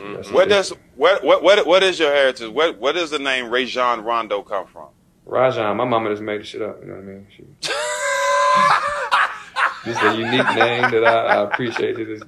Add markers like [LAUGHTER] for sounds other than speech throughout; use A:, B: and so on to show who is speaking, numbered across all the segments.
A: That's
B: Where
A: it.
B: does what what what what is your heritage? Where where does the name Rajon Rondo come from?
A: Rajan, my mama just made the shit up. You know what I mean?
B: [LAUGHS]
A: She, this is a unique name that I, I appreciate. It is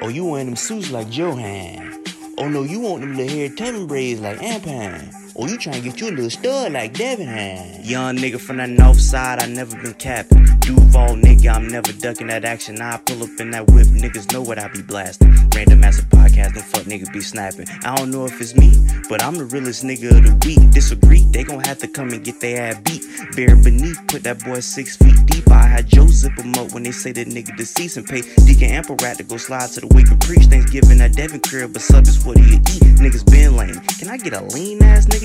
C: Oh, you wearing them suits like Johan. Oh no, you want them little hair tumbling braids like Ampan. Oh, you trying to get you a little stud like Devin. had. Young nigga from the north side, I never been capping. Duval nigga, I'm never ducking that action. I pull up in that whip, niggas know what I be blasting. Random ass a podcast, no fuck nigga be snapping. I don't know if it's me, but I'm the realest nigga of the week. Disagree, they gon' have to come and get their ass beat. Bare beneath, put that boy six feet deep. I had Joe zip him up when they say that nigga deceased and pay Deacon Ample Rat to go slide to the wake and preach. Thanksgiving at Devin crib, but sub is what he eat. Niggas been lame. Can I get a lean ass nigga?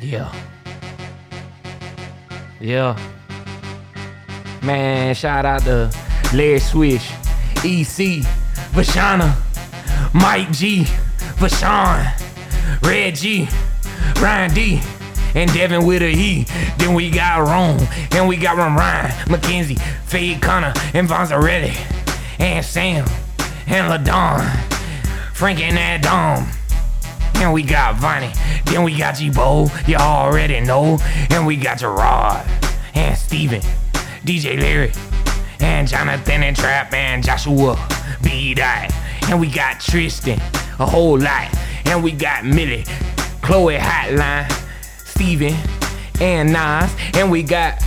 D: Yeah. Yeah. Man, shout out to Larry Swish, EC, Vashana, Mike G, Vashawn, Red G, Ryan D, and Devin with a E. Then we got Rome, and we got Ron Ryan, McKenzie, Fade Connor, and Vonzaretti, and Sam, and LaDon, Frank and Adam. And we got Vonnie. Then we got G-Bo. You already know. And we got Gerard. And Steven. DJ Larry. And Jonathan and Trap. And Joshua. B. Dot. And we got Tristan. A whole lot. And we got Millie. Chloe Hotline. Steven. And Nas. And we got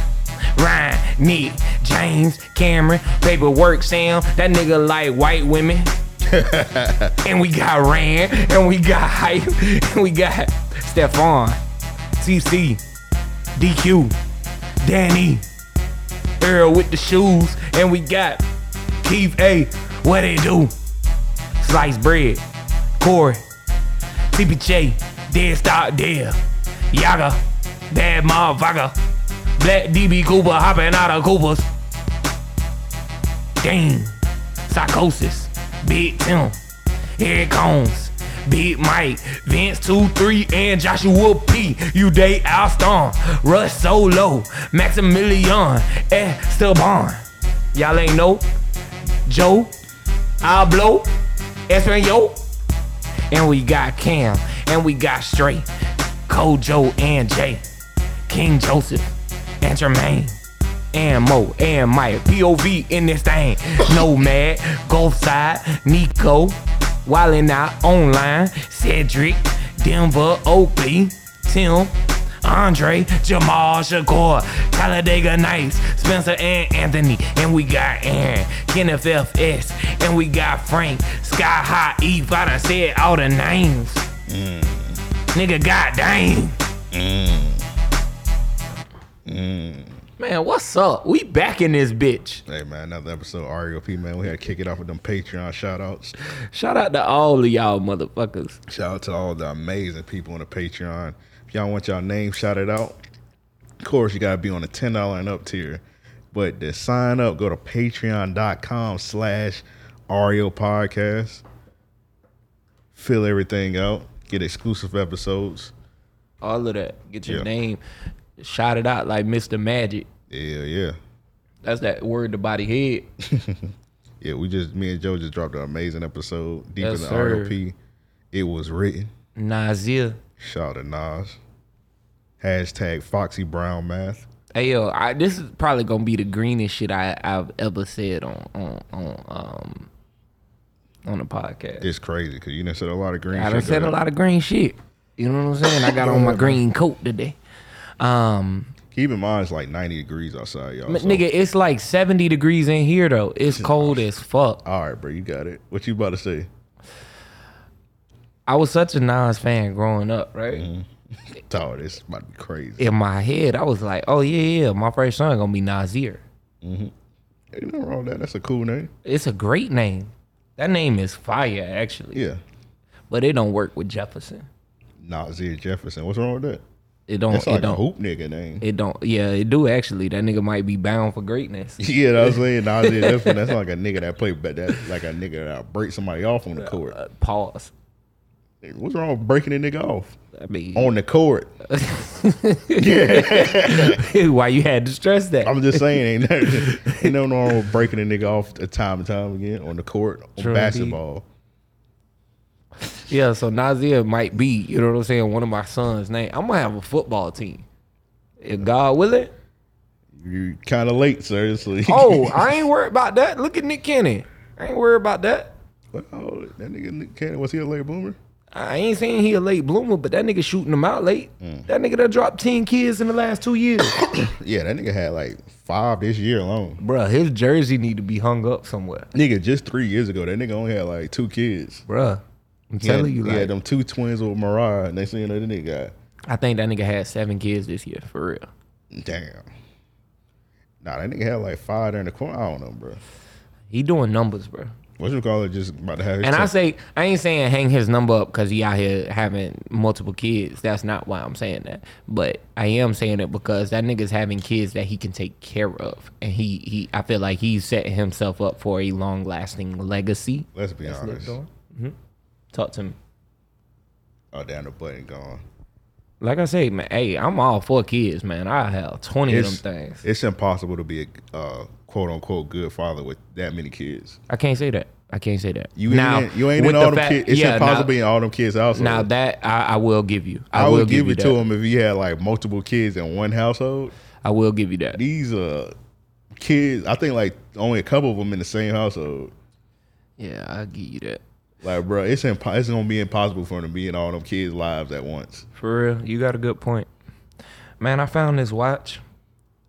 D: Ryan, Nick, James, Cameron, Paperwork, Sam. That nigga like white women. and we got Rand, and we got Hype, and we got Stefan, CC, DQ, Danny, Earl with the shoes, and we got Keith A. What they do? Slice bread, Corey, TPJ, Dead Stop Dead, Yaga, Bad Motherfucker, Black DB Cooper hopping out of Coopers. Dane, Psychosis, Big Tim, Eric Combs, Big Mike, Vince 2-3, and Joshua P. You Day Alston, Russ Solo, Maximilian, Esteban. Y'all ain't know. Joe, Ablo, Espanol, and we got Cam, and we got Straight, Kojo, and Jay, King Joseph, and Jermaine, and Mo, and Mike. POV in this thing. Nomad, Golfside, Nico, Wildin' Out Online, Cedric, Denver, Oakley, Tim, Andre, Jamal, Shakur, Talladega Nights, Spencer and Anthony, and we got Aaron, Kenneth FS, and we got Frank, Sky High E, Eve. I done said all the names. Nigga, god dang. Man, what's up? We back in this bitch.
E: Hey man, another episode of REOP man. We had to kick it off with them Patreon shout outs.
D: Shout out to all of y'all motherfuckers.
E: Shout out to all the amazing people on the Patreon. If y'all want y'all name shouted out, of course you gotta be on the ten dollar and up tier. But to sign up, go to patreon.com slash REO podcast. Fill everything out. Get exclusive episodes.
D: All of that. Get your
E: Yeah.
D: name shouted out like Mr. Magic.
E: Yeah, yeah.
D: That's that word to body head.
E: Yeah, we just me and Joe just dropped an amazing episode. Deep
D: Yes,
E: in the
D: sir.
E: ROP. It was written.
D: Nazir.
E: Shout out to Nas. Hashtag Foxy Brown Math.
D: Hey yo, I, this is probably gonna be the greenest shit I, I've ever said on on on um on a podcast.
E: It's crazy because you done said a lot of green
D: I
E: shit.
D: done said a lot of green shit. You know what I'm saying? I got on my green coat today. Um,
E: Keep in mind, it's like 90 degrees outside, y'all.
D: but
E: so-
D: nigga, it's like 70 degrees in here though. It's cold as fuck.
E: All right, bro, you got it. What you about to say?
D: I was such a Nas fan growing up, right?
E: Mm-hmm. Dog, this is about to be crazy.
D: in my head, I was like, oh yeah, yeah, my first son gonna be Nazir.
E: Ain't nothing wrong with that. That's a cool name.
D: It's a great name. That name is fire, actually.
E: Yeah.
D: But it don't work with Jefferson.
E: Nazir Jefferson. What's wrong with that?
D: It don't.
E: That's
D: it
E: like a
D: don't.
E: hoop nigga name. [LAUGHS]
D: It don't. Yeah, it do actually. That nigga might be bound for greatness.
E: Yeah, that was saying Nazir Jefferson. That's like a nigga that play, but that like a nigga that break somebody off on the court.
D: Uh, pause.
E: What's wrong with breaking a nigga off
D: I mean,
E: on
D: [LAUGHS]
E: the court? yeah,
D: why you had to stress that?
E: I'm just saying,
D: [LAUGHS]
E: ain't nothing, ain't nothing wrong with breaking a nigga off a time and time again on the court on
D: True indeed.
E: basketball.
D: yeah, so Nazir might be. You know what I'm saying? One of my sons' name. I'm gonna have a football team. If God
E: [LAUGHS]
D: willing.
E: You kind of late, sir. So you- [LAUGHS]
D: Oh, I ain't worried about that. Look at Nick Cannon. I ain't worried about that.
E: Well, oh, that nigga Nick Cannon was he a late bloomer?
D: I ain't saying he a late bloomer, but that nigga shooting them out late. That nigga that dropped ten kids in the last two years.
E: Yeah, that nigga had like five this year alone.
D: [COUGHS] Bruh, his jersey need to be hung up somewhere.
E: Nigga, just three years ago, that nigga only had like two kids.
D: Bruh, I'm
E: He had-
D: telling you,
E: he
D: like,
E: had them two twins with Mariah, and they seen another nigga.
D: I think that nigga had seven kids this year for real.
E: Got, Damn. Nah, that nigga had like five there in the corner. I don't know, bro.
D: He doing numbers, bro.
E: What you call it? Just about to have. His
D: And I
E: check-
D: say I ain't saying hang his number up because he out here having multiple kids. That's not why I'm saying that. But I am saying it because that nigga's having kids that he can take care of, and he he I feel like he's setting himself up for a long lasting legacy.
E: let's be honest.
D: Mm-hmm. Talk to me.
E: Oh, damn, the button gone.
D: Like I say, man, hey, I'm all for kids, man. I have twenty
E: It's,
D: of them things.
E: it's impossible to be a uh, quote unquote good father with that many kids.
D: I can't say that. I can't say that.
E: You ain't in, you ain't
D: with the
E: in all them
D: fact-
E: kids. It's
D: yeah,
E: impossible
D: now-
E: being all them kids household.
D: Now that I, I will give you, I,
E: I,
D: will
E: would give it
D: you
E: to
D: that.
E: him if he had like multiple kids in one household.
D: I will give you that.
E: These uh kids, I think like only a couple of them in the same household.
D: Yeah, I'll give you that.
E: Like, bro, it's impo- it's gonna be impossible for him to be in all them kids' lives at once.
D: For real, you got a good point, man. I found this watch.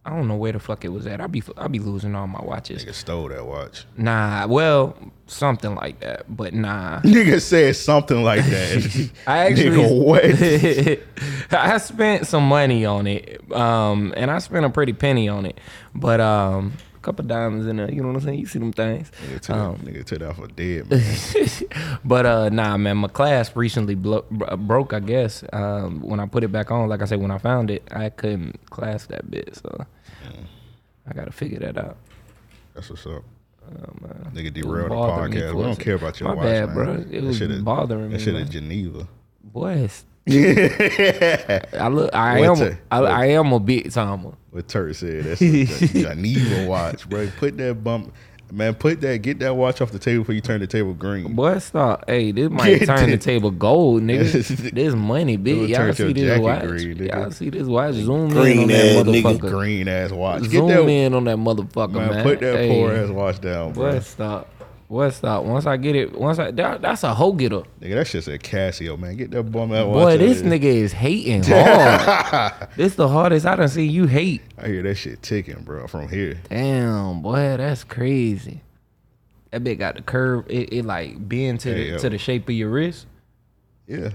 D: I don't know where the fuck it was at. I be I be losing all my watches.
E: Nigga stole that watch.
D: Nah, well, something like that, but nah.
E: [LAUGHS] Nigga said something like that.
D: [LAUGHS] I actually
E: [LAUGHS] Nigga,
D: [LAUGHS]
E: what?
D: I spent some money on it, um, and I spent a pretty penny on it, but um, a couple diamonds in there. You know what I'm saying? You see them things. [LAUGHS]
E: nigga, took
D: Um,
E: that, nigga took that for dead, man.
D: but uh, nah, man, my class recently blo- bro- broke. I guess um, when I put it back on, like I said, when I found it, I couldn't class that bit, so
E: Mm.
D: I gotta figure that out.
E: That's what's up.
D: Oh,
E: nigga derailed the
D: bothered me
E: podcast.
D: for
E: We
D: a
E: don't
D: sec-
E: care about your
D: My
E: watch,
D: bad,
E: man.
D: bro. It
E: That
D: was
E: shit is-
D: bothering me,
E: That shit
D: man.
E: is Geneva.
D: Boy, it's- [LAUGHS] I look. I
E: What's
D: am.
E: it?
D: I, I am a big timer.
E: What Turk said. That's a, a
D: [LAUGHS]
E: Geneva watch, bro. Put that bump, man. Put that. Get that watch off the table before you turn the table green.
D: Boy, stop. Hey,
E: [LAUGHS]
D: this might
E: Get
D: turn the
E: it.
D: table gold, nigga. this money,
E: It'll
D: bitch. Y'all
E: turn
D: see
E: your
D: this
E: jacket
D: watch?
E: green, nigga.
D: Y'all see this watch? Zoom in on
C: Green
D: that
C: ass nigga.
D: motherfucker.
E: Green ass watch. Get
D: Zoom
E: that
D: in on that motherfucker, man.
E: man. Put that
D: Hey.
E: poor ass watch down, bro.
D: What stop? What stop? Once I get it, once I that, that's a hoe getter.
E: Nigga, that shit said Casio, man. Get that bum ass watch.
D: Boy,
E: out
D: this
E: of there.
D: nigga is hating
E: [LAUGHS]
D: hard. this the hardest I done seen you hate.
E: I hear that shit ticking, bro. From here,
D: Damn, boy, that's crazy. That bitch got the curve. It, it like bend to
E: Hey,
D: the
E: yo.
D: to the shape of your wrist.
E: yeah.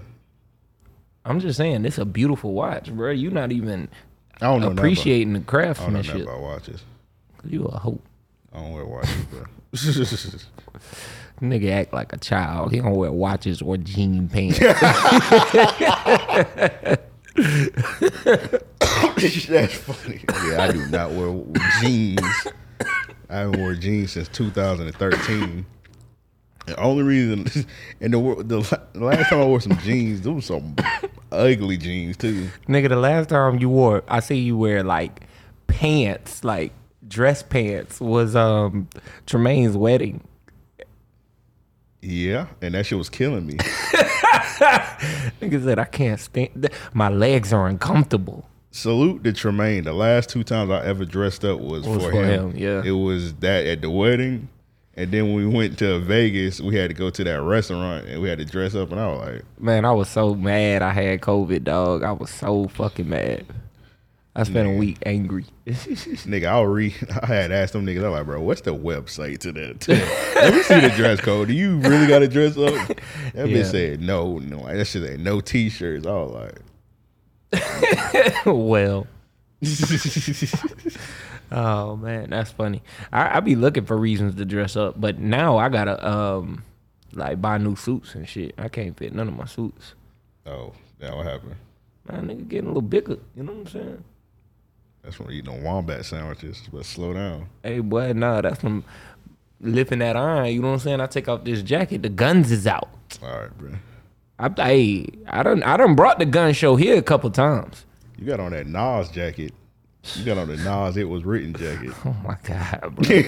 D: I'm just saying, this a beautiful watch, bro. You not even
E: I don't know. nothing about-
D: appreciating the
E: I don't know
D: craftsmanship.
E: nothing about watches.
D: You a hoe.
E: I don't wear watches, bro.
D: Nigga act like a child. He don't wear watches or jean pants.
E: [LAUGHS] That's funny. Yeah, I do not wear jeans. I haven't worn jeans since 2013. The only reason, [LAUGHS] and the wor- the la- the last time I wore some jeans, those were some ugly jeans too.
D: Nigga, the last time you wore, I see you wear like pants, like dress pants, was um Tremaine's wedding.
E: Yeah, and that shit was killing me.
D: Nigga said, I can't stand. th- My legs are uncomfortable.
E: Salute to Tremaine. The last two times I ever dressed up was,
D: Was
E: for,
D: for
E: him.
D: him, yeah.
E: it was that at the wedding, and then when we went to Vegas, we had to go to that restaurant and we had to dress up, and I was like.
D: Man, I was so mad. I had COVID, dog. I was so fucking mad. I spent a week angry. [LAUGHS]
E: Nigga, I'll read. [LAUGHS] I had asked them niggas. I'm like, bro, what's the website to that? [LAUGHS] Let me see the dress code. Do you really got to dress
D: [LAUGHS]
E: up? That
D: Yeah.
E: bitch said no, no. That shit ain't no t-shirts.
D: [LAUGHS]
E: I [LAUGHS] was like,
D: well, Oh man, that's funny. I, I be looking for reasons to dress up, but now I gotta um like buy new suits and shit. I can't fit none of my suits.
E: Oh, that what happened.
D: My nigga getting a little bigger. You know what I'm saying?
E: That's when we're eating on wombat sandwiches. But slow down.
D: Hey boy, nah, that's from lifting that iron. You know what I'm saying? I take off this jacket, the guns is out.
E: All right, bro.
D: I hey, I done I done brought the gun show here a couple times.
E: You got on that Nas jacket. You got on the Nas It Was Written jacket.
D: Oh my god,
E: [LAUGHS]
D: bro.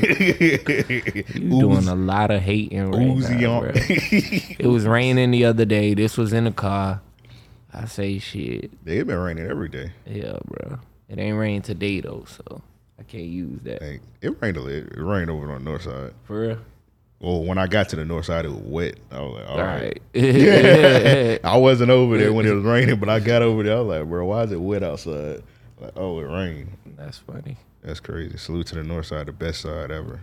D: [LAUGHS] You doing a lot of hating right
E: Uzi
D: now,
E: on. [LAUGHS]
D: bruh. It was raining the other day. This was in the car. I say shit.
E: it been raining every day.
D: Yeah, bro. It ain't rain today though, so I can't use that.
E: Like, it rained a little. It rained over on the north side.
D: For real.
E: Well, when I got to the north side, it was wet. I was like, all
D: All
E: right. [LAUGHS]
D: right. [LAUGHS]
E: I wasn't over there when it was raining, but I got over there. I was like, bro, why is it wet outside? Like, oh, it rained.
D: That's funny.
E: That's crazy. Salute to the north side, the best side ever.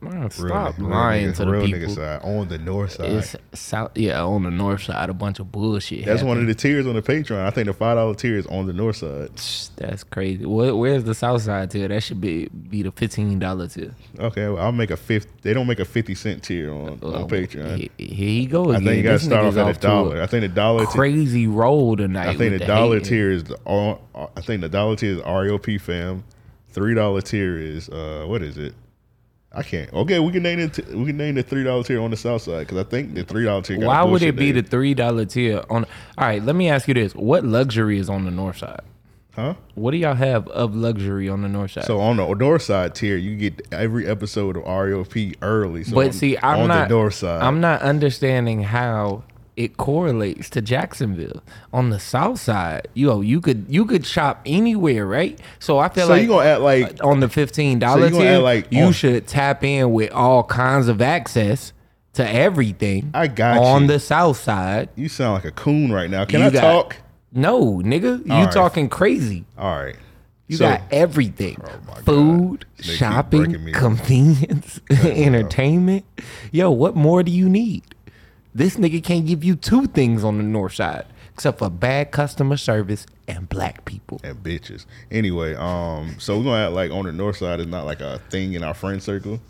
D: Man, stop
E: nigga-
D: lying
E: real nigga,
D: to the
E: real
D: people.
E: nigga side on the north side.
D: It's south, yeah, on the north side. A bunch of bullshit.
E: That's one of the tiers on the Patreon. I think the five dollar tier is on the north side.
D: [SNIFFS] That's crazy. Where, where's the south side tier? That should be be the fifteen dollar tier.
E: Okay, well, I'll make a fifth. They don't make a fifty cent tier on,
D: Oh,
E: on Patreon.
D: he- Here he goes.
E: I think you got to start off at a dollar. I think the dollar. tier
D: Crazy roll tonight.
E: I think
D: with
E: the dollar
D: hating.
E: tier is the on. I think the dollar tier is REOP fam. Three dollar tier is uh what is it? I can't. Okay, we can name it. We can name the three dollar tier on the south side because I think the three dollar tier. got a
D: Why would it
E: bullshit
D: be the
E: name.
D: three dollar tier on? All right, let me ask you this: What luxury is on the north side?
E: huh?
D: What do y'all have of luxury on the north side?
E: So on the north side tier, you get every episode of REOP early. So
D: but
E: on-
D: see, I'm
E: on
D: not.
E: the north side.
D: I'm not understanding how it correlates to Jacksonville. On the south side, yo, you could you could shop anywhere, right? So I feel
E: so
D: like
E: you gonna act like
D: on the fifteen
E: So
D: dollar
E: you gonna
D: tier,
E: add, like,
D: you
E: on-
D: should tap in with all kinds of access to everything.
E: I got
D: on
E: you.
D: the south side.
E: you sound like a coon right now. Can
D: you
E: I
D: got-
E: talk?
D: No, nigga, you
E: All right.
D: talking crazy.
E: All right.
D: You
E: so oh
D: got everything:
E: my God.
D: food,
E: They keep breaking
D: shopping,
E: me up.
D: convenience,
E: [LAUGHS]
D: [LAUGHS] entertainment. Yo, what more do you need? This nigga can't give you two things on the north side except for bad customer service and black people.
E: and bitches. Anyway, um, so we're gonna act like on the north side is not like a thing in our friend circle.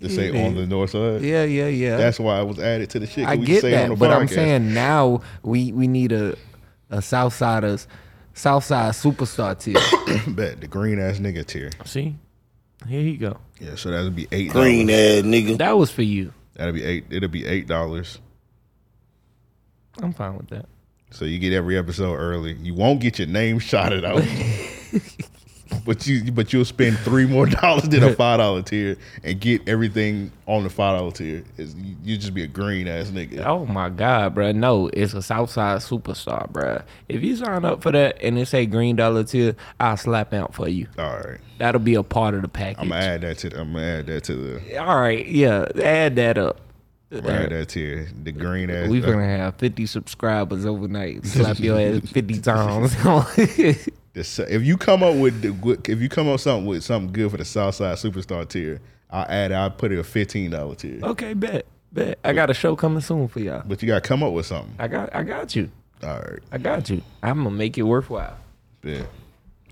E: To say
D: Yeah.
E: on the north side.
D: Yeah, yeah, yeah.
E: That's why I was added to the shit. 'cause
D: I
E: we
D: get
E: say it on the
D: that, but I'm
E: podcast.
D: saying now we we need a a Southsiders, Southside superstar tier.
E: [LAUGHS] Bet the green ass nigga tier.
D: [COUGHS] See, here you go.
E: Yeah, so that'll be eight.
F: Green
E: dollars.
F: ass nigga.
D: That was for you.
E: That'll be eight. It'll be eight dollars.
D: I'm fine with that.
E: So you get every episode early. You won't get your name
D: [LAUGHS]
E: shouted out. But you, but you'll spend three more dollars
D: [LAUGHS]
E: than a five dollar tier and get everything on the five dollar tier. Is you you just be a green ass nigga.
D: Oh my God, bruh. No, it's a Southside superstar, bruh. If you sign up for that and it say green dollar tier, I'll slap out for you.
E: All right,
D: That'll be a part of the package.
E: I'm gonna add that to. The, I'm gonna add that to the.
D: All right, yeah, add that up.
E: Right, that's here. The green ass.
D: We
E: uh,
D: gonna have 50 subscribers
E: [LAUGHS]
D: overnight. Slap your ass 50 times. [LAUGHS]
E: the s- if you come up with the, good- if you come up something with something good for the Southside Superstar tier, I'll add. I'll put it a fifteen dollar tier.
D: okay, bet, bet. I got a show coming soon for y'all.
E: But you gotta come up with something.
D: I got, I got you.
E: All right,
D: I got you. I'm gonna make it worthwhile.
E: yeah.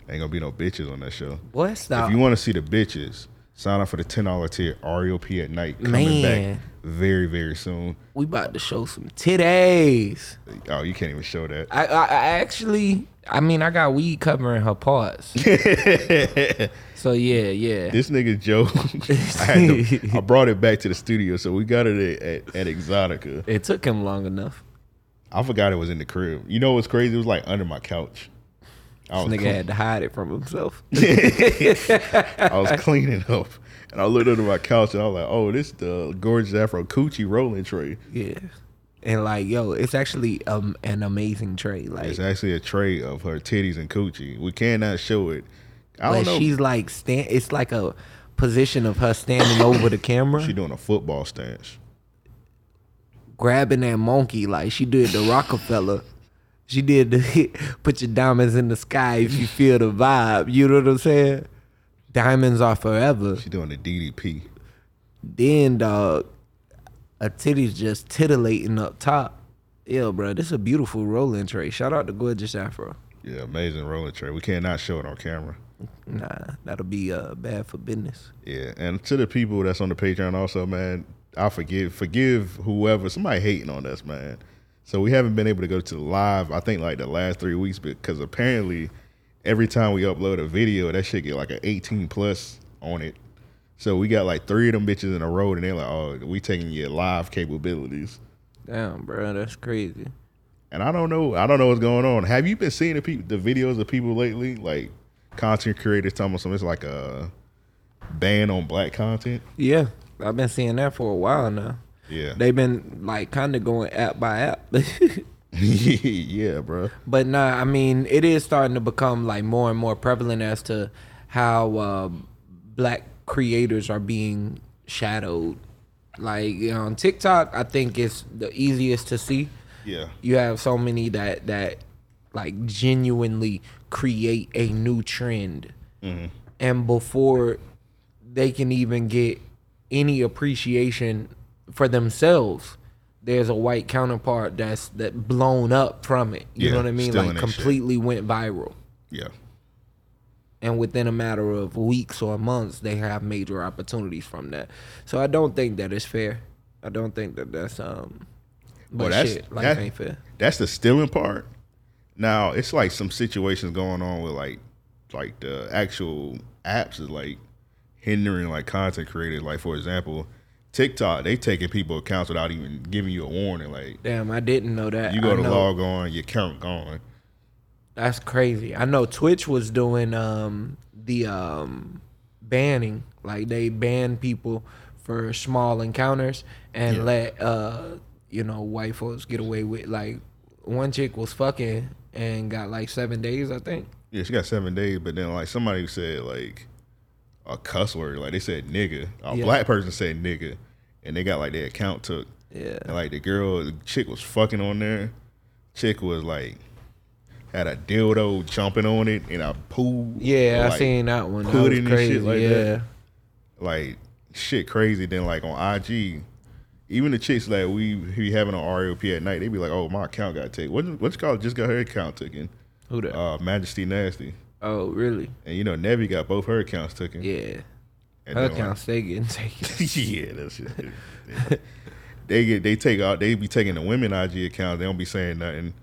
E: Ain't gonna be no bitches on that show.
D: What stop?
E: If you want to see the bitches, sign up for the ten dollar tier. R.E.O.P. at night coming
D: Man.
E: back very very soon.
D: we about to show some titties.
E: Oh, you can't even show that. [LAUGHS]
D: I, I, I actually, I mean, I got weed covering her parts. so yeah, yeah.
E: This nigga Joe, [LAUGHS] I,
D: [LAUGHS]
E: had to, I brought it back to the studio, so we got it at, at, at Exotica.
D: It took him long enough.
E: I forgot it was in the crib. You know what's crazy? It was like under my couch. I
D: This
E: was,
D: nigga
E: cle-
D: had to hide it from
E: [LAUGHS]
D: himself.
E: I was cleaning up and I looked under my couch and I was like, oh, this the gorgeous Afro Coochie rolling tray.
D: [LAUGHS] yeah. And like, yo, it's actually um an amazing trait. Like,
E: It's actually a tray of her titties and coochie. We cannot show it. I
D: when
E: don't know.
D: she's like stand, it's like a position of her standing over the camera,
E: [LAUGHS] She doing a football stance.
D: grabbing that monkey. Like she did the Rockefeller. She did the [LAUGHS] put your diamonds in the sky if you feel the vibe. You know what I'm saying? Diamonds are forever.
E: She doing the DDP.
D: then dog, a titty's just titillating up top. Yeah, bro, this is a beautiful rolling tray. Shout out to Gorgeous Afro.
E: Yeah, amazing rolling tray. We cannot show it on camera.
D: Nah, that'll be uh, bad for business.
E: Yeah, and to the people that's on the Patreon also, man, I forgive forgive whoever somebody hating on us, man. So we haven't been able to go to the live. I think like the last three weeks because apparently every time we upload a video, that shit get like an eighteen plus on it. So we got like three of them bitches in a row, and they're like, "Oh, we taking your live capabilities."
D: Damn, bro, that's crazy.
E: And I don't know, I don't know what's going on. Have you been seeing the people, the videos of people lately, like content creators talking about something? It's like a ban on black content.
D: Yeah, I've been seeing that for a while now.
E: Yeah.
D: They've been like kind of going app by app. [LAUGHS]
E: yeah, bro.
D: But nah, I mean, it is starting to become like more and more prevalent as to how uh, black creators are being shadowed. Like on TikTok, I think it's the easiest to see.
E: Yeah.
D: You have so many that that like genuinely create a new trend,
E: Mm-hmm.
D: and before they can even get any appreciation for themselves. There's a white counterpart that's that blown up from it. You
E: Yeah,
D: know what I mean?
E: stealing
D: Like
E: that shit.
D: completely went viral.
E: Yeah.
D: And within a matter of weeks or months, they have major opportunities from that. So I don't think that is fair. I don't think that that's um. But
E: Well, that's
D: shit, life
E: that-
D: ain't fair.
E: that's the stealing part. Now it's like some situations going on with like like the actual apps is like hindering like content creators. Like for example, TikTok they taking people accounts without even giving you a warning. Like
D: Damn, I didn't know that.
E: you go
D: I
E: to
D: know-
E: log on, your account gone.
D: That's crazy. I know Twitch was doing um the um banning. Like they banned people for small encounters and let uh you know white folks get away with like one chick was fucking and got like seven days, I think.
E: Yeah, she got seven days, but then like somebody said like a cuss word, like they said nigga. A
D: Yeah.
E: black person said nigga, and they got like their account took.
D: Yeah.
E: And, like the girl, the chick was fucking on there. Chick was like had a dildo jumping on it in a pool.
D: Yeah, I
E: like,
D: seen that one. That was
E: pudding and shit
D: crazy.
E: like
D: yeah.
E: that. Like shit crazy. Then like on IG, even the chicks like we be having on RLP at night, they be like, "Oh, my account got taken." What what's it called? Just got her account taken.
D: Who that?
E: Uh, Majesty Nasty,
D: oh, really?
E: and you know Nevi got both her accounts taken.
D: Yeah.
E: and
D: Her
E: then, like,
D: accounts they
E: [LAUGHS]
D: getting taken.
E: yeah, that's it. they get they take out they be taking the women IG accounts. They don't be saying nothing.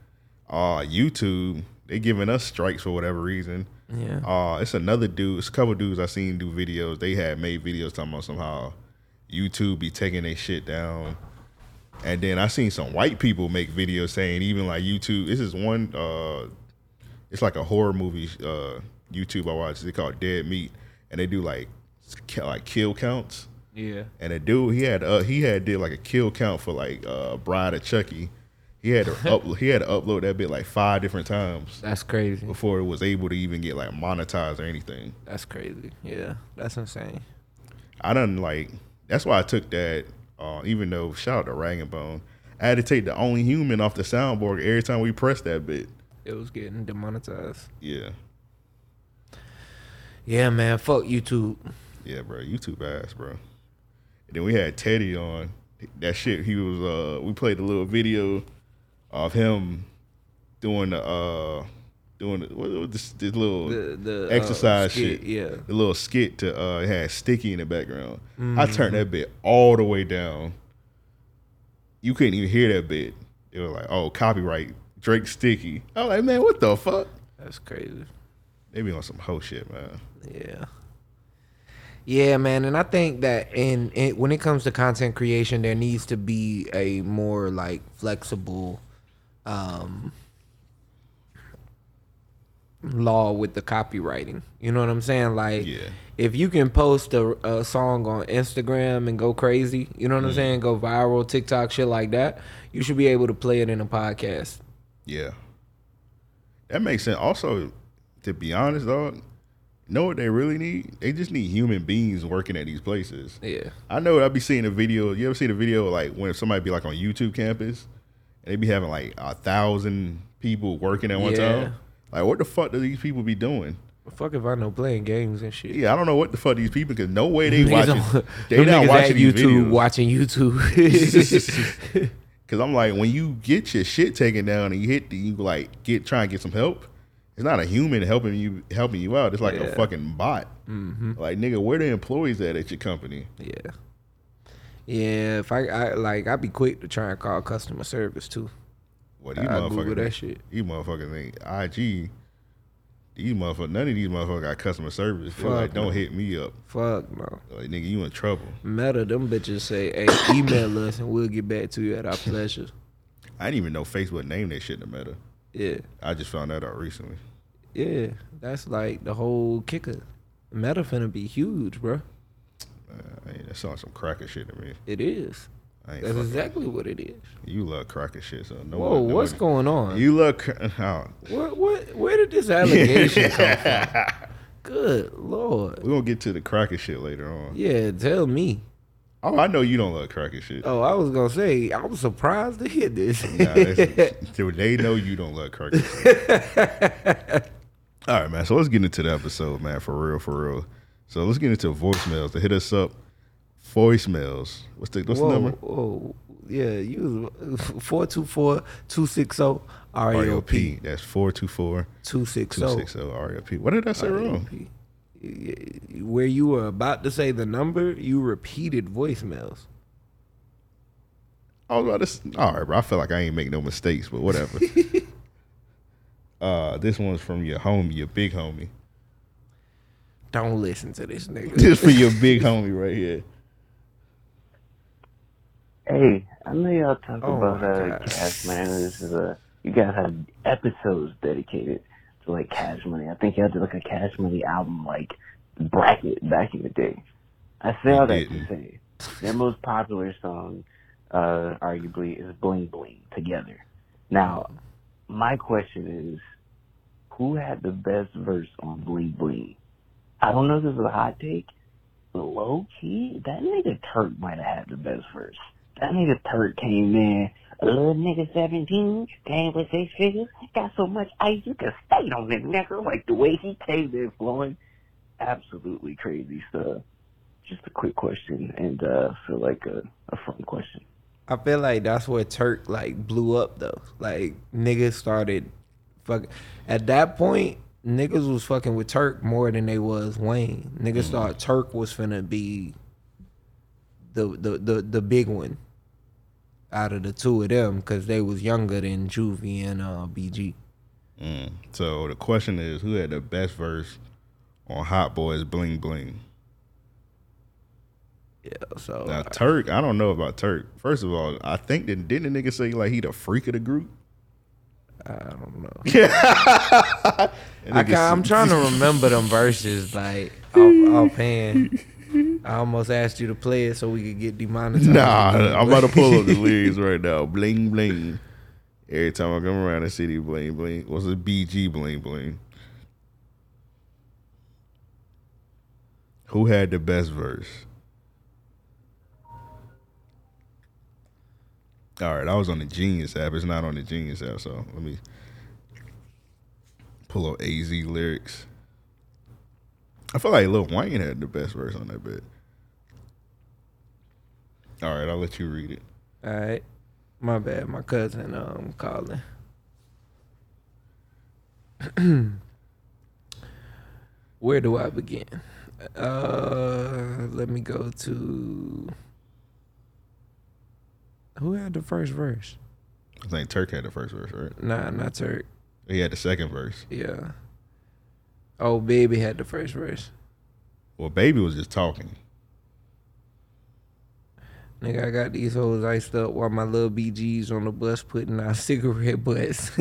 E: Uh YouTube they giving us strikes for whatever reason.
D: Yeah.
E: Uh it's another dude. It's a couple dudes I seen do videos. They had made videos talking about somehow YouTube be taking their shit down. And then I seen some white people make videos saying even like YouTube. This is one. uh It's like a horror movie uh YouTube I watch. They call it Dead Meat, and they do like ki- like kill counts
D: yeah.
E: and a dude he had uh, he had did like a kill count for like uh Bride of Chucky. He had to up he had to upload that bit like five different times
D: That's crazy.
E: before it was able to even get like monetized or anything.
D: That's crazy. Yeah. That's insane.
E: I done like that's why I took that. Uh, even though shout out to Rag and Bone, I had to take the only human off the soundboard every time we pressed that bit.
D: It was getting demonetized.
E: Yeah,
D: Yeah, man. Fuck YouTube.
E: yeah, bro, YouTube ass, bro. And then we had Teddy on that shit. He was uh, we played a little video of him doing the uh, doing the, what was this, this little
D: The the uh,
E: exercise
D: skit,
E: shit.
D: Yeah.
E: The little skit to uh it had sticky in the background. I turned that bit all the way down. You couldn't even hear that bit. It was like, oh, copyright, Drake sticky. I was like, man, what the fuck?
D: That's crazy.
E: They be on some whole shit, man.
D: Yeah. Yeah, man, and I think that in, in when it comes to content creation, there needs to be a more like flexible um law with the copywriting. You know what I'm saying? Like
E: Yeah.
D: if you can post a, a song on Instagram and go crazy, you know what I'm saying? Go viral, TikTok shit like that, you should be able to play it in a podcast.
E: Yeah. That makes sense. Also, to be honest, dog, know what they really need? They just need human beings working at these places.
D: Yeah.
E: I know I'd be seeing a video. You ever see the video like when somebody be like on YouTube campus and they be having like a thousand people working at one
D: Yeah.
E: time? Like, what the fuck do these people be doing?
D: Fuck if I know playing games and shit.
E: Yeah, I don't know what the fuck these people because no way they
D: Niggas
E: watching.
D: on-
E: They
D: them
E: not
D: niggas
E: watching
D: at
E: these
D: YouTube,
E: videos.
D: watching YouTube.
E: [LAUGHS] Because I'm like, when you get your shit taken down and you hit, the, you like get try and get some help. It's not a human helping you helping you out. It's like a
D: Yeah.
E: fucking bot. Mm-hmm. Like nigga, where the employees at at your company?
D: Yeah. Yeah, if I, I like, I'd be quick to try and call customer service too.
E: What these
D: I Google
E: motherfuckers?
D: that shit.
E: These motherfuckers ain't IG. These motherfuckers. None of these motherfuckers got customer service. They're like,
D: Fuck
E: don't
D: no.
E: hit me up.
D: Fuck no.
E: Like nigga, you in trouble.
D: Meta, them bitches say, hey, email us and we'll get back to you at our pleasure.
E: I didn't even know Facebook named that shit in the meta.
D: Yeah.
E: I just found that out recently.
D: Yeah. That's like the whole kicker. Meta finna be huge, bro.
E: Man, I ain't- Uh, that sounds some cracker shit to me.
D: It is.
E: I ain't
D: That's
E: fucking-
D: exactly what it is.
E: You love cracker shit, so no.
D: Whoa, what's going on?
E: You love. Cra- [LAUGHS] oh,
D: What? What? Where did
E: [LAUGHS]
D: this allegation come from? Good lord.
E: we're gonna get to the cracker shit later on.
D: Yeah, tell me.
E: Oh, I know you don't love cracker shit.
D: Oh, I was gonna say I was surprised to hear this.
E: Nah,
D: [LAUGHS]
E: that's- dude, they know you don't love cracker shit.
D: [LAUGHS]
E: All right, man. So let's get into the episode, man. For real, for real. So let's get into voicemails to hit us up. Voicemails. What's the what's
D: whoa,
E: the number?
D: whoa, yeah, you was uh, 424-260 REOP
E: REOP. That's 424
D: two six oh.
E: 260 REOP. What did I say oh. wrong?
D: zero. Where you were about to say the number, you repeated voicemails.
E: I was about to. s- All right, bro. I feel like I ain't make no mistakes, but whatever.
D: [LAUGHS]
E: uh, this one's from your homie, your big homie.
D: Don't listen to this nigga.
E: This for your big homie right here.
G: Hey, I know y'all talk
D: Oh
G: about
D: my
G: uh,
D: God.
G: cash money. This is a you guys have episodes dedicated to like cash money. I think y'all did like a cash money album like bracket back in the day. I say all that to
E: didn't.
G: say their most popular song, uh, arguably, is "Bling Bling" together. Now, my question is, who had the best verse on "Bling Bling"? I don't know if this is a hot take, but low key, that nigga Turk might have had the best verse. That nigga Turk came in, a little nigga 17, came with six figures, got so much ice you could skate on this nigga. Like the way he came in flowing, absolutely crazy stuff. Just a quick question and uh for like a, a fun question.
D: I feel like that's where Turk like blew up though. Like niggas started fuck at that point, niggas was fucking with Turk more than they was Wayne. Niggas thought Turk was finna be the the the, the big one out of the two of them because they was younger than Juvie and uh, BG.
E: Mm. So the question is, who had the best verse on Hot Boys Bling Bling?
D: Yeah, so
E: Now Turk, I don't know about Turk. First of all, I think that didn't the nigga say like he the freak of
D: [LAUGHS]
E: the group? [LAUGHS]
D: I don't know. [LAUGHS]
E: That
D: I
E: nigga
D: can, I'm trying
E: said- [LAUGHS]
D: to remember them verses like off, offhand. I almost asked you to play it so we could get demonetized.
E: Nah, I'm about to pull up the lyrics right now. Bling bling. Every time I come around the city, bling bling. What's a BG bling bling? Who had the best verse? All right, I was on the Genius app. It's not on the Genius app, so let me pull up AZ lyrics. I feel like Lil Wayne had the best verse on that bit. All right, I'll let you read it.
D: [LAUGHS] All right. My bad. My cousin um calling. [CLEARS THROAT] Where do I begin? Uh let me go to Who had the first verse?
E: I think Turk had the first verse, right?
D: Nah, not Turk.
E: He had the second verse.
D: Yeah. Oh, baby had the first verse.
E: Well, Baby was just talking.
D: Nigga, I got these hoes iced up while my little BG's on the bus putting out [LAUGHS] cigarette butts.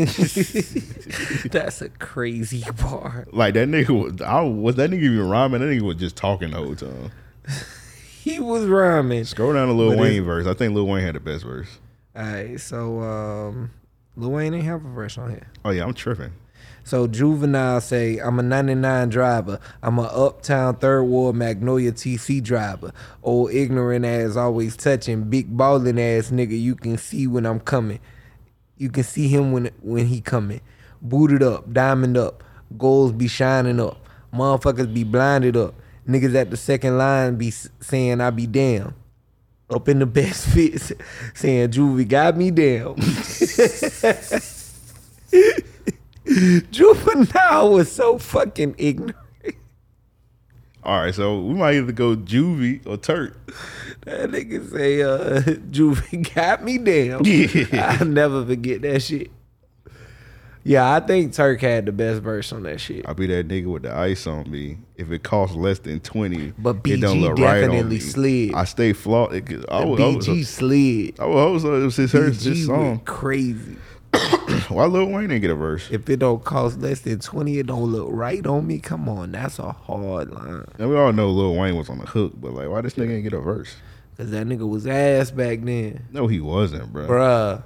D: [LAUGHS] That's a crazy bar.
E: Like that nigga was, I was that nigga even rhyming? That nigga was just talking the whole time.
D: He was rhyming.
E: Scroll down to Lil
D: But
E: Wayne verse. I think Lil Wayne had the best verse.
D: Alright, so um Lil Wayne ain't have a verse on here.
E: Oh yeah, I'm tripping.
D: So juvenile say I'm a 99 driver. I'm a uptown third ward Magnolia TC driver. Old ignorant ass always touching. Big balling ass nigga. You can see when I'm coming. You can see him when when he coming. Booted up, diamond up, goals be shining up. Motherfuckers be blinded up. Niggas at the second line be s- saying I be damn. Up in the best [LAUGHS] fits, saying Juvie got me down. [LAUGHS] Juvenile was so fucking ignorant.
E: All right, so we might either go juvie or Turk.
D: That nigga say, uh, [LAUGHS] Juve got me down.
E: [LAUGHS] Yeah.
D: I'll never forget that shit. Yeah, I think Turk had the best verse on that shit.
E: I'll be that nigga with the ice on me. If it costs less than twenty,
D: But
E: it don't
D: BG
E: look right on
D: definitely
E: me.
D: slid.
E: I stay flawed. It, could- I
D: The
E: was, I was,
D: BG slid.
E: I was, I was, it was his, hers,
D: BG
E: his
D: was
E: song.
D: crazy.
E: Why Lil Wayne didn't get a verse?
D: If it don't cost less than 20, it don't look right on me. Come on, that's a hard line.
E: And we all know Lil Wayne was on the hook, but like, why this nigga ain't get a verse?
D: Cause that nigga was ass back then.
E: No, he wasn't, bro.
D: Bruh.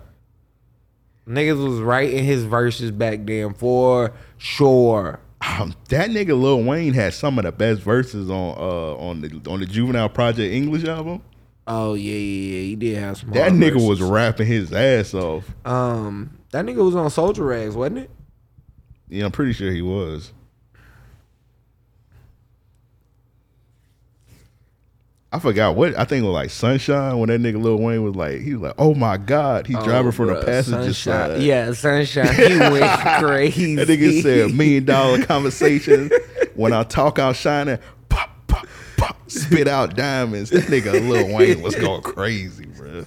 D: Niggas was writing his verses back then for sure.
E: Um, that nigga Lil Wayne had some of the best verses on uh on the on the Juvenile Project English album.
D: Oh yeah, yeah, yeah. He did have some.
E: That
D: hard
E: nigga
D: verses.
E: was rapping his ass off.
D: um that nigga was on Soldier Rags, wasn't it?
E: Yeah, I'm pretty sure he was. I forgot what I think it was like Sunshine when that nigga Lil Wayne was like he was like oh my god he driving from the
D: Oh, Bruh,
E: passenger
D: Sunshine.
E: side
D: Yeah, sunshine. He
E: [LAUGHS]
D: went crazy.
E: that nigga said million dollar conversations when I talk out shining pop pop pop spit out diamonds that nigga Lil Wayne was going crazy bro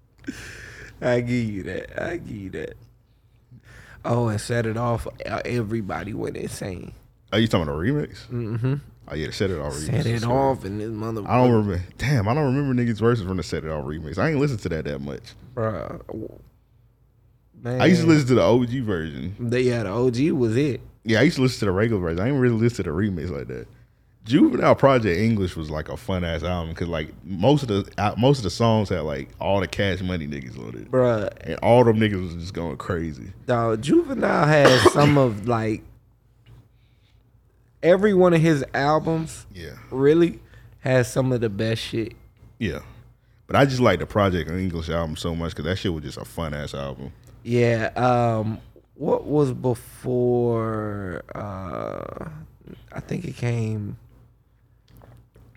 D: [LAUGHS] I give you that. I give you that. Oh, and set it off. uh, Everybody went insane.
E: are you talking about the remix mm-hmm oh yeah the set it all remix
D: Set it
E: Sorry.
D: off, and this motherfucker.
E: I don't remember damn I don't remember niggas verses from the set it all remix I ain't listened to that that much.
D: Bruh. Man,
E: I used to listen to the OG version.
D: They had OG was it.
E: Yeah, I used to listen to the regular version. I didn't really listen to the remix like that. Juvenile Project English was like a fun ass album because like most of the uh, most of the songs had like all the Cash Money niggas on it,
D: Bruh.
E: and all them niggas was just going crazy.
D: Dog, Juvenile
E: [COUGHS]
D: has some of like every one of his albums
E: Yeah,
D: really has some of the best shit.
E: yeah. But I just like the Project English album so much because that shit was just a fun ass album.
D: Yeah. Um what was before uh I think it came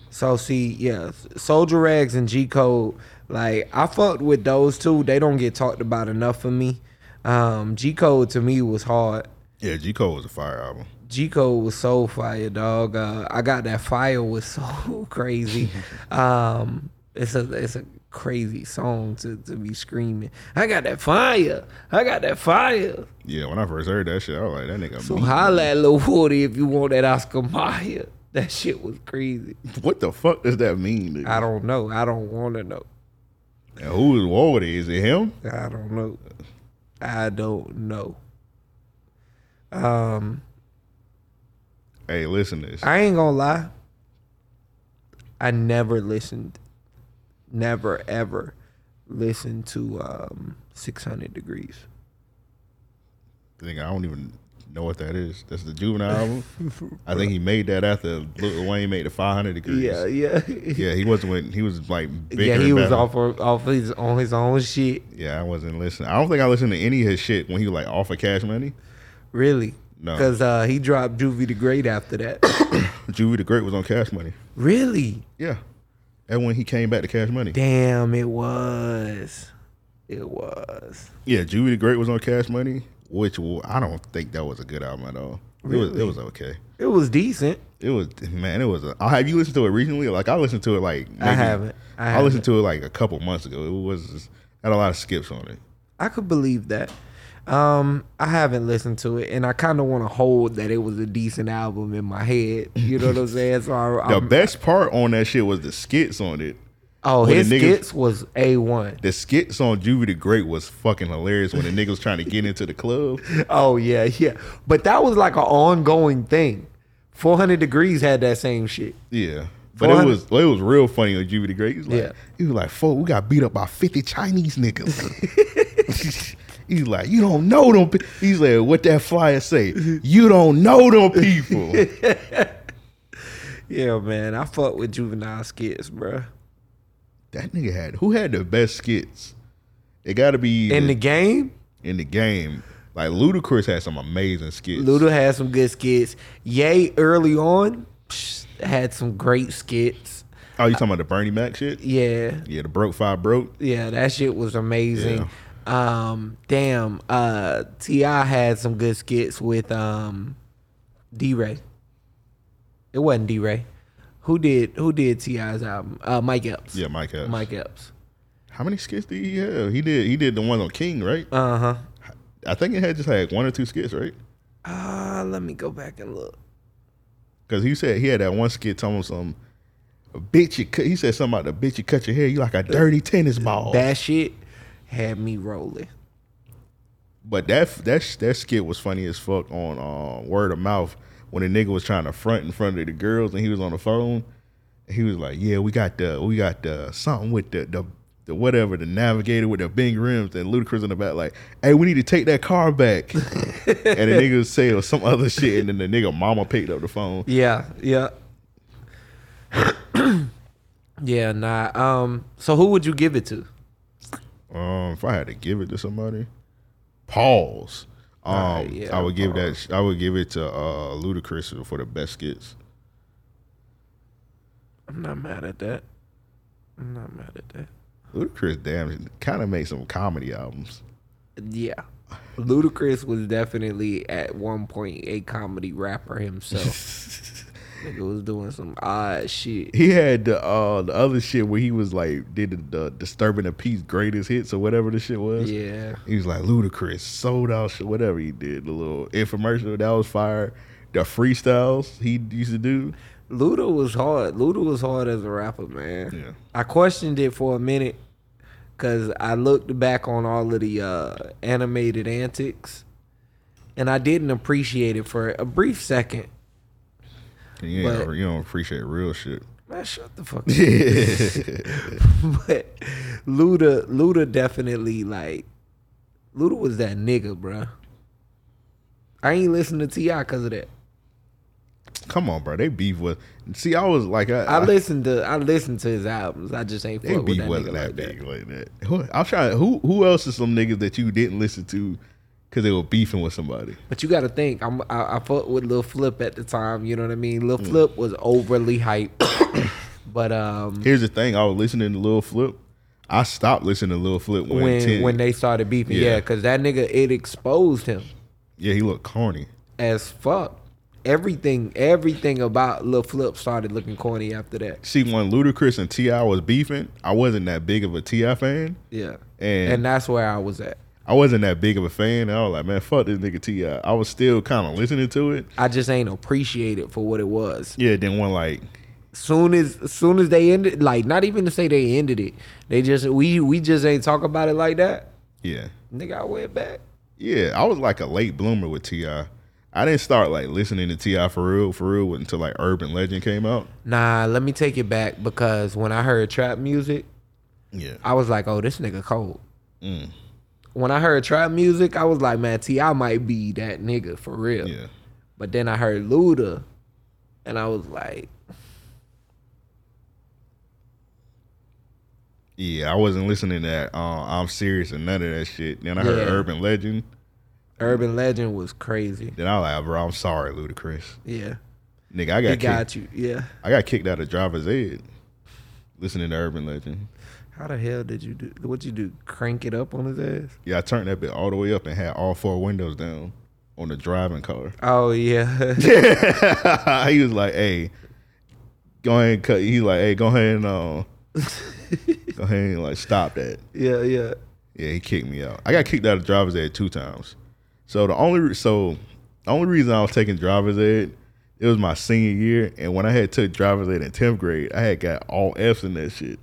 D: so see, yeah, Soldier Rags and G Code, like I fucked with those two. They don't get talked about enough for me. Um G Code to me was hard.
E: Yeah, G Cole was a fire album.
D: G Code was so fire, dog. Uh, I got that fire was [LAUGHS] so crazy. um, it's a it's a crazy song to, to be screaming. I got that fire. I got that fire.
E: Yeah, when I first heard that shit, I was like, that nigga.
D: So
E: mean.
D: holla at Lil Woody if you want that Oscar Mayer. [LAUGHS] That shit was crazy.
E: What the fuck does that mean? Nigga?
D: I don't know. I don't want to know.
E: And who is Wardy? Is it him?
D: I don't know. I don't know. Um,
E: Hey, listen to this.
D: I ain't gonna lie. I never listened, never ever listened to um, 600 Degrees.
E: Nigga, I don't even know what that is. That's the juvenile
D: [LAUGHS]
E: album. I think he made that after Lil Wayne made the 500 degrees.
D: Yeah, yeah, [LAUGHS]
E: Yeah, he wasn't when he was like bigger.
D: yeah. He
E: and
D: was
E: better.
D: off of, off his on his own shit.
E: Yeah, I wasn't listening. I don't think I listened to any of his shit when he was like off of Cash Money.
D: Really?
E: No.
D: Because uh, he dropped Juvie the Great after that.
E: [COUGHS] Juvie the Great was on Cash Money.
D: really?
E: Yeah, and when he came back to Cash Money.
D: Damn, it was. It was.
E: Yeah, Juvie the Great was on Cash Money, which wa- I don't think that was a good album at all. It was it
D: Really?
E: was okay.
D: It was decent.
E: It was man. It was. A, I- have you listened to it recently? Like I listened to it like
D: I haven't. I
E: I, listened to it like a couple months ago. It was just, had a lot of skips on it.
D: I could believe that. Um, I haven't listened to it, and I kind of want to hold that it was a decent album in my head. You know what I'm saying? So I,
E: [LAUGHS] The
D: I'm,
E: best part on that shit was the skits on it.
D: oh,
E: when
D: his
E: the niggas-
D: skits was a one.
E: The skits on Juvie the Great was fucking hilarious when the nigga was trying to get into the club.
D: Oh yeah, yeah. But that was like an ongoing thing. 400 degrees had that same shit.
E: Yeah. But it
D: 400
E: was well, it was real funny on Juvie the Great. He was like,
D: Yeah.
E: he was like, "Fuck, we got beat up by fifty Chinese niggas." [LAUGHS] He's like, "You don't know them." pe-" He's like, "What that flyer say? You don't know
D: [LAUGHS]
E: them people."
D: Yeah, man. I fuck with juvenile skits, bruh.
E: that nigga had who had the best skits? It got to be
D: In the game,
E: in the game. Like Ludacris had some amazing skits.
D: Luda had some good skits. Yay, early on, psh, had some great skits.
E: oh, you talking about the Bernie Mac shit?
D: Yeah,
E: Yeah, the broke five broke.
D: Yeah, that shit was amazing. Um, damn, uh, Ti had some good skits with um, D Ray. It wasn't D Ray. Who did who did Ti's album? Uh, Mike Epps.
E: Yeah, Mike Epps.
D: Mike Epps.
E: How many skits did he have? He did. He did the one on King, right?
D: Uh huh.
E: I think it had just like one or two skits, right?
D: Uh, let me go back and look.
E: Because he said he had that one skit telling him some bitch. You cut, he said something about the bitch you cut your hair. You like a dirty tennis ball.
D: That shit had me rolling.
E: but that that that skit was funny as fuck on uh, word of mouth when the nigga was trying to front in front of the girls and he was on the phone. And he was like, "Yeah, we got the we got the something with the the." The whatever the navigator with the big rims and ludicrous in the back, like, hey, we need to take that car back. and the nigga was saying some other shit, and then the nigga mama picked up the phone.
D: Yeah, yeah. [CLEARS THROAT] yeah, nah. Um, so who would you give it to?
E: Um, if I had to give it to somebody, pause. Um,
D: Alright, Ah, yeah,
E: I would give that. sh- I would give it to uh Ludacris for the best skits.
D: I'm not mad at that. I'm not mad at that.
E: Ludacris damn kind of made some comedy albums.
D: Yeah. Ludacris was definitely at one point a comedy rapper himself. [LAUGHS] Nigga was doing some odd shit.
E: He had the uh the other shit where he was like did the, the disturbing the peace greatest hits or whatever the shit was.
D: Yeah.
E: He was like Ludacris sold out shit whatever he did the little infomercial that was fire. The freestyles he used to do.
D: Luda was hard. Luda was hard as a rapper, man.
E: Yeah.
D: I questioned it for a minute because I looked back on all of the uh, animated antics, and I didn't appreciate it for a brief second.
E: And you, ain't- you don't appreciate real shit.
D: [LAUGHS]
E: [LAUGHS]
D: Man, shut the fuck up. [LAUGHS] but Luda, Luda definitely like, Luda was that nigga, bruh. I ain't listen to Ti because of that.
E: Come on, bro. They beef with. See, I was like, I,
D: I
E: I-
D: listened to I listened to his albums. I just ain't
E: Uh, They
D: fuck with
E: beat
D: that
E: wasn't
D: nigga
E: that
D: like that.
E: big like that. Who, I'm trying. Who who else is some niggas that you didn't listen to because they were beefing with somebody?
D: But you got to think, I'm, I, I fucked with Lil Flip at the time. You know what I mean? Lil Flip was overly hyped, [COUGHS] but um,
E: Here's the thing. I was listening to Lil Flip. I stopped listening to Lil Flip when
D: when
E: 10
D: when they started beefing, yeah,
E: Yeah.
D: because that nigga it exposed him
E: yeah he looked corny.
D: as fuck. Everything, everything about Lil Flip started looking corny after that.
E: See, when Ludacris and Ti was beefing, I wasn't that big of a Ti fan,
D: Yeah,
E: and,
D: and that's where I was at.
E: I wasn't that big of a fan. I was like, man, fuck this nigga Ti. I was still kind of listening to it.
D: I just ain't appreciate it for what it was.
E: Yeah, then one like
D: Soon as soon as they ended, like not even to say they ended it, they just we we just ain't talk about it like that.
E: yeah.
D: Nigga, I went back.
E: Yeah, I was like a late bloomer with Ti. I didn't start like listening to Ti for real, for real until like Urban Legend came out.
D: Nah, let me take it back because when I heard trap music,
E: Yeah,
D: I was like, oh, this nigga cold.
E: Mm.
D: When I heard trap music, I was like, man, T.I. might be that nigga for real.
E: yeah.
D: But then I heard Luda and I was like,
E: Yeah, I wasn't listening to that. Uh, I'm serious and none of that shit. Then I heard
D: Yeah.
E: Urban Legend.
D: Urban Legend was crazy.
E: Then I was like, bro, I'm sorry, Ludacris.
D: Yeah.
E: Nigga, I
D: He
E: got, kicked,
D: got you. Yeah.
E: I got kicked out of driver's ed listening to Urban Legend.
D: How the hell did you do? What you do? Crank it up on his ass?
E: Yeah, I turned that bit all the way up and had all four windows down on the driving car.
D: Oh yeah.
E: [LAUGHS] he was like, "Hey, go ahead and cut." He's like, "Hey, go ahead and uh, go ahead and like stop that."
D: [LAUGHS] yeah, yeah.
E: Yeah, he kicked me out. I got kicked out of driver's ed two times. So the only re- so the only reason I was taking driver's ed it was my senior year, and when I had took driver's ed in tenth grade, I had got all Fs in that shit.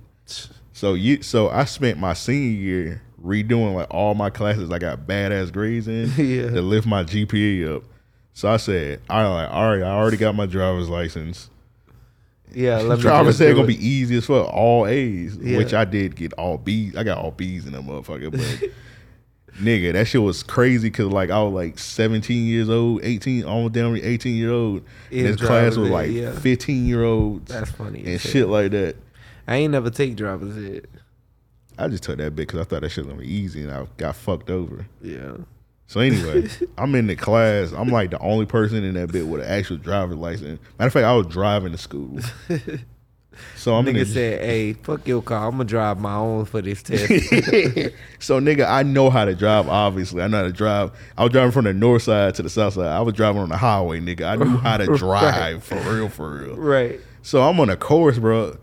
E: So you so I spent my senior year redoing like all my classes I got badass grades in
D: Yeah.
E: to lift my GPA up. So I said, I like, all right, I already got my driver's license. [LAUGHS]
D: Yeah. Let me
E: Driver's
D: just
E: ed
D: do
E: gonna
D: it.
E: be easy as fuck, all A's,
D: Yeah.
E: which I did get all B's. I got all B's in that motherfucker, but [LAUGHS] nigga, that shit was crazy because like I was like 17 years old, 18, almost damn near 18 year old.
D: In
E: And this class
D: driver's
E: was
D: ed,
E: like
D: yeah.
E: 15 year olds
D: That's funny as
E: and
D: hell.
E: shit like that.
D: I ain't never take driver's ed.
E: I just took that bit because I thought that shit was gonna be easy, and I got fucked over.
D: Yeah. [LAUGHS]
E: So anyway, I'm in the class. I'm
D: [LAUGHS]
E: like the only person in that bit with an actual driver's license. Matter of fact, I was driving to school. So I'm
D: Nigga
E: gonna
D: said, "Hey, fuck your car. I'm gonna drive my own for this
E: [LAUGHS]
D: test."
E: so nigga, I know how to drive. Obviously, I know how to drive. I was driving from the north side to the south side. I was driving on the highway, nigga. I knew how to drive for real, for real.
D: right.
E: So I'm on a course, bro.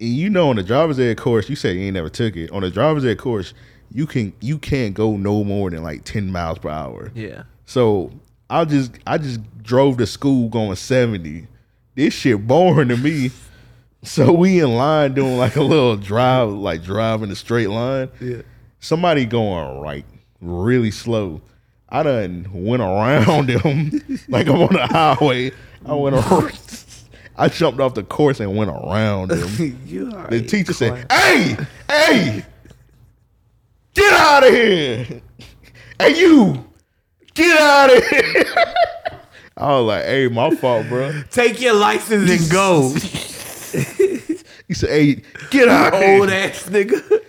E: And you know, on the driver's ed course, you said you ain't never took it. On the driver's ed course, you can you can't go no more than like ten miles per hour.
D: Yeah.
E: So I just I just drove to school going seventy. This shit boring to me. So we in line doing like a little drive, like driving a straight line.
D: Yeah.
E: Somebody going right, really slow. I done went around [LAUGHS] him like I'm on the highway. I went around. [LAUGHS] I jumped off the course and went around him.
D: [LAUGHS] you are
E: The
D: a
E: teacher
D: clown.
E: said, "Hey, hey, get out of here! Hey, you, get out of here!" [LAUGHS] I was like, "Hey, my fault, bro."
D: "Take your license and
E: [LAUGHS]
D: go,
E: He said, "Hey, get out of
D: old
E: here!"
D: ass nigga."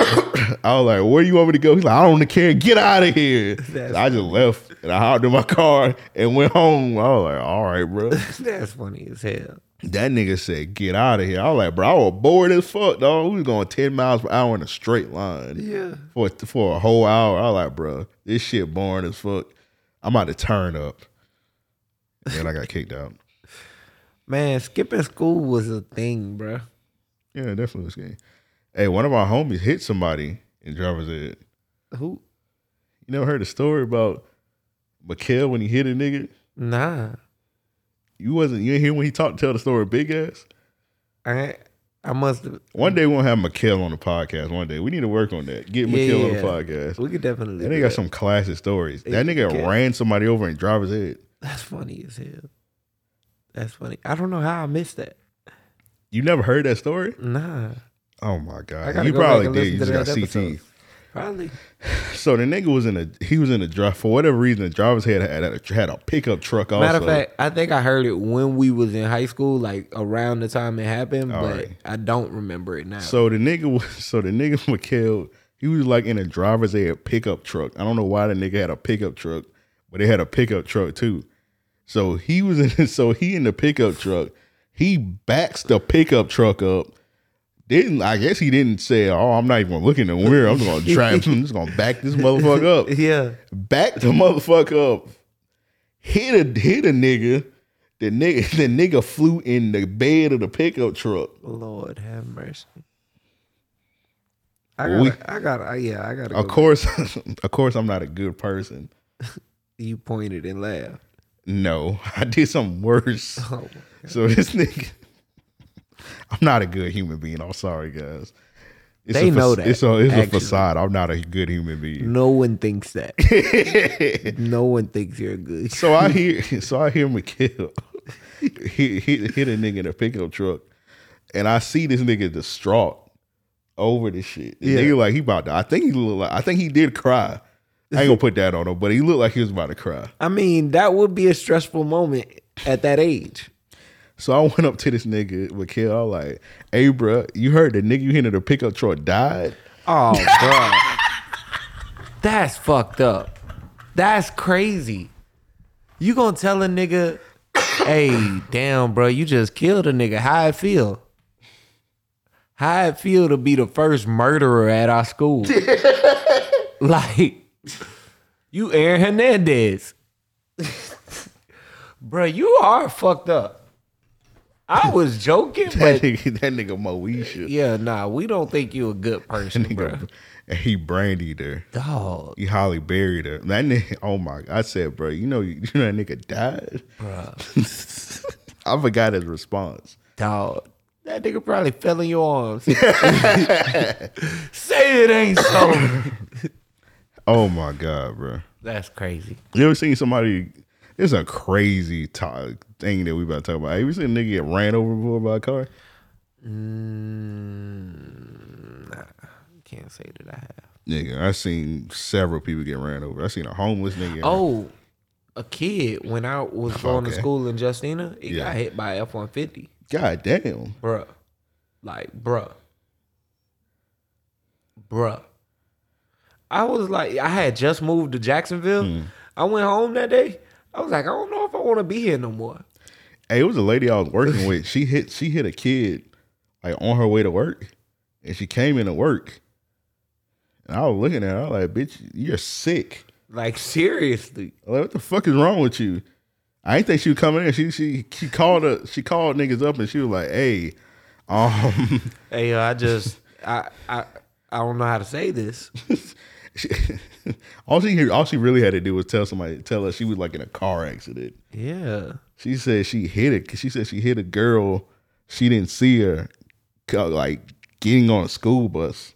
D: [LAUGHS]
E: I was like, "Where you want me to go?" He's like, "I don't care. Get out of here!"
D: That's
E: So I just left and I hopped in my car and went home. I was like, "All right,
D: [LAUGHS]
E: bro."
D: That's funny as hell.
E: That nigga said, "Get out of here!" I was like, "Bro, I was bored as fuck, dog. We was going ten miles per hour in a straight line."
D: Yeah.
E: for for a whole hour. I was like, bro, this shit boring as fuck. I'm about to turn up. And then
D: [LAUGHS]
E: I got kicked out.
D: Man, skipping school was a thing, bro.
E: Yeah, definitely was game. Hey, one of our homies hit somebody in driver's ed.
D: Who?
E: You never heard the story about Mikhail when he hit a nigga?
D: Nah,
E: You wasn't you ain't hear when he talked tell the story of big ass?
D: I I must have.
E: One day we'll have Mikhail on the podcast. One day. We need to work on that. Get
D: Yeah,
E: Mikhail
D: yeah.
E: on the podcast.
D: We could definitely.
E: That
D: do
E: nigga got
D: that.
E: some classic stories. That
D: Hey,
E: nigga
D: Mikhail.
E: ran somebody over in driver's ed.
D: That's funny as hell. That's funny. I don't know how I missed that.
E: You never heard that story?
D: Nah,
E: Oh my god!
D: I gotta
E: you
D: go back
E: probably
D: and
E: did. You
D: listen to
E: just got
D: that
E: CT.
D: episode. probably.
E: So the nigga was in a he was in a drive for whatever reason. The driver's head had a, had a pickup truck. Also,
D: Matter of fact, I think I heard it when we was in high school, like around the time it happened,
E: All
D: but
E: right.
D: I don't remember it now.
E: so the nigga was [LAUGHS] so the nigga was killed. He was like in a driver's head pickup truck. I don't know why the nigga had a pickup truck, but they had a pickup truck too. So he was in [LAUGHS] so he in the pickup truck. He backs the pickup truck up. Didn't I guess he didn't say, "Oh, I'm not even gonna look in the mirror. I'm just gonna drive. [LAUGHS] I'm just gonna back this
D: [LAUGHS]
E: motherfucker up."
D: yeah,
E: back the motherfucker up, hit a hit a nigga. The nigga [LAUGHS] the nigga flew in the bed of the pickup truck.
D: Lord have mercy. I got,
E: We-
D: to I got, to yeah, I got. to
E: Of course, [LAUGHS] of course, I'm not a good person.
D: you pointed and laughed. [LAUGHS]
E: No, [LAUGHS] I did something worse.
D: Oh, my God.
E: So this [LAUGHS] nigga, I'm not a good human being. I'm sorry, guys. It's
D: They
E: a
D: know
E: fac-
D: that,
E: It's a it's a
D: actually.
E: facade. I'm not a good human being.
D: no one thinks that. [LAUGHS]
E: [LAUGHS]
D: no one thinks you're good. [LAUGHS]
E: So I hear, so I hear McKill hit, hit, hit a nigga in a pickup truck, and I see this nigga distraught over this shit. The
D: Yeah.
E: nigga like he about to. I think he look like. I think he did cry. I ain't gonna put that on him, but he looked like he was about to cry.
D: I mean, that would be a stressful moment at that age.
E: So I went up to this nigga McKill. I was like, "Hey, bro, you heard the nigga you hit in the pickup truck died?
D: Oh, bro. That's fucked up. That's crazy. You gonna tell a nigga, hey, damn, bro, you just killed a nigga. How it feel? How it feel to be the first murderer at our
E: [LAUGHS]
D: school? like, you Aaron Hernandez. [LAUGHS] bro, you are fucked up. I was joking,
E: [LAUGHS] That
D: but
E: nigga, that nigga Moesha,
D: yeah, nah, we don't think you a good
E: [LAUGHS]
D: person, bro.
E: nigga, he brandied her."
D: Dog.
E: He Holly buried her. That nigga, [LAUGHS] oh my! I said, bro, you know, [LAUGHS] you know that nigga died. [LAUGHS] I forgot his response.
D: Dog. That nigga probably fell in your arms. [LAUGHS] Say it ain't so.
E: Oh my god, bro!
D: That's crazy.
E: You ever seen somebody? It's a crazy to thing that we about to talk about. Have you seen a nigga get ran over before by a car?
D: Mm, Can't say that I have.
E: Nigga, I seen several people get ran over. I seen a homeless nigga.
D: Oh, a kid when I was going to
E: Oh, Okay.
D: school in Justina, he
E: Yeah.
D: got hit by F one fifty,
E: god damn!
D: bruh. Like, bruh, bruh. I was like, I had just moved to Jacksonville.
E: Mm.
D: I went home that day. I was like, I don't know if I want to be here no more.
E: Hey, it was a lady I was working with. She hit. She hit a kid like on her way to work, and she came into work, and I was looking at her, I was like, "Bitch, you're sick.
D: Like seriously,
E: I was Like, what the fuck is wrong with you?" I didn't think she was coming in. She she she called her, she called niggas up, and she was like, "Hey, um, [LAUGHS]
D: hey, yo, I just [LAUGHS] I I I don't know how to say this.
E: she, [LAUGHS] all she all she really had to do was tell somebody tell us she was like in a car accident."
D: Yeah,
E: She said she hit it. She said she hit a girl. She didn't see her, co- like getting on a school bus,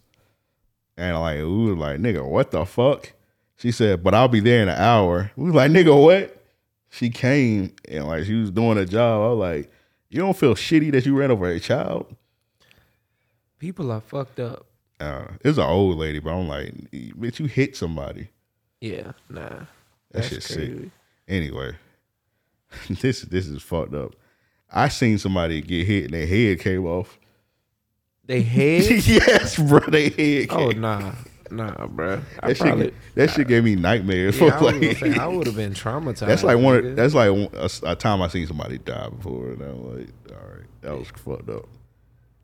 E: and like we was like, "Nigga, what the fuck?" She said, "But I'll be there in an hour." We was like, "Nigga, what?" She came and like she was doing a job. I was like, "You don't feel shitty that you ran over a child?"
D: people are fucked up.
E: Uh, it's an old lady, but I'm like, "Bitch, you hit somebody."
D: Yeah, nah,
E: That shit's sick. Anyway, [LAUGHS] this this is fucked up. I seen somebody get hit and their head came off.
D: They
E: [LAUGHS]
D: head.
E: yes, bro. They head.
D: oh
E: came-
D: nah, nah, bro. I
E: that
D: probably.
E: shit. That shit gave me nightmares. [LAUGHS]
D: yeah, I, was gonna
E: Like,
D: say, I would have been traumatized.
E: that's like one.
D: nigga.
E: Of, that's like one- a, s- a time I seen somebody die before, and I'm like, all right, that was fucked up.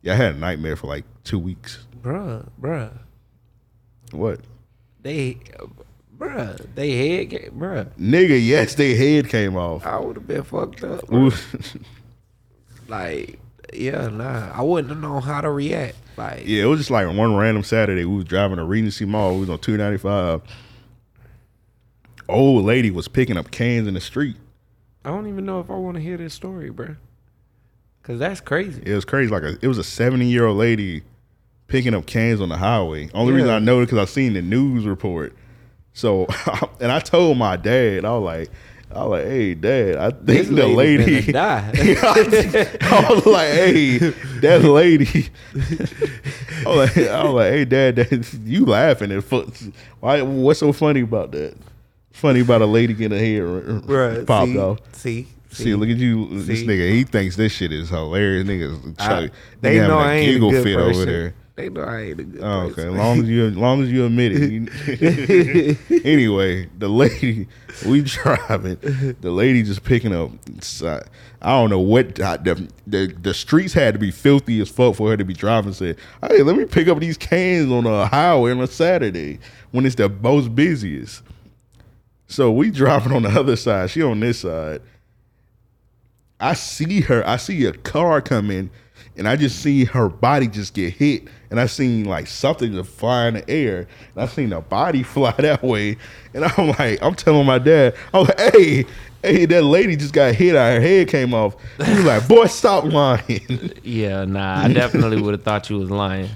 E: Yeah, I had a nightmare for like two weeks.
D: bruh, bruh.
E: What,
D: They, bruh, they head, ga- bruh.
E: nigga? Yes, their head came off.
D: I would have been fucked up.
E: Ooh.
D: Like, yeah, nah. I wouldn't have known how to react. Like,
E: [LAUGHS] yeah, it was just like one random Saturday. We was driving to Regency Mall. We was on two ninety five. Old lady was picking up cans in the street.
D: I don't even know if I want to hear this story, bruh. Cause that's crazy.
E: It was crazy. Like a, it was a seventy year old lady picking up cans on the highway. Only reason
D: Yeah.
E: I know it because I seen the news report. So [LAUGHS] and I told my dad, I was like, I was like, hey dad, I think
D: This
E: the
D: lady
E: lady. [LAUGHS]
D: finna die.
E: I was like, hey, that lady. [LAUGHS] I was like, I was like hey dad, that, you laughing at fu- why? What's so funny about that? Funny about a lady getting her head [LAUGHS]
D: Bruh,
E: popped
D: see,
E: off.
D: See,
E: See, look at you, this
D: See?
E: nigga. He thinks this shit is hilarious. Niggas,
D: I-
E: Chuck, they having a giggle fit
D: [LAUGHS]
E: over there.
D: They know I ain't a good
E: Oh, okay,
D: person.
E: as
H: [LAUGHS]
E: long as you, as long as you admit it.
D: [LAUGHS]
E: You- [LAUGHS] anyway, the lady [LAUGHS] we driving, the lady just picking up. uh, I don't know what uh, the, the the streets had to be filthy as fuck for her to be driving. Said, hey, let me pick up these cans on a highway on a Saturday when it's the most busiest. So we [LAUGHS] driving on the other side. She on this side. I see her. I see a car come in, and I just see her body just get hit, and I seen like something just fly in the air, and I seen a body [LAUGHS] fly that way, and I'm like, I'm telling my dad, I'm like, hey, hey, that lady just got hit. Her head came off. He's like, boy, stop lying. [LAUGHS]
H: Yeah, nah, I definitely would have thought you was lying.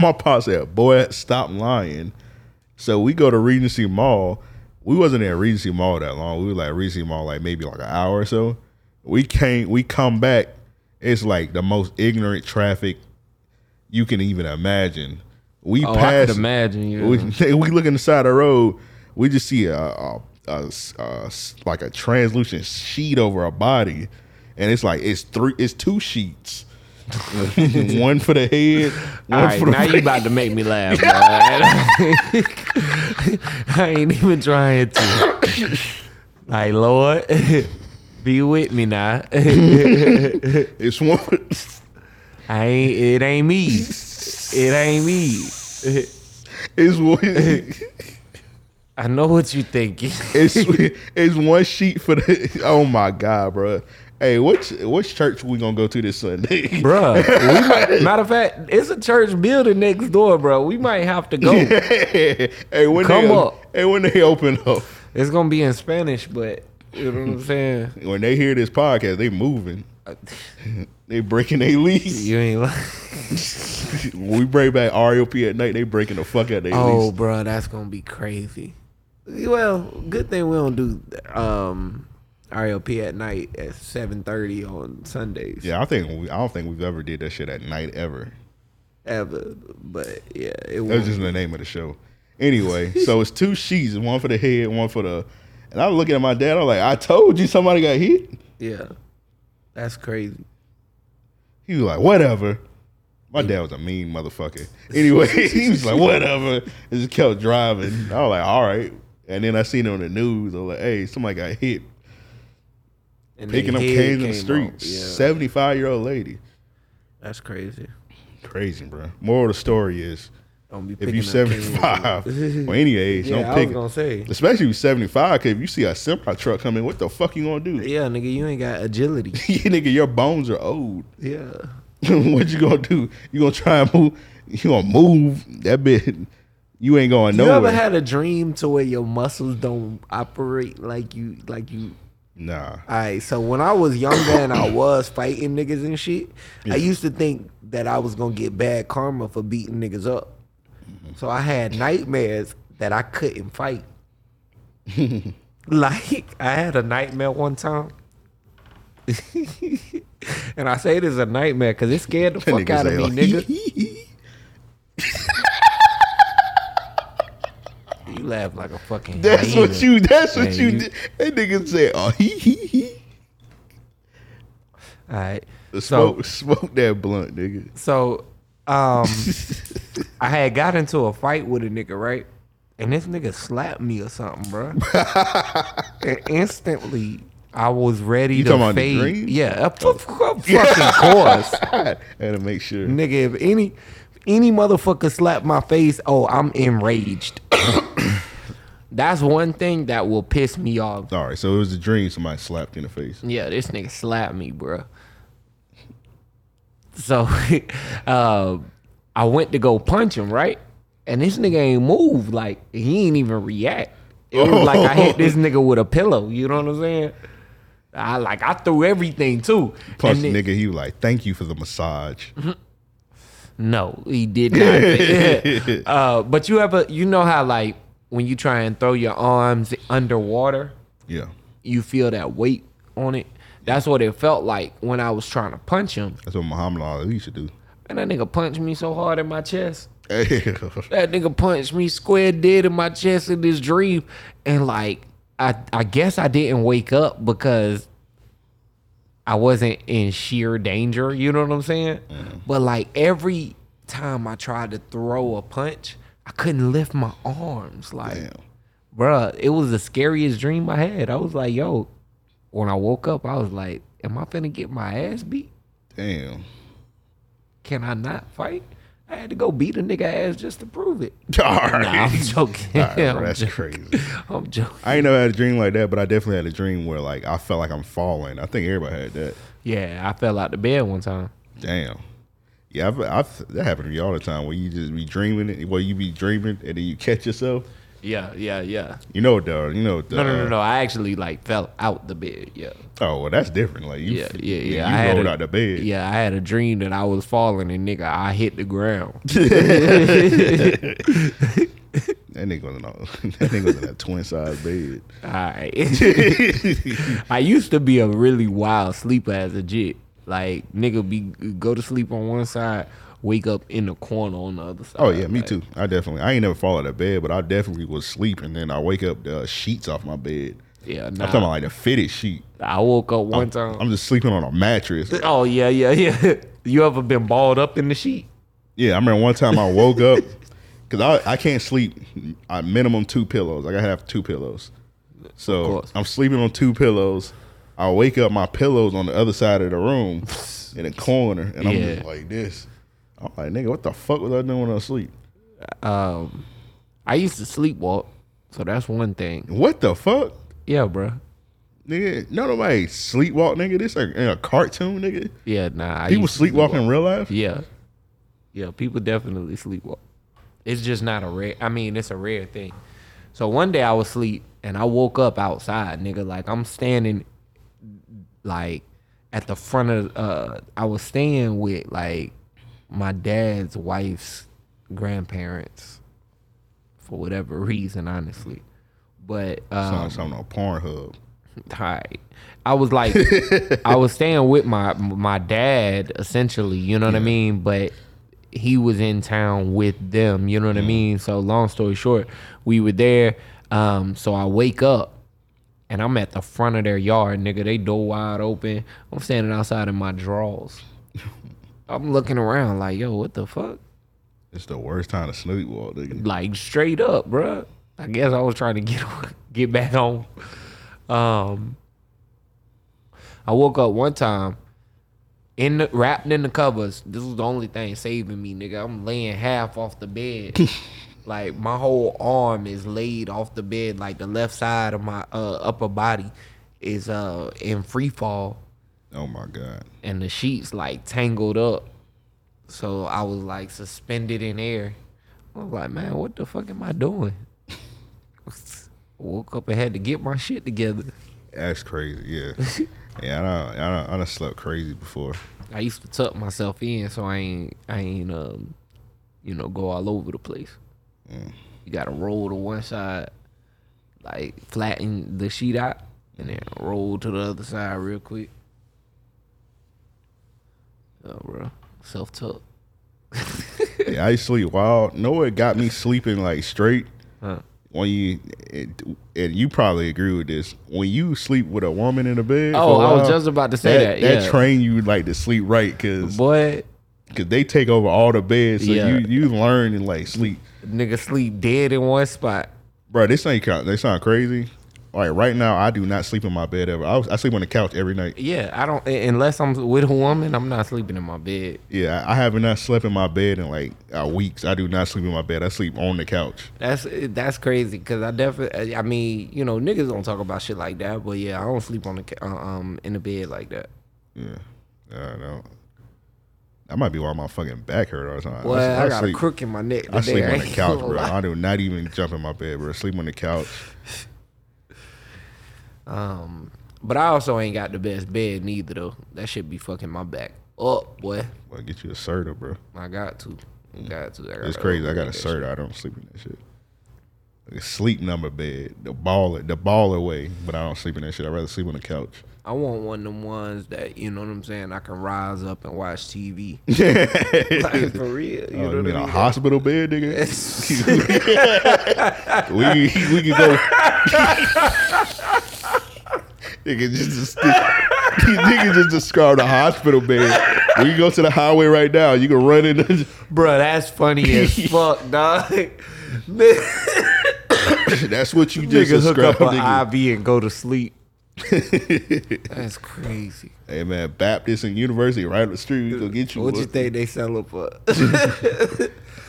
E: my pop said, boy, stop lying. So we go to Regency Mall. We wasn't at Regency Mall that long. We were like Regency Mall like maybe like an hour or so. We came we come back. It's like the most ignorant traffic you can even imagine. We
H: Oh, I
E: passed
H: could imagine you.
E: we, [LAUGHS] we look in the side of the road. We just see a, a, a s- a s- like a translucent sheet over a body, and it's like it's three, it's two
H: [LAUGHS]
E: sheets, one for the head, one
H: All right,
E: for the
H: now
E: [LAUGHS]
H: you
E: face.
H: about to make me laugh, man. [LAUGHS] I ain't even trying to. [COUGHS] Like, Lord, [LAUGHS] be with me now. [LAUGHS]
E: It's one. [LAUGHS] For,
H: I ain't. It ain't me. It ain't me. [LAUGHS]
E: it's one.
H: I know what you thinking. [LAUGHS]
E: It's it's one sheet for the. Oh my god, bro. Hey, which which church we gonna go to this Sunday, [LAUGHS]
H: Bruh, we might, matter of fact, it's a church building next door, bro. We might have to go.
E: hey, when
H: Come
E: they,
H: up.
E: Hey, when they open up,
H: It's gonna be in Spanish, but you know what I'm saying.
E: when they hear this podcast, they moving.
H: Uh,
E: [LAUGHS] They breaking their lease.
H: You ain't like,
E: When we bring back RLP at night, they breaking the fuck out of
D: [LAUGHS]
E: their
D: Oh,
E: lease.
D: bro, that's gonna be crazy. Well, good thing we don't do um RLP at night at seven thirty on Sundays.
E: Yeah, I think we, I don't think we've ever did that shit at night ever.
D: Ever, but yeah, it was
E: That's just the name of the show. Anyway, so it's two sheets, one for the head, one for the. And I'm looking at my dad. I'm like, I told you somebody got hit.
D: yeah. That's crazy.
E: He was like, whatever. My dad was a mean motherfucker. Anyway, [LAUGHS] he was like, whatever. And just kept driving. I was like, all right. And then I seen it on the news. I was like, hey, somebody got hit
D: And
E: picking
D: they
E: up
D: head
E: cans in the
D: came
E: street.
D: off, Yeah.
E: Seventy-five year old lady.
D: That's crazy.
E: Crazy, bro. Moral of the story is
D: Don't be picking
E: if you
D: up kids.
E: 75 or any
D: [LAUGHS]
E: age,
D: Yeah, I
E: don't
D: was
E: pick
D: gonna say.
E: Especially if you 75, because if you see a semi truck coming, what the fuck you gonna do? [LAUGHS]
D: Yeah, nigga, you ain't got agility.
E: you nigga, your bones are old. [LAUGHS]
D: Yeah.
E: what you gonna do? You gonna try and move? You gonna move that bit? You ain't going
D: You ever
E: nowhere.
D: had a dream to where your muscles don't operate like you like you
E: nah,
D: Alright, so when I was younger and
E: [COUGHS]
D: I was fighting niggas and shit, I used to think that I was gonna get bad karma for beating niggas up.
E: Mm-hmm.
D: So I had nightmares that I couldn't
E: [LAUGHS]
D: fight. like I had a nightmare one time. [LAUGHS] and I say this is a nightmare because it scared the
E: That
D: fuck
E: nigga
D: out of
E: say, "Oh,
D: me,
E: [LAUGHS] like,
D: nigga. You laugh like a fucking
E: That's
D: hyena.
E: what you. That's what
D: Yeah,
E: you.
D: you-
E: did. That nigga said, "Oh, [LAUGHS] he he he."
D: All right.
E: Smoke, smoke that blunt, nigga.
D: So, um,
E: [LAUGHS]
D: I had got into a fight with a nigga, right? And this nigga slapped me or something, bro.
E: [LAUGHS]
D: and instantly, I was ready
E: You
D: to
E: talking about the Oh.
D: fade.
E: dream?
D: Yeah, of of- of fucking
E: [LAUGHS]
D: course,
E: I had to make sure.
D: nigga. If any any motherfucker slap my face, oh, I'm
E: [COUGHS]
D: enraged. That's one thing that will piss me off.
E: All right, so it was a dream. Somebody slapped you in the face.
D: Yeah, this nigga slapped me, bruh. So [LAUGHS] uh, I went to go punch him, right? And this nigga ain't move. Like, he ain't even react. It was like I hit this nigga with a pillow. You know what I'm saying? I like I threw everything too.
E: Plus,
D: And then-
E: nigga, he was like, "Thank you for the massage."
D: No, he did
E: [LAUGHS]
D: not. uh, but you ever you know how like when you try and throw your arms underwater,
E: Yeah,
D: you feel that weight on it. That's what it felt like when I was trying to punch him.
E: that's what Muhammad Ali used
D: [LAUGHS]
E: to do.
D: And that nigga punched me so hard in my chest.
E: Damn,
D: That nigga punched me square dead in my chest in this dream. And like I I guess I didn't wake up because I wasn't in sheer danger, you know what I'm saying? But like every time I tried to throw a punch, I couldn't lift my arms. Like bruh, it was the scariest dream I had. I was like, yo, when I woke up, I was like, Am I finna get my ass beat?
E: damn.
D: Can I not fight? I had to go beat a nigga ass just to prove it. [LAUGHS]
E: All right,
D: Nah,
E: [LAUGHS]
D: I'm joking. [LAUGHS]
E: All right, bro,
D: I'm
E: that's
D: joking.
E: crazy.
D: [LAUGHS] I'm joking.
E: I ain't never had a dream like that, but I definitely had a dream where like I felt like I'm falling. I think everybody had that.
D: Yeah, I fell out the bed one time.
E: Damn. Yeah, I've, I've, that happened to me all the time. Where you just be dreaming, it, well, you be dreaming, and then you catch yourself.
D: Yeah, yeah, yeah.
E: You know, dog. You know, the,
D: No, no, no, no. I actually like fell out the bed. Yeah,
E: Oh, well, that's different. Like you,
D: yeah, yeah,
E: you,
D: yeah. I had
E: rolled
D: a-
E: out the bed.
D: Yeah, I had a dream that I was falling and nigga, I hit the ground.
E: [LAUGHS] That nigga was in a, [LAUGHS] that nigga was in a twin size bed. [LAUGHS]
D: All right. [LAUGHS] I used to be a really wild sleeper as a jit. Like nigga, be go to sleep on one side, wake up in the corner on the other side.
E: Oh yeah, me
D: Like,
E: too. I definitely. I ain't never fall out of bed, but I definitely was sleeping. Then I wake up the sheets off my bed.
D: Yeah,
E: I'm talking
D: nah.
E: about like the fitted sheet.
D: I woke up one time.
E: I'm just sleeping on a mattress.
D: Oh yeah, yeah, yeah. [LAUGHS] You ever been balled up in the sheet?
E: Yeah, I remember one time I woke up [LAUGHS] because I, I can't sleep. I minimum two pillows. Like I have two pillows, so
D: course.
E: I'm sleeping on two pillows. I wake up, my pillows on the other side of the room in a corner, and I'm
D: Yeah.
E: just like this. I'm like, nigga, what the fuck was I doing when I was asleep?
D: Um, I used to sleepwalk, so that's one thing.
E: What the fuck,
D: Yeah, bro.
E: nigga? No, nobody sleepwalk, nigga. This like in a cartoon, nigga.
D: Yeah, nah. I
E: People
D: used to
E: sleepwalk in real life.
D: Yeah, yeah. People definitely sleepwalk. It's just not a rare. I mean, it's a rare thing. So one day I was asleep and I woke up outside, nigga. Like I'm standing, like at the front of. Uh, I was staying with like my dad's wife's grandparents for whatever reason, honestly. But um,
E: Sound like something on Pornhub.
D: tight. I was like, I was staying with my my dad essentially. You know what I mean? But he was in town with them. You know what I mean? So long story short, we were there. Um, so I wake up and I'm at the front of their yard, nigga. They door wide open. I'm standing outside in my drawers. I'm looking around like, yo, what the fuck?
E: It's the worst time to sleepwalk,
D: [LAUGHS]
E: nigga.
D: like straight up, bruh. I guess I was trying to get [LAUGHS] get back home. Um, I woke up one time in the wrapped in the covers. This was the only thing saving me, nigga. I'm laying half off the bed. like my whole arm is laid off the bed, like the left side of my uh, upper body is uh in free fall
E: Oh my god.
D: and the sheets like tangled up. So I was like suspended in air. I was like, man, what the fuck am I doing? [LAUGHS] Woke up and had to get my shit together.
E: That's crazy.
D: [LAUGHS]
E: Yeah. yeah. I don't. I don't. I done slept crazy before.
D: I used to tuck myself in so I ain't I ain't um you know go all over the place. You gotta roll to one side, like flatten the sheet out, and then roll to the other side real quick. Oh, bro, self tuck.
E: Yeah, I used to sleep wild. No, it got me sleeping like straight. When you it, and you probably agree with this. When you sleep with a woman in the bed.
D: Oh,
E: for a
D: I was
E: while,
D: just about to say that.
E: That
D: yeah,
E: train you like to sleep right because
D: boy,
E: they take over all the beds. So
D: Yeah.
E: you you learn and like sleep.
D: nigga sleep dead in one spot.
E: Bro, this ain't kind- they sound crazy. Like right now, I do not sleep in my bed ever. I, was, I sleep on the couch every night.
D: Yeah, I don't unless I'm with a woman. I'm not sleeping in my bed.
E: Yeah, I, I have not slept in my bed in like uh, weeks. I do not sleep in my bed. I sleep on the couch.
D: That's that's crazy because I definitely. I mean, you know, niggas don't talk about shit like that. But yeah, I don't sleep on the ca- uh, um in the bed like that.
E: Yeah, I don't. That might be why my fucking back hurt all the time.
D: Well, I, got
E: sleep,
D: a crook in my neck.
E: I sleep
D: today,
E: on the
D: ain't
E: couch,
D: [LAUGHS] gonna
E: bro.
D: lie.
E: I do not even jump in my bed, bro. Sleep on the couch.
D: Um, but I also ain't got the best bed neither though. That should be fucking my back up, boy.
E: Well, get you a Serta, bro.
D: I got to, I got to. I gotta
E: It's crazy. I got a
D: upgrade that shit.
E: Serta. I don't sleep in that shit. Like a sleep number bed, the baller, the baller way. But I don't sleep in that shit. I would rather sleep on the couch. [LAUGHS]
D: I want one of them ones that you know what I'm saying. I can rise up and watch TV. [LAUGHS] Like, [LAUGHS] for real, you
E: Oh,
D: know
E: you
D: what
E: mean
D: I
E: a
D: mean?
E: hospital bed, [LAUGHS]
D: [LAUGHS]
E: nigga? we can- we can go. [LAUGHS] nigga just [LAUGHS] nigga just described a hospital bed. We can go to the highway right now. You can run in. The,
D: Bro, that's funny as fuck, dog. [LAUGHS] Nigga,
E: [LAUGHS] that's what you just
D: hook up
E: described.
D: an
E: nigga.
D: IV and go to sleep. That's [LAUGHS] crazy.
E: [LAUGHS] Hey man, Baptist and University right up the street. We go get you.
I: What you
E: one.
I: think they sell it
D: [LAUGHS]
I: for?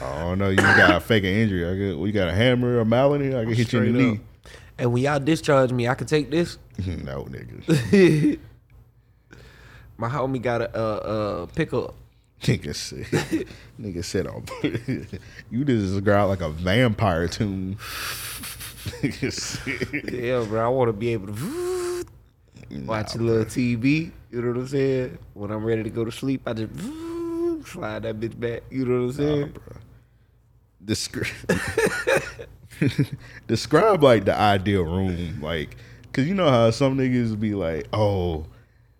E: I don't know. You got a fake an injury. I could, we got a hammer or a malady. I can hit you in the knee.
D: And when y'all discharge me, I can take this.
E: [LAUGHS]
D: [LAUGHS]
E: no, nigga.
D: My homie got a uh, uh, pickup.
E: [LAUGHS] Nigga said, nigga said, oh, [LAUGHS] you just described like a vampire tune. [LAUGHS] Nigga said- [LAUGHS]
D: Yeah, bro, I want to be able to watch a little TV. You know what I'm saying? When I'm ready to go to sleep, I just slide that bitch back. You know what I'm saying?
E: Descri- [LAUGHS] describe like the ideal room, like, cause you know how some niggas be like, oh,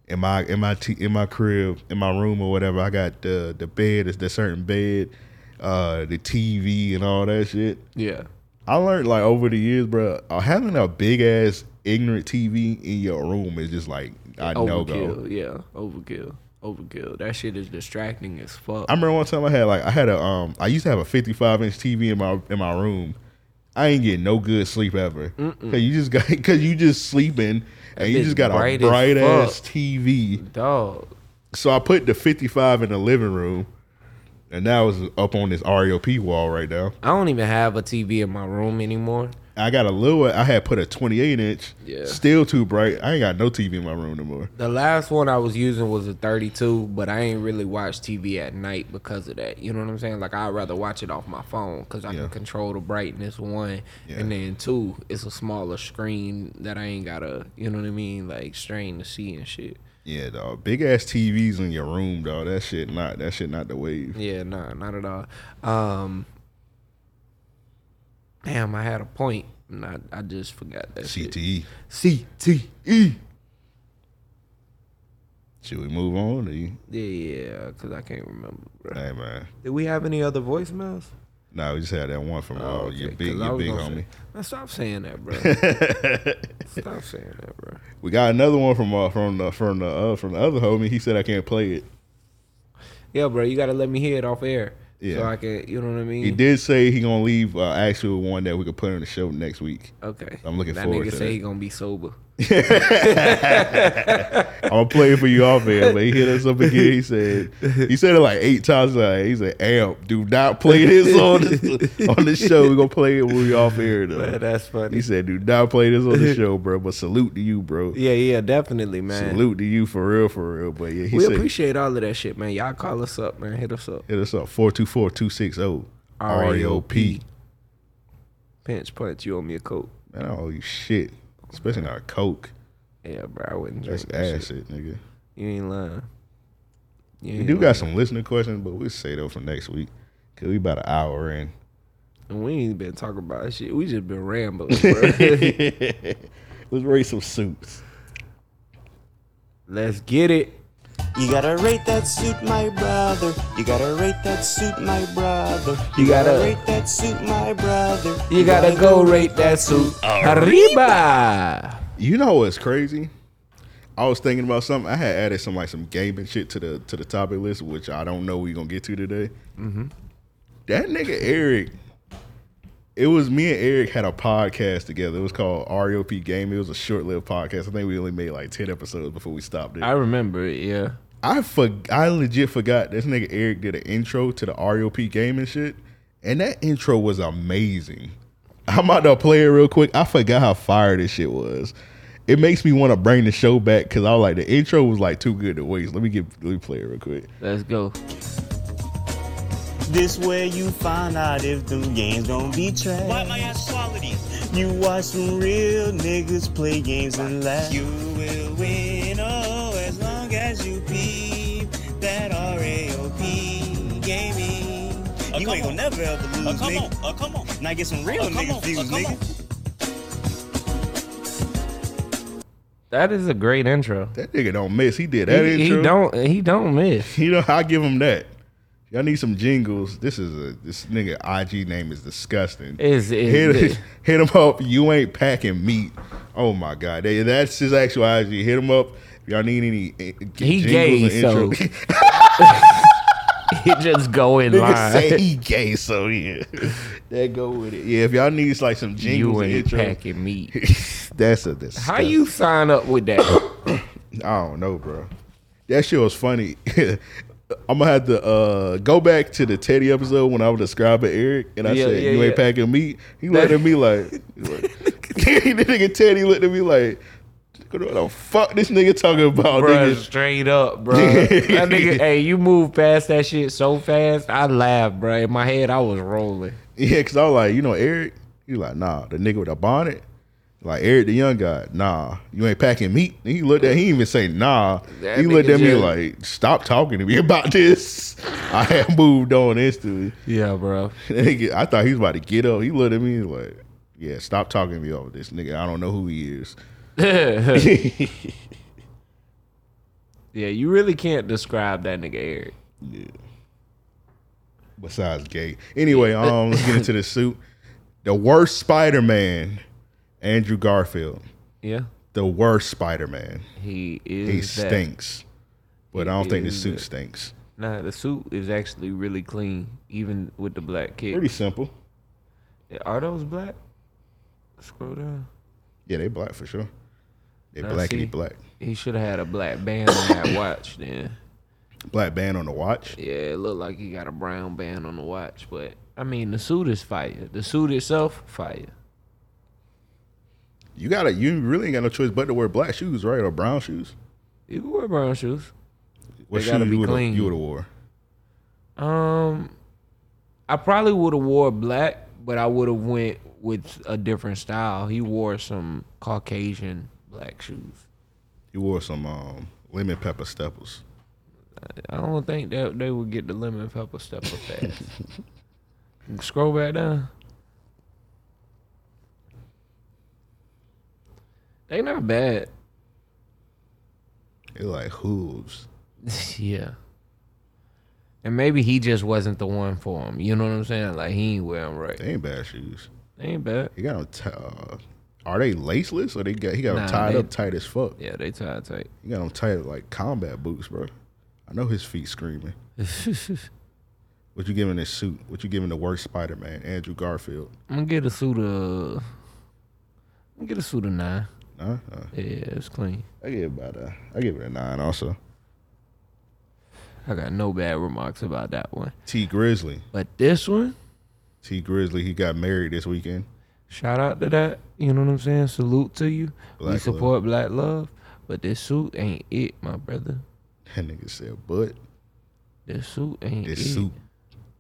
E: in my in my t- in my crib, in my room or whatever, I got the the bed, it's the certain bed, uh, the TV and all that shit.
D: yeah.
E: I learned like over the years, bro, uh, having a big ass ignorant TV in your room is just like I no go.
D: Overkill. Yeah, overkill. Overkill. That shit is distracting as fuck.
E: I remember one time I had like I had a um I used to have a 55 inch TV in my in my room. I ain't getting no good sleep ever. Cause you just got [LAUGHS] cause you just sleeping and you
D: bitch
E: just got a
D: bright as
E: bright ass
D: fuck.
E: TV.
D: Dog.
E: So I put the 55 in the living room, and that was up on this REOP wall right now.
D: I don't even have a TV in my room anymore.
E: I got a little. I had put a 28 inch.
D: Yeah.
E: Still too bright. I ain't got no TV in my room no more.
D: The last one I was using was a 32, but I ain't really watch TV at night because of that. You know what I'm saying? Like I'd rather watch it off my phone because I
E: Yeah.
D: can control the brightness one,
E: Yeah.
D: and then two, it's a smaller screen that I ain't gotta, you know what I mean, like strain to see and shit.
E: Yeah, dog. Big ass TVs in your room, dog. That shit not. That shit not the wave.
D: Yeah, nah, not at all. Um, damn, I had a point. And I, I just forgot that shit. E.
E: CTE.
D: CTE.
E: E. Should we move on? Or you?
D: Yeah, yeah, because I can't remember. Bro.
E: Hey man.
I: Did we have any other voicemails?
E: Nah, we just had that one from uh,
D: Oh,
E: your
D: okay,
E: big
D: 'cause I
E: your
D: was
E: big
D: gonna
E: homie.
D: say- Man, stop saying that,
E: [LAUGHS]
D: bro. stop saying that, bro.
E: We got another one from uh, from the from the uh, from the other homie. He said I can't play it.
D: Yeah, bro, you gotta let me hear it off air. So
E: Yeah.
D: I can, you know what I mean?
E: He did say he gonna leave uh, actual one that we could put on the show next week.
D: Okay.
E: I'm looking
D: that
E: forward
D: nigga
E: to
D: say
E: that.
D: he gonna be sober.
E: [LAUGHS] I'll play it for you off air, but he hit us up again. He said he said it like eight times. Like, he said, "Amp, do not play this
C: [LAUGHS]
E: on this, on the show. We're gonna play it when we off air though."
C: Man, that's funny.
E: He said, "Do not play this
C: [LAUGHS]
E: on the show, bro." But salute to you, bro.
C: Yeah, yeah, definitely, man.
E: Salute to you for real, for real. But yeah, he
C: We
E: said,
C: appreciate all of that shit, man. Y'all call us up, man. Hit us up.
E: "Hit us up 424-260
C: R.E.O.P..
E: R.E.O.P."
C: Pinch punch, you owe me a coat.
E: Man, I owe you shit, especially not a coke.
C: Yeah, bro, I wouldn't drink
E: That's
C: that shit.
E: acid, nigga.
C: You ain't lying. You
E: We
C: ain't
E: do
C: lying.
E: got some listener questions, but we'll say those for next week. Cause we about an hour in.
C: And we ain't been talking about shit. We just been rambling,
E: [LAUGHS]
C: bro.
E: Let's rate some suits.
C: Let's get it.
H: You gotta rate that suit, my brother. You gotta rate that suit, my brother.
C: You gotta-
H: rate that suit, my brother.
C: You gotta go rate that suit. Arriba.
E: You know what's crazy? I was thinking about something. I had added some like some gaming shit to the to the topic list, which I don't know we gonna get to today. That nigga Eric. It was me and Eric had a podcast together. It was called REOP Game. It was a short lived podcast. I think we only made like ten episodes before we stopped it.
C: I remember it, yeah.
E: I for, I legit forgot this nigga Eric did an intro to the ROP game and shit, and that intro was amazing. I'm about to play it real quick. I forgot how fire this shit was. It makes me want to bring the show back because I was like the intro was like too good to waste. Let me get let me play it real quick.
C: Let's go.
H: This where you find out if them games don't be trash. Why my ass quality? You watch some real niggas play games and laugh. You will win, oh, as long as you peep that RAOP gaming. you ain't gonna never ever lose, come nigga. On, come on, Now get some real niggas views, nigga.
D: That is a great intro.
E: That nigga don't miss. He did that
D: he,
E: intro.
D: he don't he don't miss.
E: You know I give him that. Y'all need some jingles. This is a this nigga IG name is disgusting.
D: Is is
E: hit,
D: [LAUGHS]
E: [LAUGHS] hit him up. You ain't packing meat. Oh my god, Hey, that's his actual IG. Hit him up. If y'all need any, eh,
D: He
E: jingles
D: gay,
E: or intro-
D: so- it just go [LAUGHS] in
E: Nigga say
D: line.
E: [LAUGHS] he gay, so yeah, that go with it. Yeah, if y'all need like some jingles,
D: You
E: and
D: ain't
E: intro,
D: packing meat.
E: [LAUGHS] that's a disgusting.
D: How you sign up with
E: [COUGHS]
D: that?
E: I don't know, bro. That shit was funny. [LAUGHS] I'm gonna have to uh, go back to the Teddy episode when I was describing Eric, and I
D: Yeah,
E: said,
D: yeah,
E: "You ain't
D: yeah.
E: packing meat." He looked at me
D: [LAUGHS]
E: like, [LAUGHS] "The nigga Teddy looked at me like, what the fuck this nigga talking about?"
D: Bruh,
E: nigga?
D: straight up, bro.
E: [LAUGHS]
D: that nigga, hey, you move past that shit so fast. I laughed, bro. In my head, I was rolling.
E: Yeah, cause I was like, you know, Eric. He like, nah, the nigga with the bonnet. Like Eric, the young guy, nah, you ain't packing meat. And he looked at, he didn't even say nah.
D: That
E: he looked
D: nigga
E: at me
D: just-
E: like, stop talking to me [LAUGHS] about this. I had moved on instantly.
D: Yeah, bro.
E: Nigga, I thought he was about to get up. He looked at me like, "Yeah, stop talking to me over this, nigga. I don't know who he
D: [LAUGHS]
E: is."
D: [LAUGHS] Yeah, you really can't describe that nigga Eric.
E: Besides gay. Anyway, um, let's get into the suit. The worst Spider-Man, Andrew Garfield.
D: Yeah,
E: The worst Spider-Man.
D: he is.
E: He
D: that.
E: stinks. But I don't think the
D: is
E: suit
D: that.
E: stinks.
D: Nah, the suit is actually really clean, even with the black
E: Pretty
D: kick.
E: simple.
D: Are those black? Scroll down.
E: Yeah, they black for sure. They
D: Now,
E: blackity
D: see.
E: black.
D: He should have had a black band on that watch. Then,
E: Black band on the watch.
D: yeah, it looked like he got a brown band on the watch. But I mean, the suit is fire. The suit itself, fire.
E: You gotta you really ain't got no choice but to wear black shoes, right? Or brown shoes.
D: You can wear brown shoes.
E: What
D: They gotta
E: shoes
D: be
E: you would've-
D: clean.
E: you would have wore?
D: Um, I probably would have wore black, but I would have went with a different style. He wore some Caucasian black shoes.
E: You wore some um, lemon pepper steppers.
D: I don't think that they would get the lemon pepper stuff up fast. Scroll back down. They not bad. [LAUGHS]
E: It like hooves.
D: yeah. And maybe he just wasn't the one for him. You know what I'm saying? Like he ain't wearing right.
E: They ain't bad shoes.
D: They ain't bad.
E: He got them. T- uh, are they laceless or they got? He got
D: Nah,
E: them tied
D: they-
E: up tight as fuck.
D: Yeah, they tied tight. [LAUGHS]
E: He got them tight like combat boots, bro. I know his feet screaming. What you giving this suit? What you giving the worst Spider Man, Andrew Garfield?
D: I'm gonna get a suit of. I'm gonna get a suit of nine.
E: Huh? Uh,
D: Yeah, it's clean.
E: I give it about a. I give it a nine. Also,
D: I got no bad remarks about that one.
E: T Grizzly.
D: But this one,
E: T Grizzly. He got married this weekend.
D: shout out to that. You know what I'm saying? Salute to you.
E: Black
D: we
E: love.
D: support black love, but this suit ain't it, my brother.
E: That nigga said, "But
D: This suit ain't
E: this
D: it.
E: suit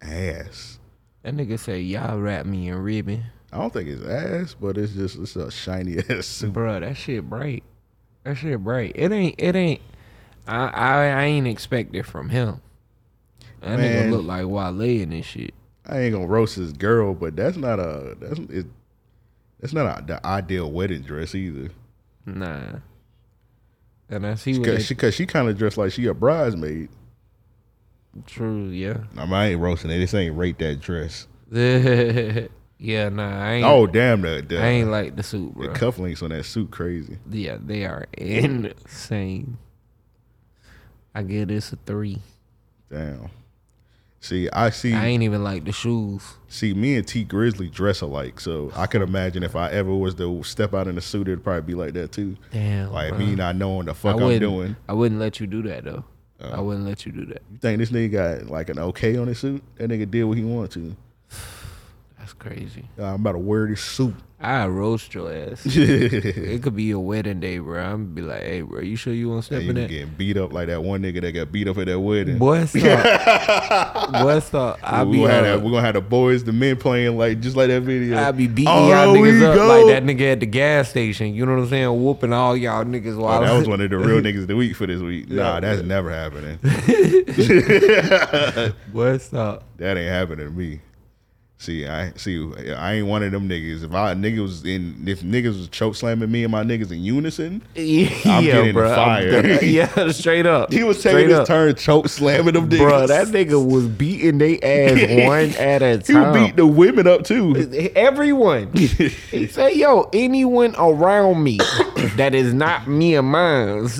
E: ass."
D: That nigga say y'all wrap me in ribbon,
E: I don't think it's ass, but it's just it's a shiny [LAUGHS] ass suit.
D: Bruh, That shit bright. That shit bright. It ain't. It ain't. I I, I ain't expect it from him. That
E: Man.
D: nigga look like Wale in this shit.
E: I ain't gonna roast his girl, but that's not a that's it, that's not a, the ideal wedding dress either.
D: Nah. And I see what
E: Because
D: they,
E: she, cause she kind of dressed like she a bridesmaid.
D: true. Yeah. [LAUGHS]
E: I, mean, I ain't roasting it. This ain't rate that dress.
D: yeah. Nah. I ain't.
E: Oh damn, the the,
D: I ain't like the suit,
E: the
D: bro.
E: cufflinks on that suit crazy.
D: yeah, they are insane. I give this a three.
E: Damn. See, I see.
D: I ain't even like the shoes.
E: See, me and T Grizzly dress alike, so I could imagine if I ever was to step out in a suit, it'd probably be like that too.
D: Damn.
E: Like
D: bruh.
E: me not knowing the
D: I
E: fuck I'm
D: wouldn't.
E: doing. Uh.
D: I wouldn't let you do that though. I wouldn't let you do that.
E: You think this nigga got like an okay on his suit? That nigga did what he wanted to.
D: That's crazy.
E: I'm about to wear this suit.
D: I roast your ass.
E: [LAUGHS] and
D: it could be your wedding day, bro. I'm gonna be like, hey, bro, you sure you want to step
E: you
D: in that?
E: getting beat up like that one nigga that got beat up at that wedding. [LAUGHS]
J: What's up? What's up? I
E: we
J: be
E: gonna have
J: uh,
E: that, we gonna have the boys, the men playing like just like that video.
D: I be beating
E: All
D: y'all
E: we
D: niggas up
E: go.
D: like that nigga at the gas station. You know what I'm saying? Whooping all y'all niggas
E: Oh,
D: while
E: that was
D: [LAUGHS]
E: one of the real niggas of the week for this week. Nah, that's never happening. [LAUGHS]
J: what's up?
E: That ain't happening to me. See, I see. I ain't one of them niggas. If I niggas was in, if niggas was choke slamming me and my niggas in unison, [LAUGHS] I'm
D: yeah,
E: getting
D: bro.
E: [LAUGHS] fired.
D: yeah, straight up.
E: he was
D: straight
E: taking his
D: up.
E: turn choke slamming them niggas.
D: Bro, that nigga was beating
E: [LAUGHS]
D: they ass one at a
E: he
D: time.
E: beat the women up too. [LAUGHS]
D: everyone. he said, "Yo, anyone around
E: [COUGHS]
D: me that is not me and mine [LAUGHS]
E: [LAUGHS]
D: is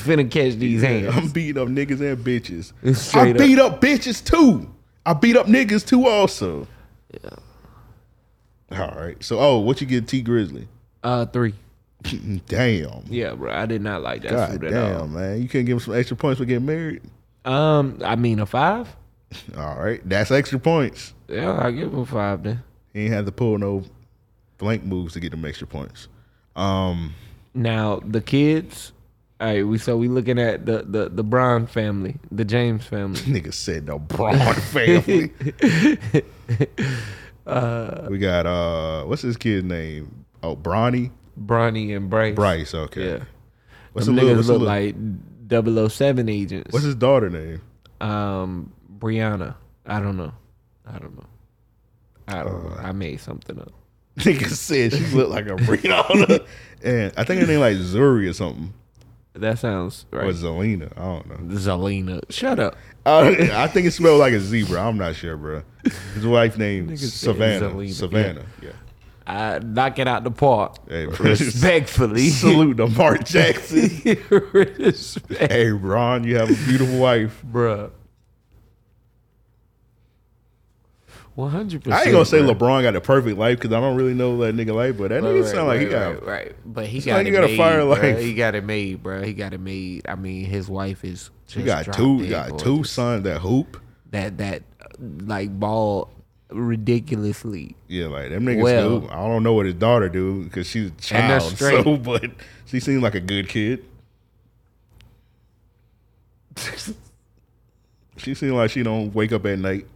D: finna catch these
E: I'm
D: hands."
E: beating up niggas and bitches.
D: [LAUGHS] It's
E: I
D: straight up.
E: beat up. bitches too. I beat up niggas too also. Yeah. All right. So, oh, what you get, T Grizzly?
D: Uh, three.
E: Damn.
D: Yeah, bro. I did not like that
E: God
D: food at all.
E: damn, man. You couldn't give him some extra points for getting married?
D: Um, I mean a five.
E: All right. That's extra points.
D: Yeah, I give him a five then.
E: He ain't had to pull no blank moves to get them extra points. Um, [LAUGHS]
D: Now the kids. All right, we so we looking at the the the Brown family, the James family.
E: nigga said
D: [LAUGHS]
E: no broad family. we got uh what's his kid's name? Oh, Bronny?
D: [LAUGHS] Bronny and Bryce.
E: Bryce, okay.
D: Yeah.
E: What's
D: Them
E: the little,
D: niggas
E: what's, the
D: look
E: little-
D: like 007 agents.
E: what's his daughter name?
D: um Brianna. I don't know. I don't know. I don't
E: Uh,
D: know. I made something up. [LAUGHS]
E: Nigga said she looked like a Brianna. [LAUGHS] and I think her name like Zuri or something.
D: That sounds
E: Or
D: right.
E: Zelina. I don't know.
D: Zelina. Shut up.
E: I, I think it smelled like a zebra. I'm not sure, bro. His wife named
D: said
E: Savannah.
D: Zelina, yeah.
E: Savannah. Yeah.
D: I knock it out the park.
E: [LAUGHS] Hey, bro.
D: Respectfully.
E: Salute to Mark Jackson.
D: [LAUGHS] Respect.
E: hey, Ron, you have a beautiful wife.
D: Bruh. 100%.
E: I ain't gonna say
D: bruh.
E: LeBron got the perfect life because I don't really know that nigga life, but that
D: Right,
E: nigga
D: right,
E: sound like he
D: right,
E: got.
D: right, right. But he
E: like
D: got,
E: he
D: it
E: got a
D: made,
E: fire
D: bruh.
E: life.
D: He got it made, bro. He got it made. I mean, his wife is. Just
E: He got
D: drop
E: two,
D: dead
E: got two
D: gorgeous.
E: sons that hoop.
D: that that uh, like ball ridiculously.
E: Yeah, like them niggas
D: Well.
E: do. I don't know what his daughter do because she's a
D: And they're
E: child. [LAUGHS]
D: straight.
E: So, but she seemed like a good kid. [LAUGHS] She seemed like she don't wake up at night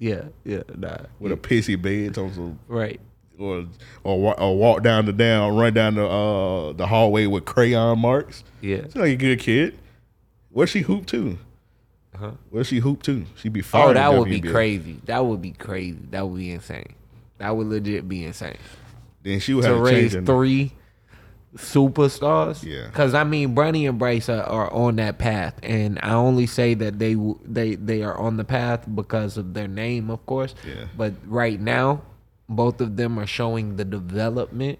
D: yeah, yeah, nah,
E: with a pissy bed on some
D: right.
E: or or, wa- or walk down the down, run down the uh the hallway with crayon marks.
D: Yeah,
E: She's like a good kid. Where she hoop to?
D: Huh?
E: Where she hoop to? She be fired.
D: Uh-huh. Oh, that
E: in
D: would be
E: WNBA.
D: crazy. That would be crazy. That would be insane. That would legit be insane
E: Then she would
D: to
E: have to change
D: raise
E: her name.
D: three superstars.
E: Yeah.
D: because I mean, Bronny and Bryce are, are on that path, and I only say that they w- they they are on the path because of their name, of course.
E: Yeah.
D: But right now, both of them are showing the development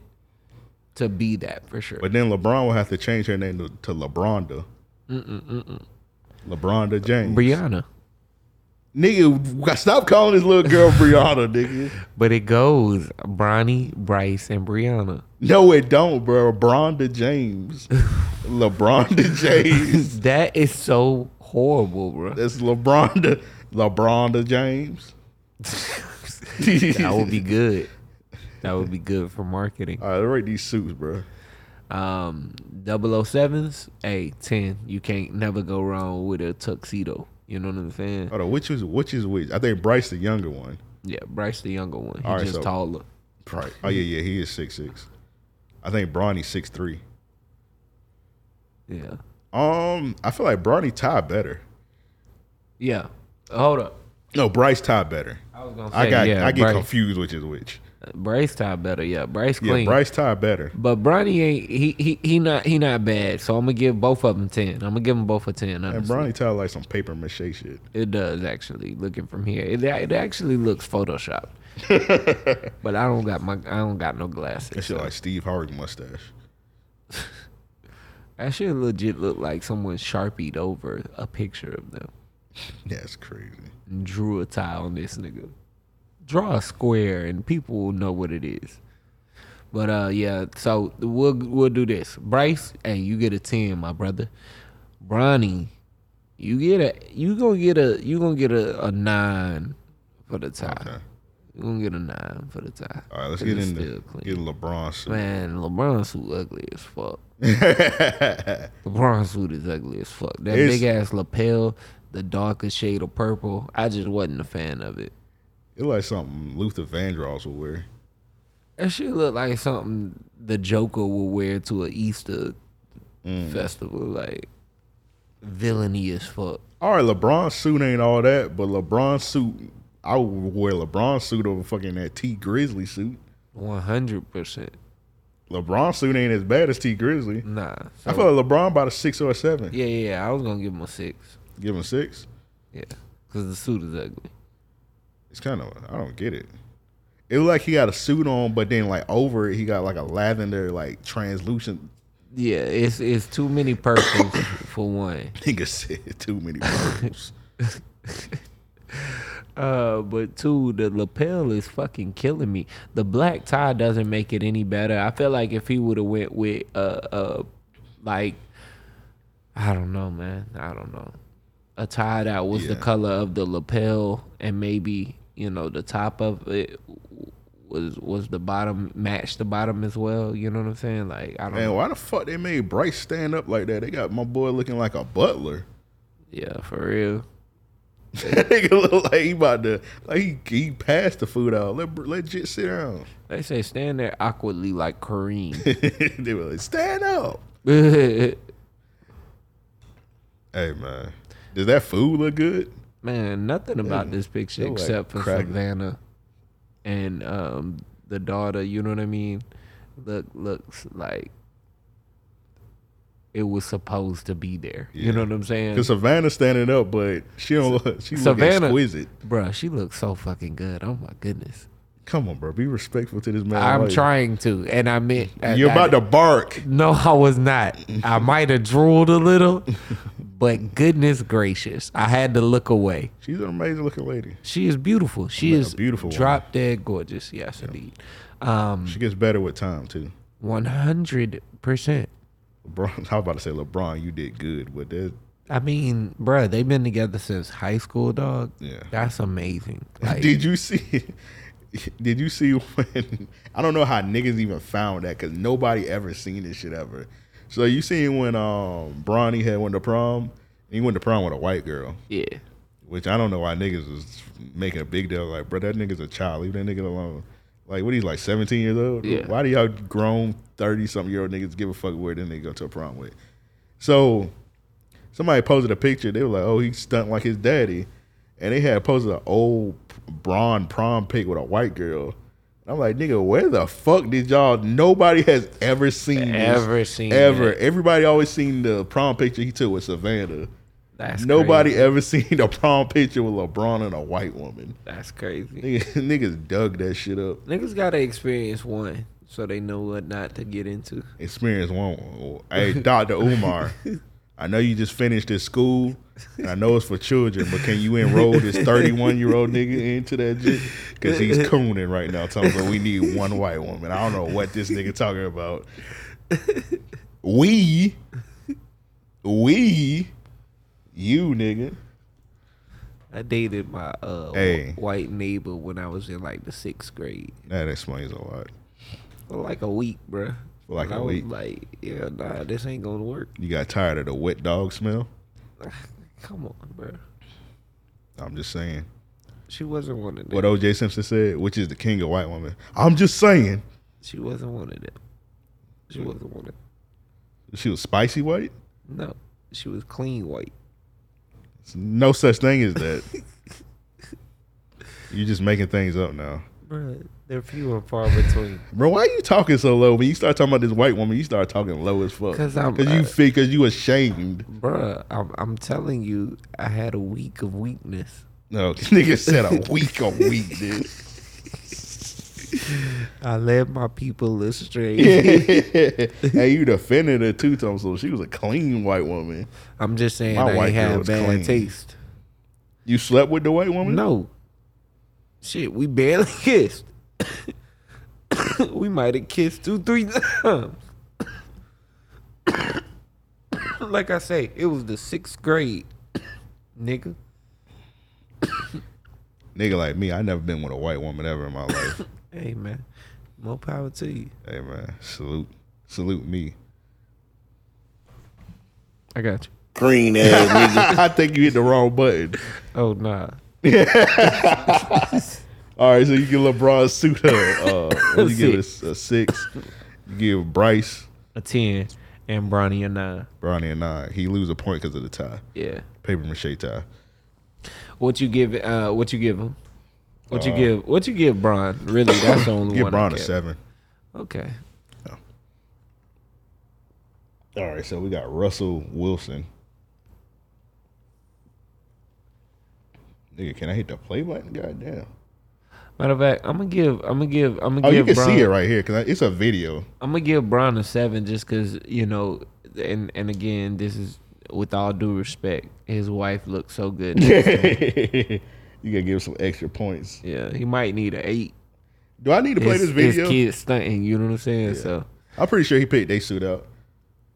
D: to be that for sure.
E: But then LeBron will have to change her name to, to LeBronda. Mm-mm, mm-mm. LeBronda James.
D: Brianna.
E: Nigga, [LAUGHS] stop calling this little girl Brianna, nigga.
D: But it goes Bronny, Bryce, and Brianna.
E: No, it don't, bro. Bronda
D: [LAUGHS]
E: James. LeBronda James. [LAUGHS]
D: That is so horrible, bro.
E: That's LeBronda. LeBronda James.
D: [LAUGHS] That would be good. That would be good for marketing.
E: All right, rate these suits, bro.
D: Um, 007s, hey, 10. You can't never go wrong with a tuxedo. You know what I'm saying?
E: Hold on, which is which is which? I think Bryce the younger one.
D: Yeah, Bryce the younger one. He's
E: All right,
D: just
E: so-
D: taller.
E: Right. Oh yeah, yeah, he is six six. I think Bronny's six three.
D: Yeah.
E: Um, I feel like Bronny tied better.
D: Yeah. Hold up.
E: No, Bryce tied better.
D: I was gonna say,
E: I got
D: yeah,
E: I get
D: Bryce,
E: confused which is which.
D: Bryce tied better. Yeah, Bryce
E: Yeah,
D: clean.
E: Bryce tied better.
D: But Bronny ain't he, he he not he not bad. So I'm gonna give both of them ten. I'm gonna give them both a ten.
E: And
D: Honestly.
E: Bronny tied like some paper mache shit.
D: It does actually. Looking from here, it, it actually looks
E: [LAUGHS]
D: photoshopped. but I don't got my I don't got no
E: That
D: glasses. so
E: shit like Steve Harvey mustache.
D: that shit legit look like someone sharpied over a picture of them
E: That's crazy.
D: and drew a tie on this nigga. Draw a square and people will know what it is. But uh yeah, so we'll we'll do this. Bryce, hey, you get a ten, my brother. Bronny, you get a you gonna get a you gonna get a, a nine for the tie.
E: Okay.
D: You gonna get a nine for the tie.
E: All right, let's
D: 'Cause
E: get
D: it's
E: in
D: still
E: the
D: clean.
E: get LeBron suit.
D: Man, LeBron suit ugly as fuck. LeBron suit is ugly as fuck. That
E: It's-
D: big ass lapel, the darkest shade of purple. I just wasn't a fan of it.
E: [LAUGHS] it like something Luther Vandross would wear.
D: That shit look like something the Joker would wear to a Easter
E: Mm.
D: festival, like villainy as fuck.
E: All right, LeBron suit ain't all that, but LeBron suit, I would wear LeBron suit over fucking that T Grizzly suit.
D: One hundred percent.
E: LeBron suit ain't as bad as T Grizzly.
D: Nah. So,
E: I feel like LeBron about a six or a seven.
D: yeah, yeah, yeah. I was gonna give him a six.
E: Give him six.
D: Yeah, cause the suit is ugly.
E: It's kind of I don't get it. It was like he got a suit on, but then like over it, he got like a lavender like translucent. [LAUGHS]
D: Yeah, it's it's too many
E: [COUGHS]
D: purples for one.
E: Nigga said too many purples.
D: Uh, but two, the lapel is fucking killing me. The black tie doesn't make it any better. I feel like if he would have went with uh uh like I don't know, man. I don't know. A tie that was the
E: Yeah.
D: color of the lapel and maybe, you know, the top of it was was the bottom matched the bottom as well, you know what I'm saying? Like I don't
E: Man,
D: know.
E: why the fuck they made Bryce stand up like that? They got my boy looking like a [LAUGHS] butler.
D: Yeah, for real.
E: that nigga look like he about to like he, he passed the food out. Let Br- let Jit sit down. [LAUGHS]
D: They say stand there awkwardly like Kareem. [LAUGHS]
E: they were like, stand up.
D: Man,
E: Hey man, does that food look good?
D: nothing about this picture
E: they like
D: except for
E: crack-
D: Savannah and um, the daughter. You know what I mean? Look, looks like it was supposed to be there. You know what I'm saying?
E: Cause Savannah standing up, but she don't look. She look
D: Savannah-
E: exquisite.
D: Bruh, she looks so fucking good. Oh my goodness.
E: Come on, bro. Be respectful to this man.
D: I'm
E: Like,
D: trying to, and I meant
E: You're about to bark.
D: No, I was not.
E: [LAUGHS]
D: I might have drooled a little, but goodness gracious, I had to look away.
E: She's an amazing looking lady.
D: She is beautiful. She
E: Like a
D: is
E: beautiful woman.
D: drop dead gorgeous. Yes, indeed. Um,
E: She gets better with time too.
D: one hundred percent.
E: LeBron, [LAUGHS] I was about to say LeBron, you did good, but that
D: I mean, bruh, they've been together since high school, dog.
E: Yeah.
D: that's amazing. Like,
E: [LAUGHS] did you see? [LAUGHS] Did you see when? [LAUGHS] I don't know how niggas even found that because nobody ever seen this shit ever. So you seen when um Bronny had went to prom? He went to prom with a white girl,
D: yeah,
E: which I don't know why niggas was making a big deal. Like, bro, that nigga's a child. Leave that nigga alone. Like, what? He's like seventeen years old.
D: Yeah.
E: Why do y'all grown thirty something year old niggas give a fuck where then they go to a prom with? So somebody posted a picture. They were like, "Oh, he stunt like his daddy," and they had posted an old brawn prom pic with a white girl. And I'm like, "Nigga, where the fuck did y'all? Nobody has ever seen this.
D: Ever seen
E: ever.
D: that.
E: Everybody always seen the prom picture he took with Savannah.
D: that's
E: Nobody
D: Crazy.
E: ever [LAUGHS] seen a prom picture with LeBron and a white woman.
D: That's crazy.
E: Niggas, [LAUGHS] niggas dug that shit up.
D: Niggas gotta experience one so they know what not to get into.
E: Experience one. Hey, Doctor Umar, I know you just finished this school, And I know it's for children, but can you enroll this 31 year old nigga into that shit? Because he's cooning right now, talking about we need one white woman. I don't know what this nigga talking about. We, we, you nigga.
D: I dated my uh wh-
E: Hey.
D: white neighbor when I was in like the sixth grade
E: That explains a lot.
D: for like a week, bruh.
E: For like
D: And
E: a
D: I was
E: week.
D: Like, yeah, nah, this ain't gonna work. [LAUGHS]
E: You got tired of the wet dog smell?
D: Come on, bruh.
E: I'm just saying.
D: She wasn't one of them.
E: What OJ Simpson said, which is the king of white women. I'm just saying.
D: She wasn't one of them. She wasn't one of them.
E: She was spicy white?
D: No, she was clean white.
E: It's no such thing as that.
D: [LAUGHS]
E: You're just making things up now.
D: Bruh, they're few and far between.
E: Bro, why you talking so low? When you start talking about this white woman, you start talking low as fuck.
D: [LAUGHS] 'Cause I'm- uh,
E: you feel, cause you ashamed.
D: Bruh, I'm, I'm telling you, I had a week of weakness.
E: No, [LAUGHS] nigga
D: [LAUGHS]
E: said a week a week, dude.
D: I led my people astray.
E: hey, you defended her too, Tom. So she was a clean white woman.
D: I'm just saying
E: My
D: I
E: white
D: ain't
E: girl
D: had
E: was
D: bad
E: clean.
D: taste.
E: You slept with the white woman?
D: No. Shit, we barely [LAUGHS] kissed. [COUGHS] we might have kissed two, three times. [COUGHS] like I say, it was the sixth grade, [COUGHS] nigga.
E: Nigga like me, I never been with a white woman ever in my
D: [LAUGHS]
E: life.
D: Hey man, more power to you.
E: hey man, salute, salute me. [LAUGHS]
D: I got you.
K: Green ass nigga.
E: I think you hit the wrong button.
D: Oh nah,
E: All right, so you give LeBron a suit up. Uh,
D: [LAUGHS]
E: what you give it a, a six? You give Bryce
D: a ten and Bronny a nine.
E: Bronny a nine. He lose a point because of the tie,
D: Yeah.
E: paper mache tie.
D: What you give? Uh, what you give him? What you give? What you give Bron? Really, that's the only
E: Uh, [COUGHS] Give
D: one. I
E: Bron a
D: care.
E: seven.
D: Okay.
E: All right, so we got Russell Wilson. Nigga, can I hit the play button? Goddamn.
D: Matter of fact, I'm gonna give. I'm gonna give. I'm gonna
E: Oh, you
D: give
E: can
D: Bron.
E: see it right here because it's
D: [LAUGHS]
E: a video.
D: I'm gonna give Bron a seven just because you know, and and again, this is with all due respect, his wife looks so
E: [LAUGHS]
D: good.
E: you gotta give some extra points.
D: yeah, he might need an eight.
E: Do I need to play
D: his,
E: this video?
D: His kids stunting. You know what I'm saying? So.
E: I'm pretty sure he picked they suit out.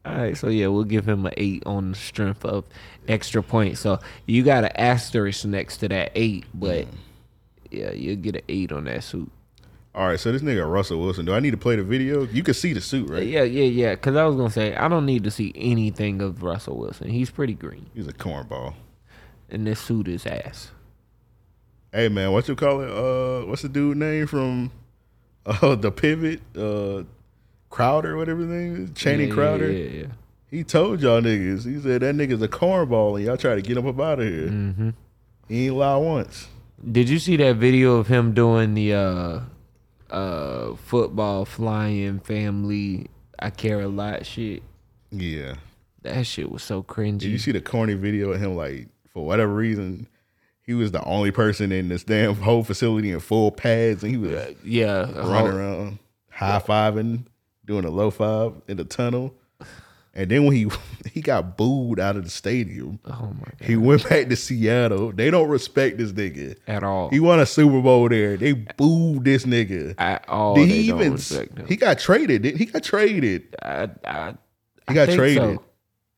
D: All right, so yeah, we'll give him an eight on the strength of extra points. So you got an asterisk next to that eight, but
E: Mm.
D: yeah, you'll get an eight on that suit.
E: All right, so this nigga Russell Wilson. Do I need to play the video? You can see the suit, right?
D: Yeah, yeah, yeah. Because I was gonna say I don't need to see anything of Russell Wilson. He's pretty green,
E: He's a cornball.
D: and this suit is ass.
E: Hey man, what you call it? Uh, what's the dude name from [LAUGHS] uh, the Pivot? Uh, Crowder, whatever his name is, Channing
D: Yeah, yeah,
E: Crowder.
D: Yeah, yeah.
E: He told y'all niggas. He said that nigga's a cornball, and y'all try to get him up out of here.
D: Mm-hmm.
E: He ain't lie once.
D: Did you see that video of him doing the uh uh football flying family? I care a lot shit.
E: Yeah.
D: That shit was so
E: Did you
D: cringy.
E: see the corny video of him like for whatever reason? He was the only person in this damn whole facility in full pads, and he was
D: Yeah, oh,
E: running around, high fiving, doing a low five in the tunnel. And then when he [LAUGHS] he got booed out of the stadium,
D: Oh, oh my god,
E: he went back to Seattle. They don't respect this nigga.
D: at all.
E: He won a Super Bowl there. They booed this nigga.
D: at all.
E: Did
D: Oh, they
E: he
D: don't
E: even?
D: respect him.
E: He got traded. Didn't he? Got traded.
D: I, I,
E: He got
D: think
E: traded.
D: so.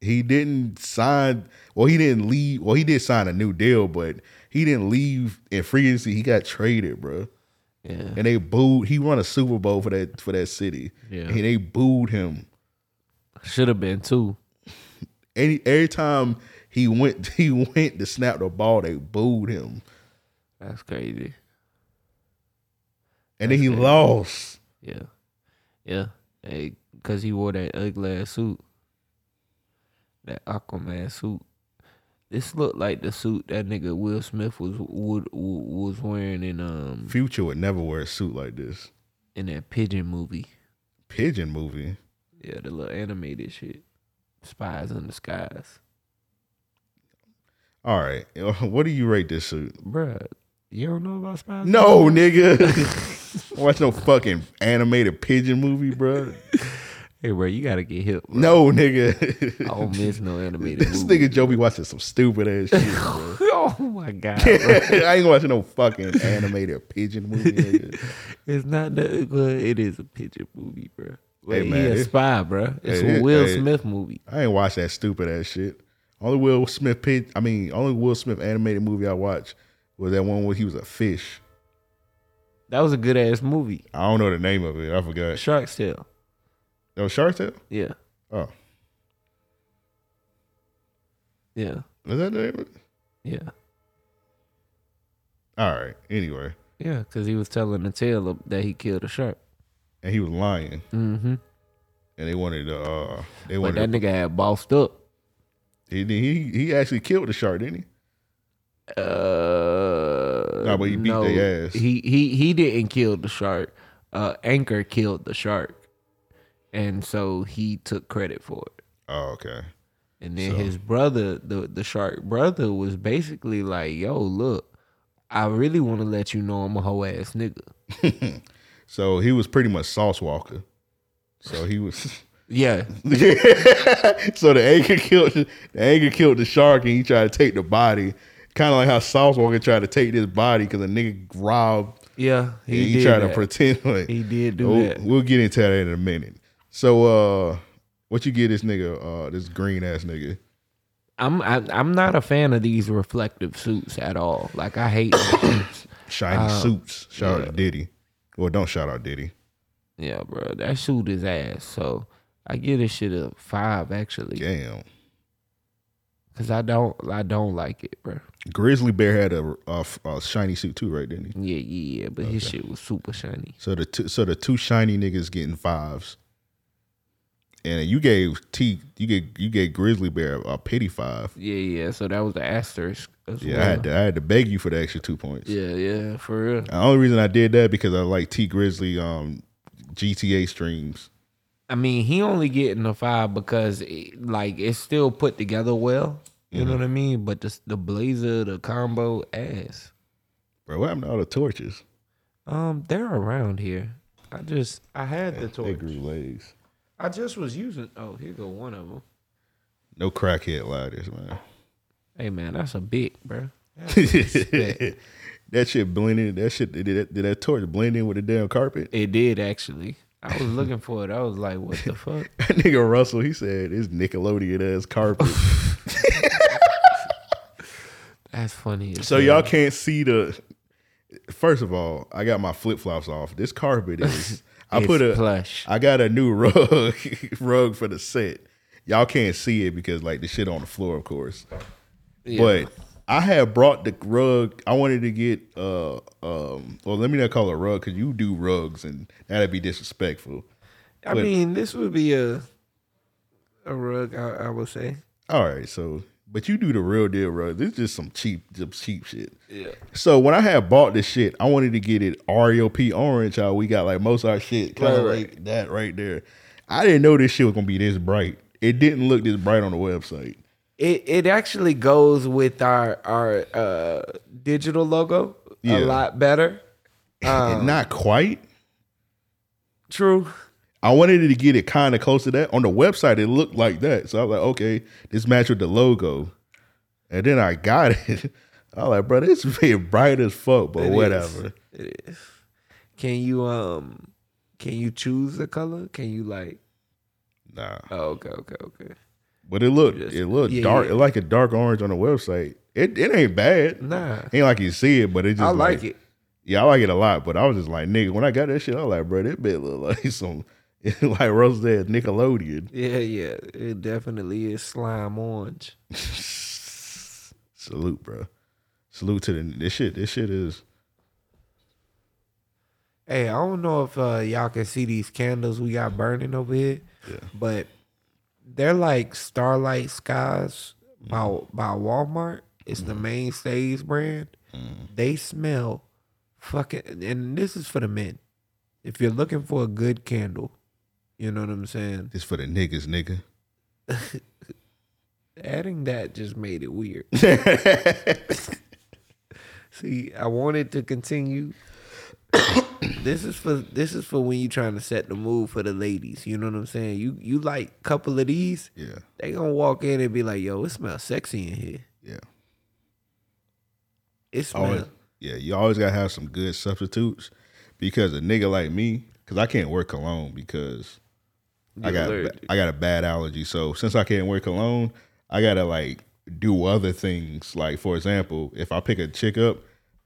E: He didn't sign. Well, he didn't leave. Well, he did sign a new deal, but he didn't leave in free agency. He got traded, bro.
D: yeah,
E: and they booed. He won a Super Bowl for that for that city.
D: Yeah.
E: and they booed him.
D: should have been too.
E: Any every time he went, [LAUGHS] he went to snap the ball. They booed him,
D: That's crazy.
E: and then he lost.
D: Yeah, yeah. Hey, cause he wore that ugly ass suit, that Aquaman suit. This looked like the suit that nigga Will Smith was would, was wearing in um
E: Future would never wear a suit like this.
D: in that pigeon movie.
E: Pigeon movie.
D: Yeah, the little animated shit, Spies in Disguise.
E: All right, [LAUGHS] what do you rate this suit?
D: Bruh, you don't know about Spies? in [LAUGHS]
E: No, nigga. Watch no fucking animated pigeon movie, bro.
D: Hey, bro, you gotta get hip. Bro.
E: No, nigga.
D: I don't Oh,
E: [LAUGHS]
D: miss no animated
E: this
D: movie.
E: nigga Joe be watching some stupid ass shit, bro.
D: Oh my god, bro.
E: [LAUGHS] I ain't watching no fucking animated pigeon movie. Nigga.
D: it's not that good. It is a picture movie, bro. Like,
E: man,
D: he a
E: it-
D: spy, bro. It's
E: Hey,
D: a
E: it-
D: Will
E: hey.
D: Smith movie.
E: I ain't watch that stupid ass shit. Only Will Smith pig, I mean, only Will Smith animated movie I watched was that one where he was a fish.
D: That was a good ass movie.
E: I don't know the name of it. I forgot.
D: Shark's Tale.
E: Oh, Shark Tale?
D: Yeah,
E: Oh,
D: yeah,
E: is that the name of it?
D: yeah,
E: All right. Anyway,
D: yeah. Because he was telling the tale of, that he killed a shark.
E: and he was lying,
D: Mm-hmm.
E: and they wanted to. Uh, they
D: But
E: wanted.
D: that nigga had bossed up.
E: he, he he actually killed the shark, didn't he?
D: Uh,
E: Nah, but he beat their ass.
D: He he he didn't kill the shark. Uh, Anchor killed the shark, and so he took credit for it.
E: Oh, okay.
D: And then
E: So-
D: his brother, the the shark brother, was basically like, "Yo, look, I really want to let you know I'm a hoe ass nigga."
E: So he was pretty much Sauce Walker. So he was. [LAUGHS]
D: Yeah,
E: so the anchor killed the anchor killed the shark, and he tried to take the body. Kind of like how Sauce Walker tried to take this body because a nigga robbed.
D: yeah,
E: and
D: he,
E: He,
D: did
E: tried
D: that.
E: to Oh, pretend [LAUGHS] like
D: He did do
E: We'll-
D: that.
E: We'll get into that in a minute. So, uh, what you get this nigga, uh, this green ass nigga?
D: I'm I, I'm not a fan of these reflective suits at all. Like I hate.
E: [COUGHS]
D: them.
E: Shiny
D: Uh,
E: suits. Shout out to Diddy. Well, don't shout out Diddy.
D: yeah, bro, that suit is ass. So I give this shit a five actually,
E: Damn.
D: because I don't I don't like it, bro.
E: Grizzly Bear had a, a, a shiny suit too, right? Didn't he?
D: Yeah, yeah, yeah, but his shit was super shiny.
E: So the two, so the two shiny niggas getting fives, and you gave T you gave you gave Grizzly Bear a pity five.
D: Yeah, yeah. So that was the asterisk. As
E: Yeah,
D: well.
E: I had to I had to beg you for the extra two points.
D: Yeah, yeah, for real.
E: The only reason I did that because I like T Grizzly um GTA streams.
D: I mean, he only getting a five because it, like it's still put together well. You know what I mean? But the the blazer, the combo, ass.
E: Bro, what happened to all the torches?
D: Um, they're around here. I just I had the
E: They
D: torch.
E: grew legs.
D: I just was using. Oh, here go one of them.
E: No crackhead lighters, man.
D: Hey man, that's a big, bro.
E: [LAUGHS] that shit blended. That shit did that, did that torch blend in with the damn carpet? [LAUGHS]
D: It did actually. I was looking for it. I was like, what the [LAUGHS] fuck?
E: That nigga Russell, he said it's Nickelodeon ass carpet.
D: That's funny. as
E: So
D: hell.
E: y'all can't see the. First of all, I got my flip flops off. This
D: [LAUGHS]
E: carpet is. I
D: It's
E: put a. I
D: plush.
E: got a new [LAUGHS] rug rug for the set. Y'all can't see it because like the shit on the floor, of course. But I had brought the rug. I wanted to get uh um. Well, let me not call it a rug because you do rugs and that'd be disrespectful.
D: I mean, this would be a a rug. I, I would say.
E: All right, so but you do the real deal, bro. This is just some cheap, some cheap shit. Yeah. So when I had bought this shit, I wanted to get it REOP orange. How we got like most of our shit, kind of
D: Right,
E: like that right there. I didn't know this shit was gonna be this bright. It didn't look this bright on the website.
D: It it actually goes with our our uh, digital logo a
E: Yeah.
D: lot better. Ah. Um,
E: And [LAUGHS] not quite.
D: True.
E: I wanted to get it kind of close to that. On the website, it looked like that. So I was like, okay, this match with the logo. And then I got [LAUGHS] it. I was like, bro, this [LAUGHS] is bright as fuck, but
D: It is.
E: whatever.
D: It is. Can you um can you choose the color? Can you like
E: Nah.
D: oh okay, okay, okay.
E: But it looked
D: Just-
E: it looked
D: yeah,
E: dark.
D: yeah.
E: It like a dark orange on the website. It it ain't bad.
D: Nah.
E: Ain't like you see it, but it just
D: I like it.
E: Yeah, I like it a lot. But I was just like, nigga, when I got that shit, I was like, bro, that bit look [LAUGHS] like some like Rose said, Nickelodeon. [LAUGHS]
D: Yeah, yeah. It definitely is slime orange.
E: Salute, bro. Salute to the this shit. This shit is
D: Hey, I don't know if uh, y'all can see these candles we got burning over here, but they're like Starlight Skies by by Walmart. It's the
E: Mm-hmm.
D: mainstays brand.
E: mm,
D: They smell fucking, and this is for the men. If you're looking for a good candle, you know what I'm saying.
E: this for the niggas,
D: [LAUGHS]
E: nigga.
D: Adding that just made it weird. see, I wanted to continue, [COUGHS] This is for this is for when you trying to set the mood for the ladies. You know what I'm saying? You you like couple of these,
E: Yeah,
D: they gonna walk in and be like, "Yo, it smells sexy in here.
E: yeah. Oh,
D: It smells."
E: Always, yeah, you always gotta have some good substitutes because a nigga like me, because I can't work alone because I
A: You're
E: got
A: allergic.
E: I got a bad allergy. So since I can't work alone, I gotta like do other things. Like for example, if I pick a chick up,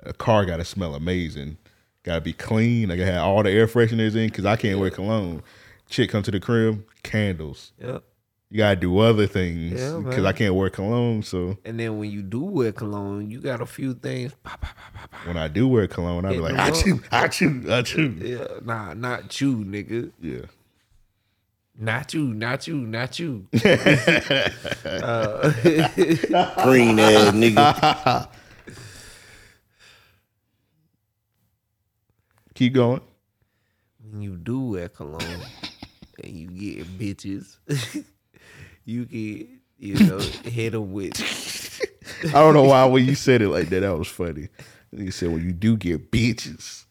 E: a car gotta smell amazing, gotta be clean. I gotta have all the air fresheners in because I can't work alone. Chick come to the crib, candles.
D: Yep.
E: You gotta do other things
D: Yeah,
E: because
D: man.
E: I can't work alone. So
D: And then when you do wear cologne, you got a few things. pop, pop, pop, pop, pop.
E: when I do wear cologne, I'll be
D: Hit
E: like,
D: them
E: I
D: up.
E: chew, I chew, I chew.
D: Yeah, nah, not you, nigga.
E: Yeah.
D: Not you, not you, not you.
E: [LAUGHS]
C: Green ass nigga.
E: Keep going.
D: when you do wear cologne [LAUGHS] and you get bitches, [LAUGHS] you can you know hit them with [LAUGHS]
E: I don't know why when you said it like that, that was funny. You said, "Well, you do get bitches."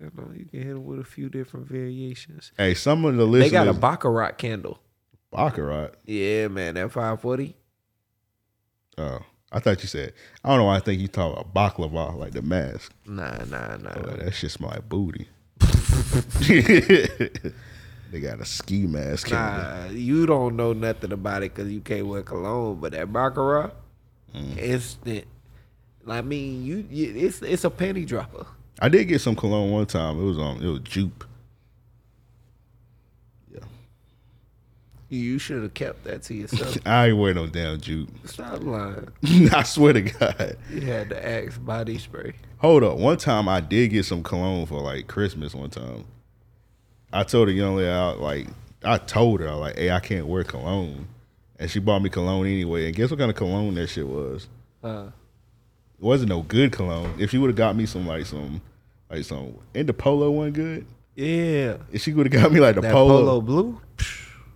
D: you, know, you can hit them with a few different variations.
E: Hey, some of the
D: They
E: listeners,
D: got a baccarat candle.
E: baccarat.
D: Yeah, man, that five forty.
E: Oh, I thought you said. I don't know. why I think you talk about baklava, like the mask.
D: Nah, nah, nah.
E: Oh, that shit smell
D: [LAUGHS]
E: like booty. they got a ski mask. in there.
D: Nah, you don't know nothing about it because you can't wear cologne. But that baccarat, Mm. instant. I mean, you, you it's it's a penny dropper.
E: I did get some cologne one time. It was um, it was Jupe.
D: You should have kept that to [LAUGHS] yourself.
E: I ain't wear no damn Jupe. [LAUGHS]
D: Stop lying.
E: I swear to God.
D: You had the Axe body spray.
E: Hold up. One time I did get some cologne for like Christmas one time. I told a young lady I like I told her like, hey, I can't wear cologne. And she bought me cologne anyway. And guess what kind of cologne that shit was?
D: Uh,
E: It wasn't no good cologne. If she would have got me some like some like some and the polo one good.
D: yeah,
E: If she would have got me like the
D: that
E: polo,
D: polo, blue.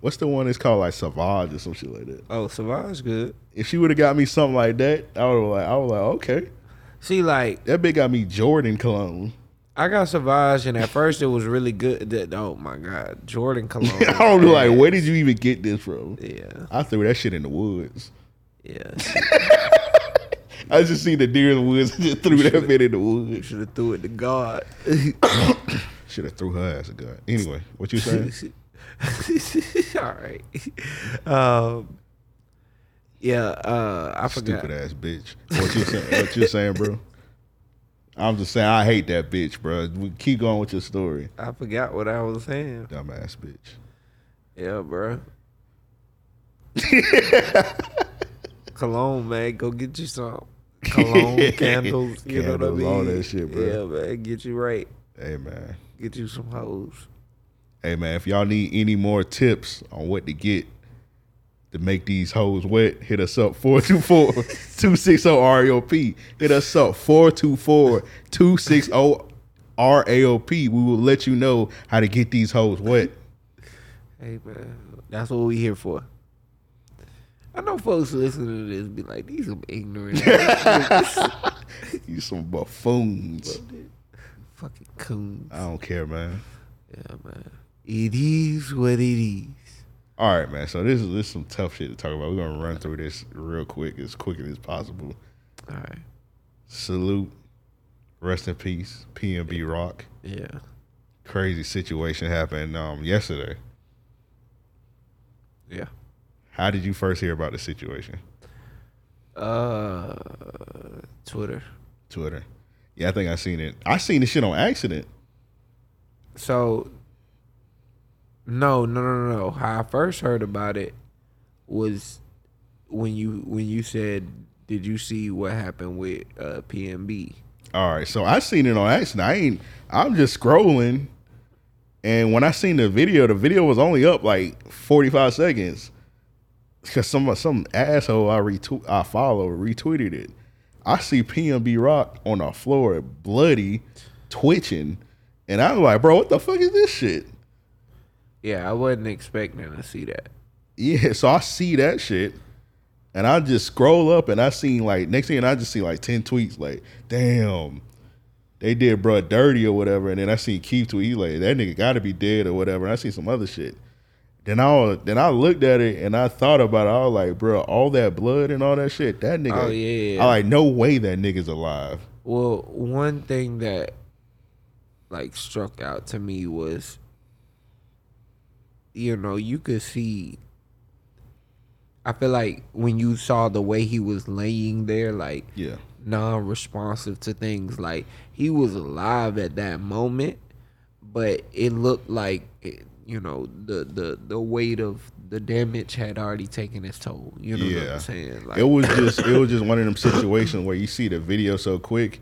E: what's the one that's called like Savage or some shit like that.
D: Oh, Savage good.
E: If she would have got me something like that, I would like I was like, okay.
D: See, like
E: That bitch got me Jordan cologne. [LAUGHS]
D: I got Savage, and at first it was really good. That oh my god, Jordan cologne. [LAUGHS]
E: I don't know like where did you even get this from?
D: Yeah,
E: I threw that shit in the woods.
D: yeah.
E: I just seen the deer in the woods and just threw that bit in the
D: You
E: woods.
D: should have threw it to God.
E: Should have threw her ass a gun. Anyway, what you saying?
D: All right. Um, yeah, uh, [LAUGHS] I forgot.
E: Stupid ass bitch. What you saying? What you saying, bro? I'm just saying I hate that bitch, bro. We keep going with your story,
D: I forgot what I was saying.
E: dumbass bitch. [LAUGHS]
D: Yeah, bro. Cologne, man, go get you
E: [LAUGHS]
D: some cologne candles. You know
E: Candles,
D: what I mean?
E: all that shit, bro.
D: Yeah, man, get you right.
E: Hey man,
D: Get you some hoes.
E: hey man. If y'all need any more tips on what to get to make these hoes wet, hit us up 424-260-RAOP. Hit us up 424-260-RAOP. We will let you know how to get these hoes wet.
D: Hey, man, that's what we here for. I know folks listening to this be like, these some
E: [LAUGHS]
D: ignorant
E: [LAUGHS] You some buffoons.
D: fucking coons.
E: I don't care, man.
D: Yeah, man. It is what it is.
E: All right, man. So this is this is some tough shit to talk about. We're gonna run through this real quick, as quick as possible.
D: All right.
E: Salute, rest in peace, PNB Rock.
D: Yeah.
E: Crazy situation happened um, yesterday.
D: Yeah.
E: How did you first hear about the situation?
D: Uh, Twitter.
E: Twitter. Yeah, I think I seen it. I seen this shit on accident.
D: So, no, no, no, no. How I first heard about it was when you when you said, "Did you see what happened with uh, PMB?"
E: All right, so I seen it on accident. I ain't. I'm just scrolling, and when I seen the video, the video was only up like 45 seconds because some some asshole I retweet I follow retweeted it. I see PMB Rock on the floor, bloody, twitching, and I'm like, bro, what the fuck is this shit?
D: Yeah, I wasn't expecting to see that.
E: Yeah, [LAUGHS] so I see that shit, and I just scroll up, and I seen like next thing, I just see like ten tweets, like, damn, they did bro dirty or whatever, and then I seen Keith tweet he like that nigga gotta be dead or whatever. And I seen some other shit. Then I then I looked at it and I thought about it. I was like, bro, all that blood and all that shit, that nigga.
D: Oh, yeah.
E: I like no way that nigga's alive.
D: Well, one thing that like struck out to me was you know, you could see I feel like when you saw the way he was laying there like
E: Yeah,
D: non-responsive to things like he was alive at that moment but it looked like it- you know the the the weight of the damage had already taken its toll you know what
E: Yeah.
D: i'm saying like
E: it was just it was just one of them situations where you see the video so quick,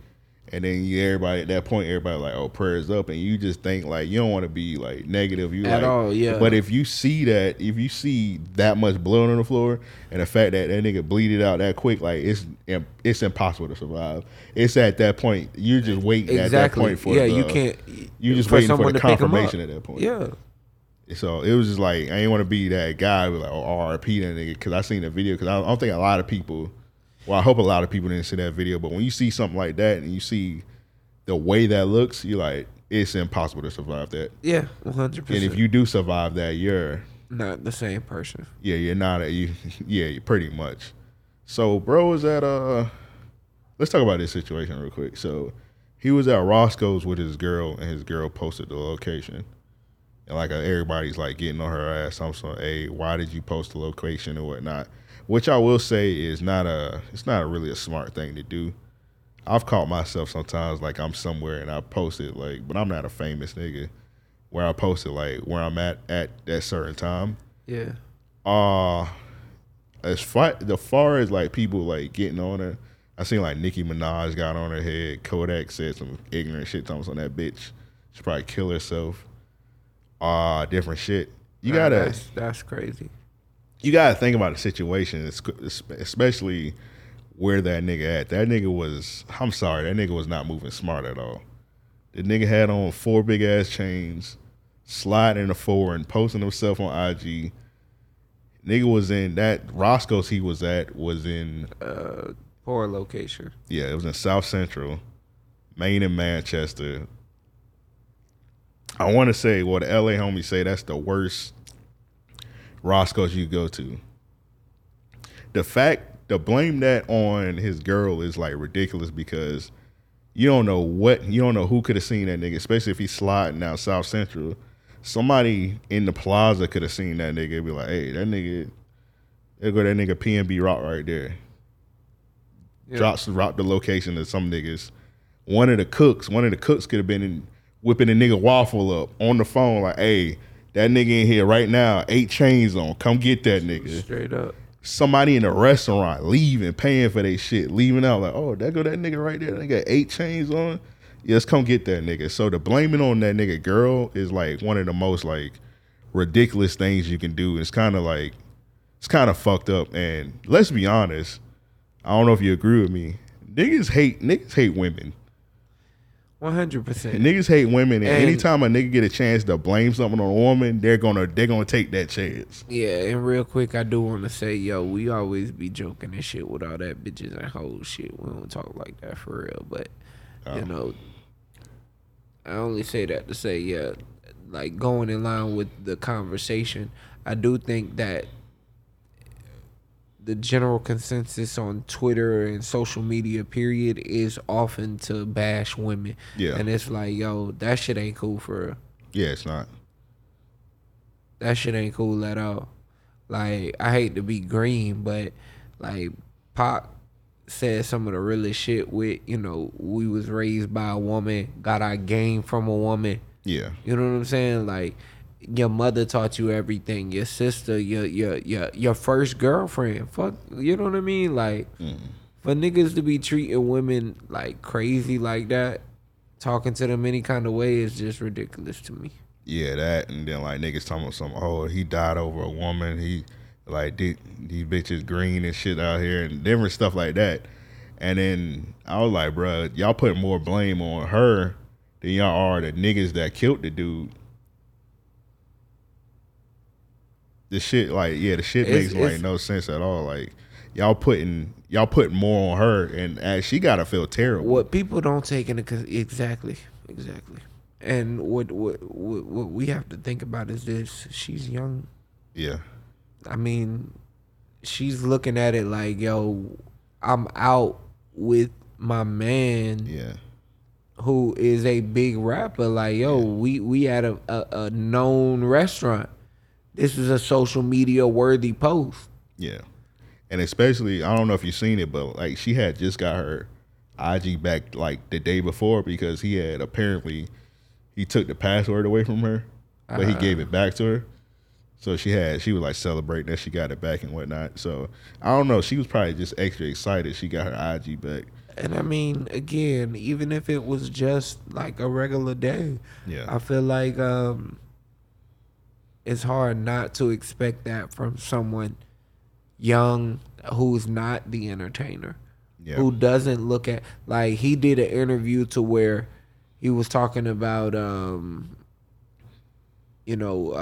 E: and then you everybody at that point everybody like, oh, prayers up, and you just think like you don't want to be like negative. You
D: At
E: like-
D: all, yeah.
E: But if you see that, if you see that much blood on the floor, and the fact that that nigga bleeded out that quick, like it's im- it's impossible to survive. It's at that point you're just waiting at that
D: exactly
E: point for
D: yeah
E: the-
D: you can't
E: you just
D: for
E: waiting for
D: someone
E: the
D: to pick 'em up.
E: confirmation at that point.
D: yeah
E: So it was just like I didn't want to be that guy who like oh, RIP that nigga because I seen the video because I, don't- I don't think a lot of people. Well, I hope a lot of people didn't see that video, but when you see something like that and you see the way that looks, you're like, it's impossible to survive that.
D: yeah 100%
E: And if you do survive that, you're
D: not the same person
E: yeah, you're not a, you [LAUGHS] yeah, you pretty much. So bro was at uh let's talk about this situation real quick. So he was at Roscoe's with his girl and his girl posted the location. And like uh, everybody's like getting on her ass. I'm so hey, why did you post the location and whatnot? Which I will say is not a it's not really a smart thing to do. I've caught myself sometimes like I'm somewhere and I post it like but I'm not a famous nigga where I post it like where I'm at at that certain time
D: yeah
E: uh as far the far as like people like getting on her, I seen like Nicki Minaj got on her head. Kodak said some ignorant shit to us on that bitch. She probably kill herself. Ah, different shit. You gotta
D: that's, that's crazy
E: you gotta think about the situation, es- especially where that nigga at. That nigga was. I'm sorry, that nigga was not moving smart at all. The nigga had on four big ass chains, sliding in the four and posting himself on IG. Nigga was in that Roscoe's he was at was in
D: poor location
E: yeah it was in South Central, Maine and Manchester. I want to say what the LA homies say that's the worst Roscoe's you go to. The fact to blame that on his girl is like ridiculous because you don't know what you don't know who could have seen that nigga, especially if he's sliding down South Central. Somebody in the plaza could have seen that nigga and be like, hey, that nigga, there go that nigga PNB Rock right there. Drops dropped the location to some niggas. One of the cooks, one of the cooks could have been in, whipping the nigga waffle up on the phone, like, hey, that nigga in here right now, eight chains on. Come get that nigga
D: straight up
E: somebody in a restaurant leaving, paying for their shit, leaving out like, oh, that go that nigga right there. They got eight chains on. Yeah, let's come get that nigga. So the blaming on that nigga girl is like one of the most like ridiculous things you can do. It's kind of like it's kind of fucked up. And let's be honest, I don't know if you agree with me. Niggas hate niggas hate women.
D: 100%
E: Niggas hate women, and,
D: And-
E: anytime a nigga get a chance to blame something on a woman, they're gonna they're gonna take that chance.
D: Yeah, and real quick, I do want to say, yo, we always be joking and shit with all that bitches and whole shit. We don't talk like that for real, but you know, I only say that to say, yeah, like going in line with the conversation. I do think that the general consensus on Twitter and social media, period, is often to bash women.
E: Yeah.
D: and it's like, yo, that shit ain't cool for real
E: Yeah, it's not.
D: that shit ain't cool at all. Like I hate to be green, but like Pac said some of the realest shit with, you know, we was raised by a woman, got our game from a woman.
E: Yeah,
D: You know what I'm saying? Like your mother taught you everything. Your sister, your your your your first girlfriend. Fuck, you know what I mean? Like for niggas to be treating women like crazy like that, talking to them any kind of way is just ridiculous to me.
E: Yeah, that and then like niggas talking about some oh he died over a woman he like did these bitches green and shit out here and different stuff like that, and then I was like, bro, y'all put more blame on her than y'all are the niggas that killed the dude. The shit like yeah, the shit
D: It's-
E: makes like
D: it's-
E: no sense at all. Like y'all putting y'all putting more on her, and uh, she gotta feel terrible.
D: what people don't take into con- exactly exactly and what, what what what we have to think about is this she's young
E: Yeah,
D: i mean she's looking at it like yo i'm out with my man
E: yeah,
D: who is a big rapper like yo we we at a, a, a known restaurant this is a social media worthy post
E: yeah. And especially, I don't know if you've seen it, but like she had just got her IG back like the day before because he had apparently he took the password away from her, but he gave it back to her. So she had she was like celebrating that she got it back and whatnot. So I don't know. She was probably just extra excited she got her IG back.
D: And I mean, again, even if it was just like a regular day,
E: Yeah.
D: I feel like um, it's hard not to expect that from someone young who's not the entertainer,
E: Yeah.
D: who doesn't look at like he did an interview to where he was talking about um, you know, uh,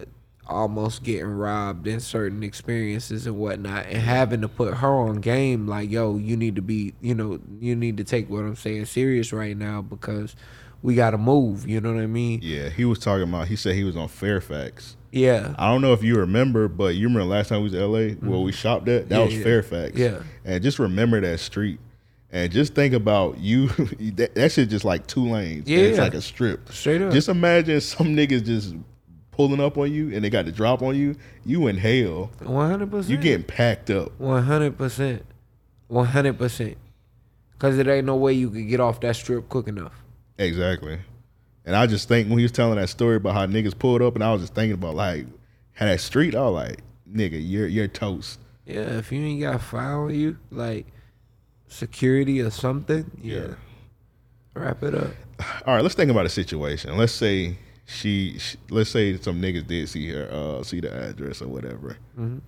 D: uh, almost getting robbed in certain experiences and whatnot, and having to put her on game like, yo, you need to be, you know, you need to take what I'm saying serious right now because we got to move. You know what I mean?
E: Yeah, he was talking about. He said he was on Fairfax.
D: Yeah.
E: I don't know if you remember, but you remember last time we was in LA where we shopped at? That
D: Mm-hmm. Yeah,
E: was
D: yeah.
E: Fairfax.
D: Yeah.
E: And just remember that street. And just think about you [LAUGHS] that, that shit just like two lanes. and It's
D: Yeah.
E: like a strip.
D: Straight up.
E: Just imagine some niggas just pulling up on you and they got the drop on you. You in hell.
D: 100%.
E: You getting packed up.
D: One hundred percent, one hundred percent, because it ain't no way you could get off that strip quick enough.
E: Exactly. And I just think when he was telling that story about how niggas pulled up and I was just thinking about like how that street, I was like, nigga, you're you're toast.
D: Yeah, if you ain't got a file on you, like security or something, yeah,
E: Yeah.
D: wrap it up.
E: all right, let's think about a situation. Let's say she, sh let's say some niggas did see her, uh, see the address or whatever.
D: Mm-hmm.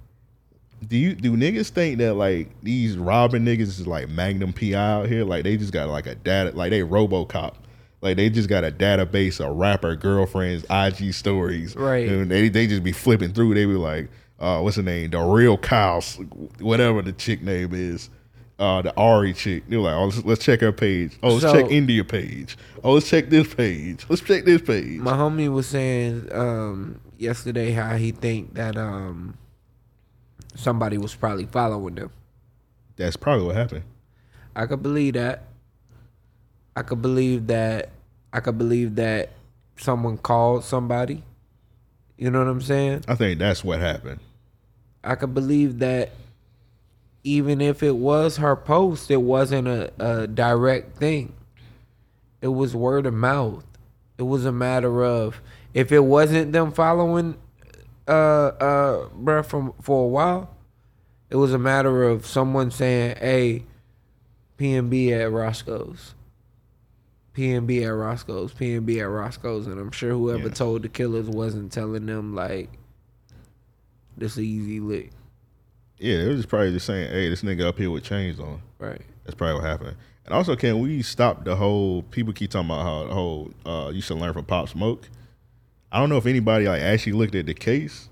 E: Do you do niggas think that like these robbing niggas is like Magnum PI out here? Like they just got like a data, like they RoboCop, like they just got a database of rapper girlfriends, IG stories,
D: Right.
E: And they they just be flipping through. They be like, uh, what's her name? The real Kyle, whatever the chick name is. Uh, the Ari chick. They're like, oh, let's, let's check her page. Oh, let's
D: So-
E: check India page. Oh, let's check this page. Let's check this page.
D: My homie was saying um, yesterday how he think that um, somebody was probably following them.
E: That's probably what happened.
D: I could believe that. I could believe that. I could believe that someone called somebody. You know what I'm saying?
E: I think that's what happened.
D: I could believe that even if it was her post, it wasn't a, a direct thing. It was word of mouth. It was a matter of if it wasn't them following uh uh bruh from for a while, it was a matter of someone saying, Hey, PNB at Roscoe's. PNB at Roscoe's, PNB at Roscoe's, and I'm sure whoever
E: Yeah.
D: told the killers wasn't telling them like this is easy lick.
E: Yeah, they were just probably just saying, hey, this nigga up here with chains on.
D: Right.
E: That's probably what happened. And also, can we stop the whole? People keep talking about how the whole uh, you should learn from Pop Smoke. I don't know if anybody like actually looked at the case.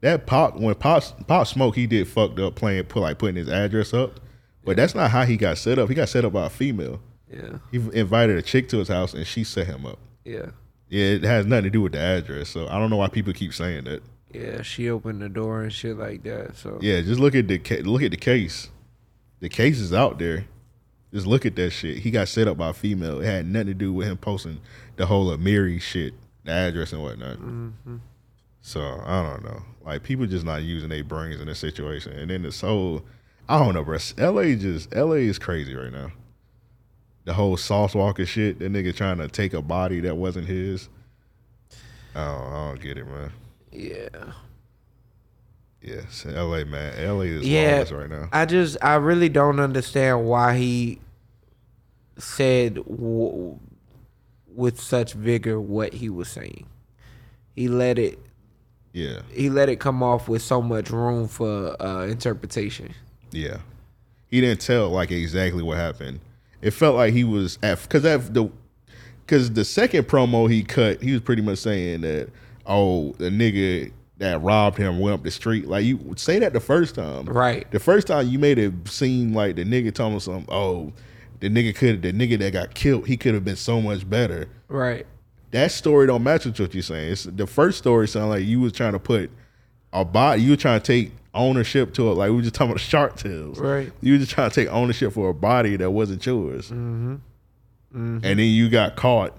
E: That Pop when Pop Pop Smoke he did fucked up playing put like putting his address up, but that's not how he got set up. He got set up by a female.
D: Yeah.
E: He invited a chick to his house and she set him up.
D: Yeah.
E: Yeah, it has nothing to do with the address. So I don't know why people keep saying that.
D: Yeah. She opened the door and shit like that. So
E: Yeah, just look at the ca- look at the case. The case is out there. Just look at that shit. He got set up by a female. It had nothing to do with him posting the whole Amiri shit, the address and whatnot. So I don't know. Like people just not using their brains in this situation. And then this whole, I don't know, bro. L.A. just L.A. is crazy right now. The whole Sauce Walker shit. That nigga trying to take a body that wasn't his. I don't, I don't get it, man.
D: yeah.
E: Yes, L.A. man. L.A. is
D: Yeah.
E: lawless right now.
D: I just I really don't understand why he said w- with such vigor what he was saying. He let it
E: Yeah,
D: he let it come off with so much room for uh, interpretation.
E: yeah. He didn't tell like exactly what happened. It felt like he was at because at the because the second promo he cut, he was pretty much saying that oh the nigga that robbed him went up the street. Like you would say that the first time,
D: Right.
E: The first time you made it seem like the nigga told him something. Oh, the nigga could the nigga that got killed, he could have been so much better.
D: Right.
E: That story don't match with what you're saying. It's, the first story sound like you was trying to put a body. You were trying to take ownership to it. Like we were just talking about shark tails.
D: Right.
E: You were just trying to take ownership for a body that wasn't yours.
D: Mm-hmm.
E: And then you got caught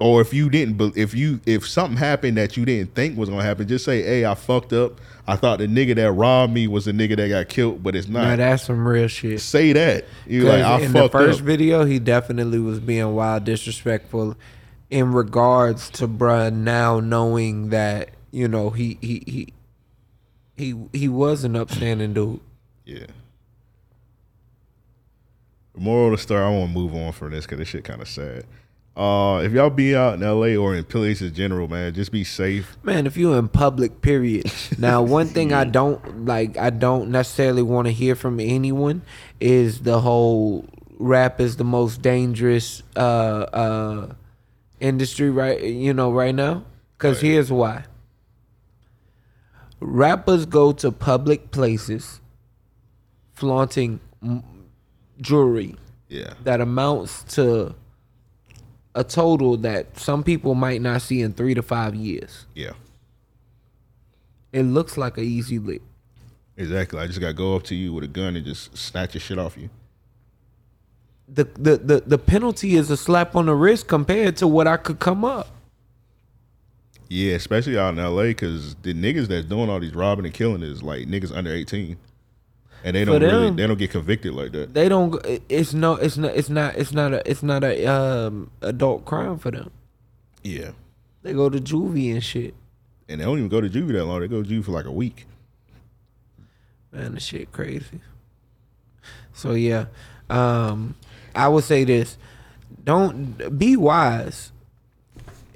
E: or if you didn't be- if you if something happened that you didn't think was gonna happen just say hey i fucked up i thought the nigga that robbed me was the nigga that got killed but it's
D: Now
E: not
D: that's some real shit.
E: say that you like i
D: in the
E: fucked
D: first
E: up
D: video, he definitely was being wild disrespectful in regards to bruh now knowing that, you know, he he he he, he was an upstanding dude.
E: yeah moral of the story i want to move on from this because this shit kind of sad uh if y'all be out in la or in places general man just be safe
D: Man, if you in public, period. Now, one thing I don't like, I don't necessarily want to hear from anyone is the whole rap is the most dangerous uh, uh, industry, right? You know, right now. Because here's why: rappers go to public places flaunting m- jewelry
E: yeah
D: that amounts to a total that some people might not see in three to five years.
E: yeah
D: It looks like a easy lick.
E: exactly i just gotta go up to you with a gun and just snatch your shit off you
D: The, the the the penalty is a slap on the wrist compared to what I could come up.
E: Yeah, especially out in LA, because the niggas that's doing all these robbing and killing is like niggas under eighteen, and they
D: For
E: don't really
D: them.
E: they don't get convicted like that.
D: They don't. go- It's no. It's not. It's not. It's not a. It's not a um adult crime for them.
E: Yeah,
D: They go to juvie and shit.
E: and they don't even go to juvie that long. They go to juvie for like a week.
D: Man, the shit crazy. So yeah, um, I would say this: don't be wise.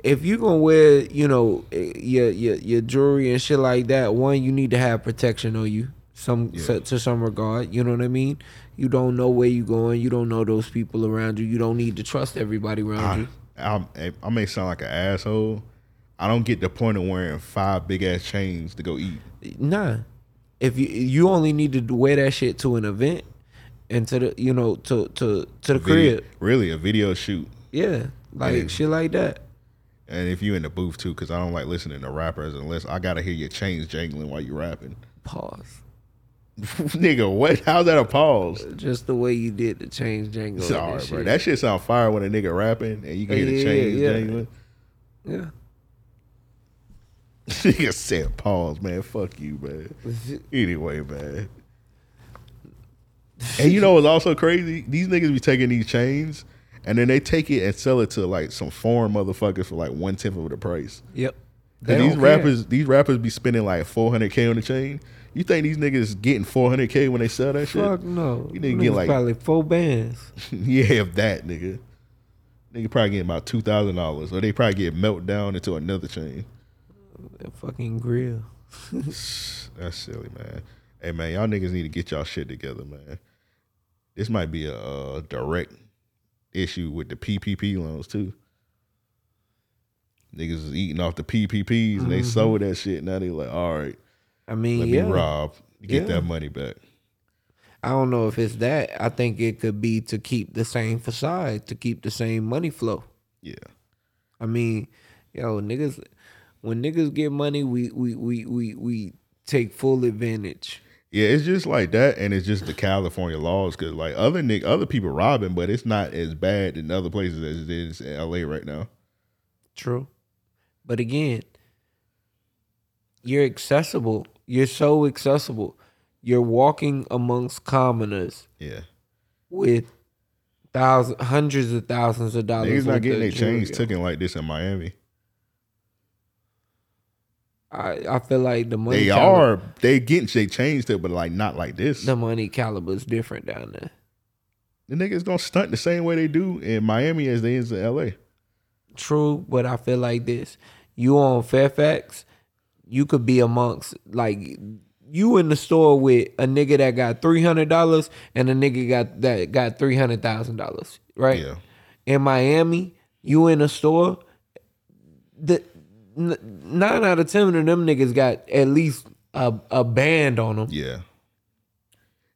D: If you gonna wear, you know, eh, your your your jewelry and shit like that, one, you need to have protection on you, some so- to some regard. You know what I mean? You don't know where you going. You don't know those people around you. You don't need to trust everybody around
E: I,
D: you.
E: I'm- I, I may sound like an asshole. I don't get the point of wearing five big ass chains to go eat.
D: Nah. If you you only need to wear that shit to an event and to the you know to to to the
E: Video-
D: crib.
E: really, a video shoot,
D: Yeah, like
E: Yeah.
D: shit like that.
E: and if you in the booth too, because I don't like listening to rappers unless I gotta hear your chains jangling while you rapping. [LAUGHS]
D: Pause.
E: Nigga, what? How's that a pause?
D: Just the way you did the change jangle. and
E: Sorry,
D: shit.
E: bro. That shit sound fire when a nigga rapping and you can hear the
D: Yeah,
E: chains
D: yeah.
E: jangling. [LAUGHS]
D: yeah.
E: nigga said pause, man. Fuck you, man. Anyway, man. And you know what's also crazy? These niggas be taking these chains and then they take it and sell it to like some foreign motherfuckers for like one tenth of the price.
D: [LAUGHS] Yep. They
E: And these
D: don't care.
E: rappers, these rappers be spending like four hundred k on the chain. You think these niggas getting four hundred k when they sell that shit?
D: Fuck no.
E: You didn't get
D: Niggas
E: like-
D: probably four bands.
E: [LAUGHS] yeah, if that nigga. Nigga probably getting about two thousand dollars, or they probably get melted down into another chain.
D: That fucking grill.
E: That's silly, man. Hey, man, y'all niggas need to get y'all shit together, man. This might be a, uh direct issue with the PPP loans too. Niggas is eating off the PPPs and they sold that shit. Now they like, all right,
D: I mean,
E: let
D: Mm-hmm. yeah.
E: me rob, get
D: Yeah.
E: that money back.
D: I don't know if it's that. I think it could be to keep the same facade, to keep the same money flow.
E: Yeah,
D: I mean, yo, niggas, when niggas get money, we we we we we take full advantage.
E: yeah. It's just like that, and it's just the California laws because like other nigg other people robbing, but it's not as bad in other places as it is in LA right now.
D: True. But again, you're accessible. You're so accessible. You're walking amongst commoners
E: Yeah.
D: with thousands, hundreds of thousands of dollars.
E: Niggas not
D: worth
E: getting
D: of
E: their chains
D: jewelry.
E: taken like this in Miami.
D: I, I feel like the money.
E: They
D: cali-
E: are. They getting they changed it, but like not like this.
D: The money caliber is different down there.
E: The niggas gonna stunt the same way they do in Miami as they is in LA.
D: True, but I feel like this. You on Fairfax, you could be amongst like you in the store with a nigga that got three hundred dollars and a nigga got that got three hundred thousand dollars, right?
E: Yeah.
D: In Miami, you in a store, the n- nine out of ten of them niggas got at least a, a band on them.
E: Yeah.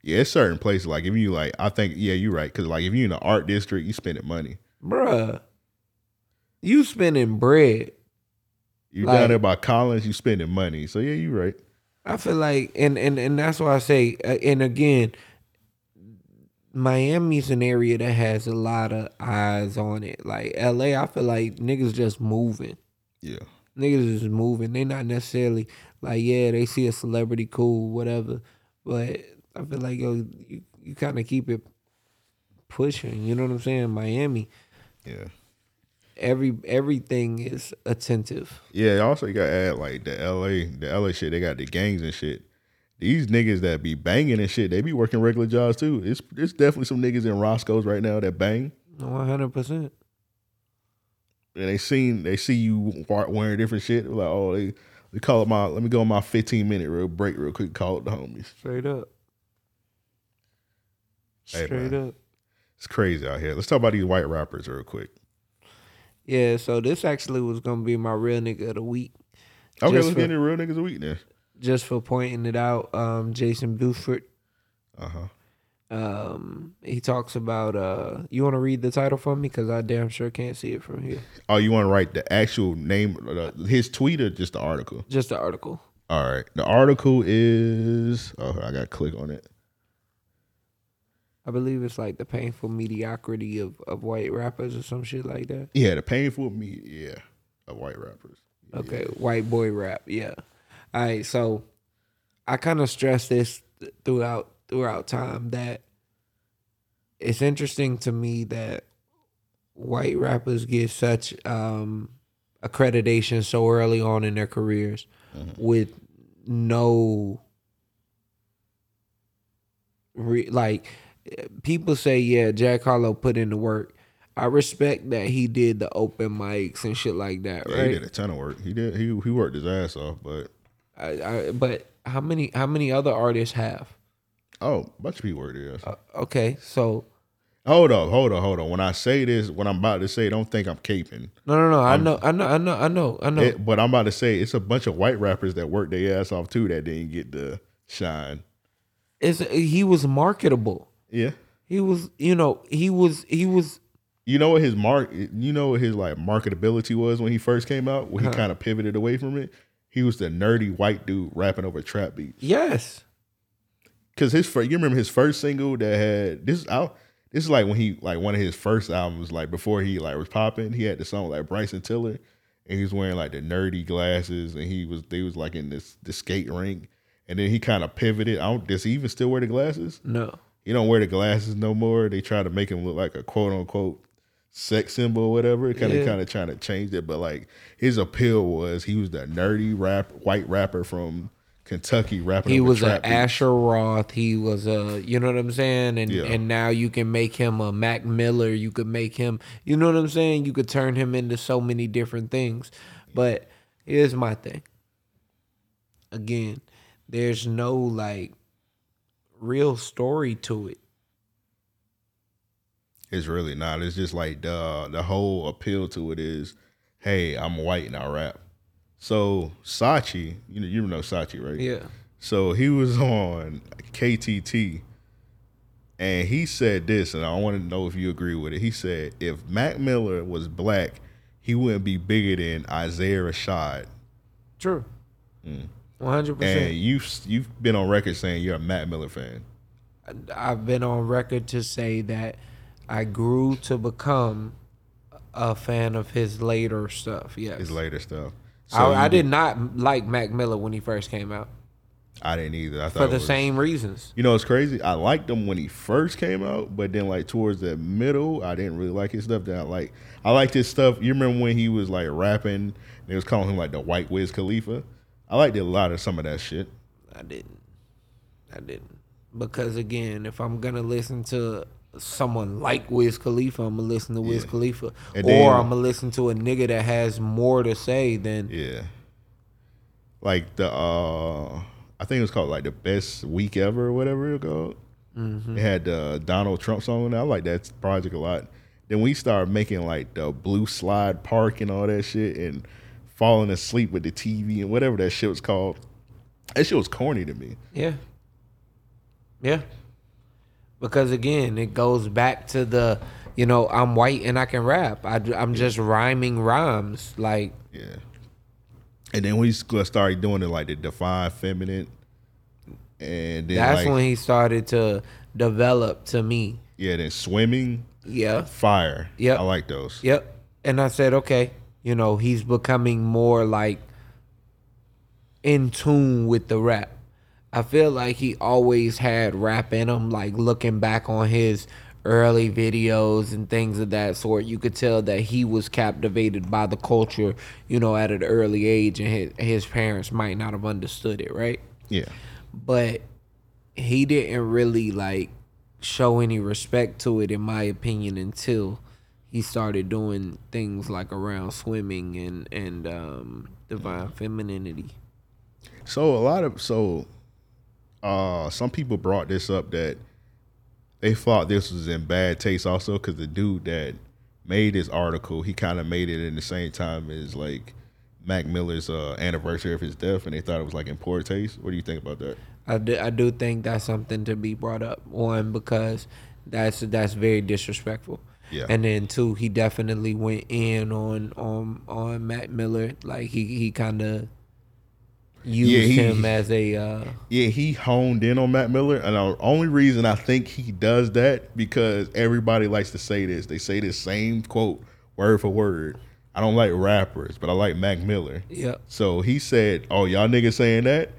E: Yeah, it's certain places. Like if you like, I think yeah, you're right. Cause like if you in the art district, you spending money.
D: Bruh, you spending bread.
E: You
D: Like-
E: down there by Collins, you spending money. So yeah, you're right.
D: I feel like, and and and that's why I say, uh, and again, Miami's an area that has a lot of eyes on it. Like L.A., I feel like niggas just moving.
E: Yeah.
D: Niggas is moving. They not necessarily like yeah, they see a celebrity, cool, whatever. But I feel like yo, you, you kind of keep it pushing. You know what I'm saying? Miami,
E: Yeah.
D: every everything is attentive.
E: Yeah, also you gotta add like the LA, the LA shit, they got the gangs and shit. These niggas that be banging and shit, they be working regular jobs too. It's it's definitely some niggas in Roscoe's right now that bang.
D: One hundred percent.
E: And they seen they see you wa- wearing different shit. Like, oh, they, they call it my let me go on my 15 minute real break real quick, call it the homies.
D: Straight up.
E: Hey,
D: Straight
E: man.
D: up.
E: It's crazy out here. Let's talk about these white rappers real quick.
D: Yeah, so this actually was gonna be my real nigga of the week. Just
E: Okay, let's
D: for-
E: get into real niggas a week then.
D: Just for pointing it out, um, Jason Buford.
E: Uh-huh.
D: Um, he talks about uh you wanna read the title for me? Cause I damn sure can't see it from here.
E: Oh, you want to write the actual name, uh, his tweet, or just the article?
D: Just the article.
E: All right. The article is. Oh, I got to click on it.
D: I believe it's like the painful mediocrity of, of white rappers or some shit like that.
E: Yeah, the painful me. Yeah, of white rappers.
D: Okay, white boy rap. Yeah. All right. So I kind of stress this th- throughout throughout time that it's interesting to me that white rappers get such um accreditation so early on in their careers
E: Mm-hmm.
D: with no re- like eh, people say yeah Jack Harlow put in the work I respect that he did the open mics and shit like that
E: Yeah,
D: right
E: he did a ton of work. He did. He he worked his ass off. But
D: I, I, but how many how many other artists have?
E: oh, a bunch of people worked his. ass.
D: Uh, okay, so
E: hold up, hold up, hold on. When I say this, what I'm about to say, don't think I'm caping.
D: no no no I know I know I know I know I know
E: It- but I'm about to say it's a bunch of white rappers that worked their ass off too that didn't get the shine.
D: it's he was marketable.
E: Yeah.
D: He was you know he was he was
E: You know what his mark? You know what his like marketability was when he first came out. When he kind of pivoted away from it, he was the nerdy white dude rapping over trap beats.
D: yes
E: Cause his first, you remember his first single that had this out. This is like when he like one of his first albums, like before he like was popping. He had the song with, like Bryson Tiller, and he was wearing like the nerdy glasses, and he was they was like in this the skate rink, and then he kind of pivoted. I don't does he even still wear the glasses?
D: no
E: He don't wear the glasses no more. They try to make him look like a quote unquote sex symbol or whatever. Kind of
D: Yeah.
E: kind of trying to change it, but like his appeal was he was the nerdy rap white rapper from Kentucky rapping.
D: he
E: over
D: was
E: trap
D: a
E: beats.
D: Asher Roth he was a you know what I'm saying and
E: Yeah.
D: and now you can make him a Mac Miller you could make him you know what I'm saying you could turn him into so many different things but here's my thing again there's no like real story to it
E: It's really not. It's just like the the whole appeal to it is, hey, I'm white and I rap. So Sachi, you know you know Sachi, right?
D: yeah
E: So he was on KTT, and he said this, and I want to know if you agree with it. He said if Mac Miller was black, he wouldn't be bigger than Isaiah Rashad.
D: true 100
E: Mm. And
D: percent
E: you've you've been on record saying you're a Mac Miller fan.
D: I've been on record to say that I grew to become a fan of his later stuff yes
E: His later stuff. So
D: I, I
E: you
D: did not like Mac Miller when he first came out
E: I didn't either. I thought
D: for
E: it
D: the
E: was-
D: same reasons.
E: You know, it's crazy. I liked him when he first came out, but then like towards the middle, I didn't really like his stuff. That I like, I liked his stuff. You remember when he was like rapping? And they was calling him like the White Wiz Khalifa. I liked a lot of some of that shit.
D: I didn't. I didn't. Because again, if I'm gonna listen to someone like Wiz Khalifa, I'm gonna listen to Wiz
E: Yeah.
D: Khalifa,
E: And
D: or
E: then-
D: I'm gonna listen to a nigga that has more to say than
E: Yeah, like the uh, I think it was called like the best week ever or whatever it called.
D: Mm-hmm.
E: It had the Donald Trump song. on it. I like that project a lot. Then we started making like the Blue Slide Park and all that shit and. falling asleep with the TV and whatever that shit was called. That shit was corny to me.
D: Yeah. Yeah. Because again, it goes back to the, you know, I'm white and I can rap. I, am just rhyming rhymes. Like,
E: Yeah. And then we s- started doing it like the define feminine. And then
D: that's
E: like,
D: when he started to develop to me.
E: yeah, then swimming,
D: Yeah.
E: fire.
D: Yep.
E: I like those.
D: Yep. And I said, okay, you know, he's becoming more like in tune with the rap. I feel like he always had rap in him, like looking back on his early videos and things of that sort. You could tell that he was captivated by the culture, you know, at an early age, and his, his parents might not have understood it, right?
E: Yeah.
D: but he didn't really like show any respect to it in my opinion until he started doing things like around swimming and and um divine femininity
E: So a lot of so uh some people brought this up that they thought this was in bad taste also because the dude that made this article he kind of made it in the same time as like Mac Miller's uh, anniversary of his death and they thought it was like in poor taste. What do you think about that?
D: I do, I do think that's something to be brought up one because that's that's very disrespectful
E: Yeah.
D: and then two he definitely went in on on on Matt Miller like he he kind of used
E: he-
D: him as a uh
E: Yeah, he honed in on Matt Miller, and the only reason I think he does that because everybody likes to say this. They say this same quote word for word. I don't like rappers, but I like Mac Miller.
D: yeah
E: So he said, "Oh, y'all niggas saying that?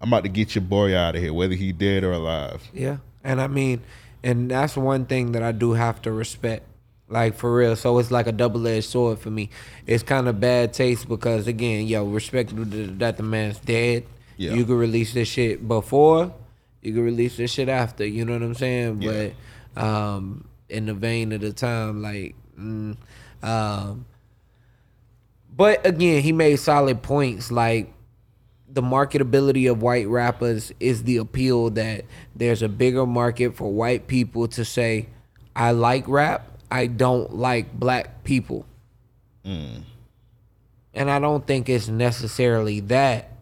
E: I'm about to get your boy out of here, whether he dead or alive."
D: Yeah. And I mean, and that's one thing that I do have to respect. Like for real. So it's like a double edged sword for me. It's kind of bad taste because again, yo, respect th- th- that the man's dead.
E: Yeah.
D: You can release this shit before, you can release this shit after. You know what I'm saying?
E: Yeah.
D: But um in the vein of the time, like mm, um but again, he made solid points like the marketability of white rappers is the appeal that there's a bigger market for white people to say, I like rap, I don't like black people.
E: Mm.
D: And I don't think it's necessarily that,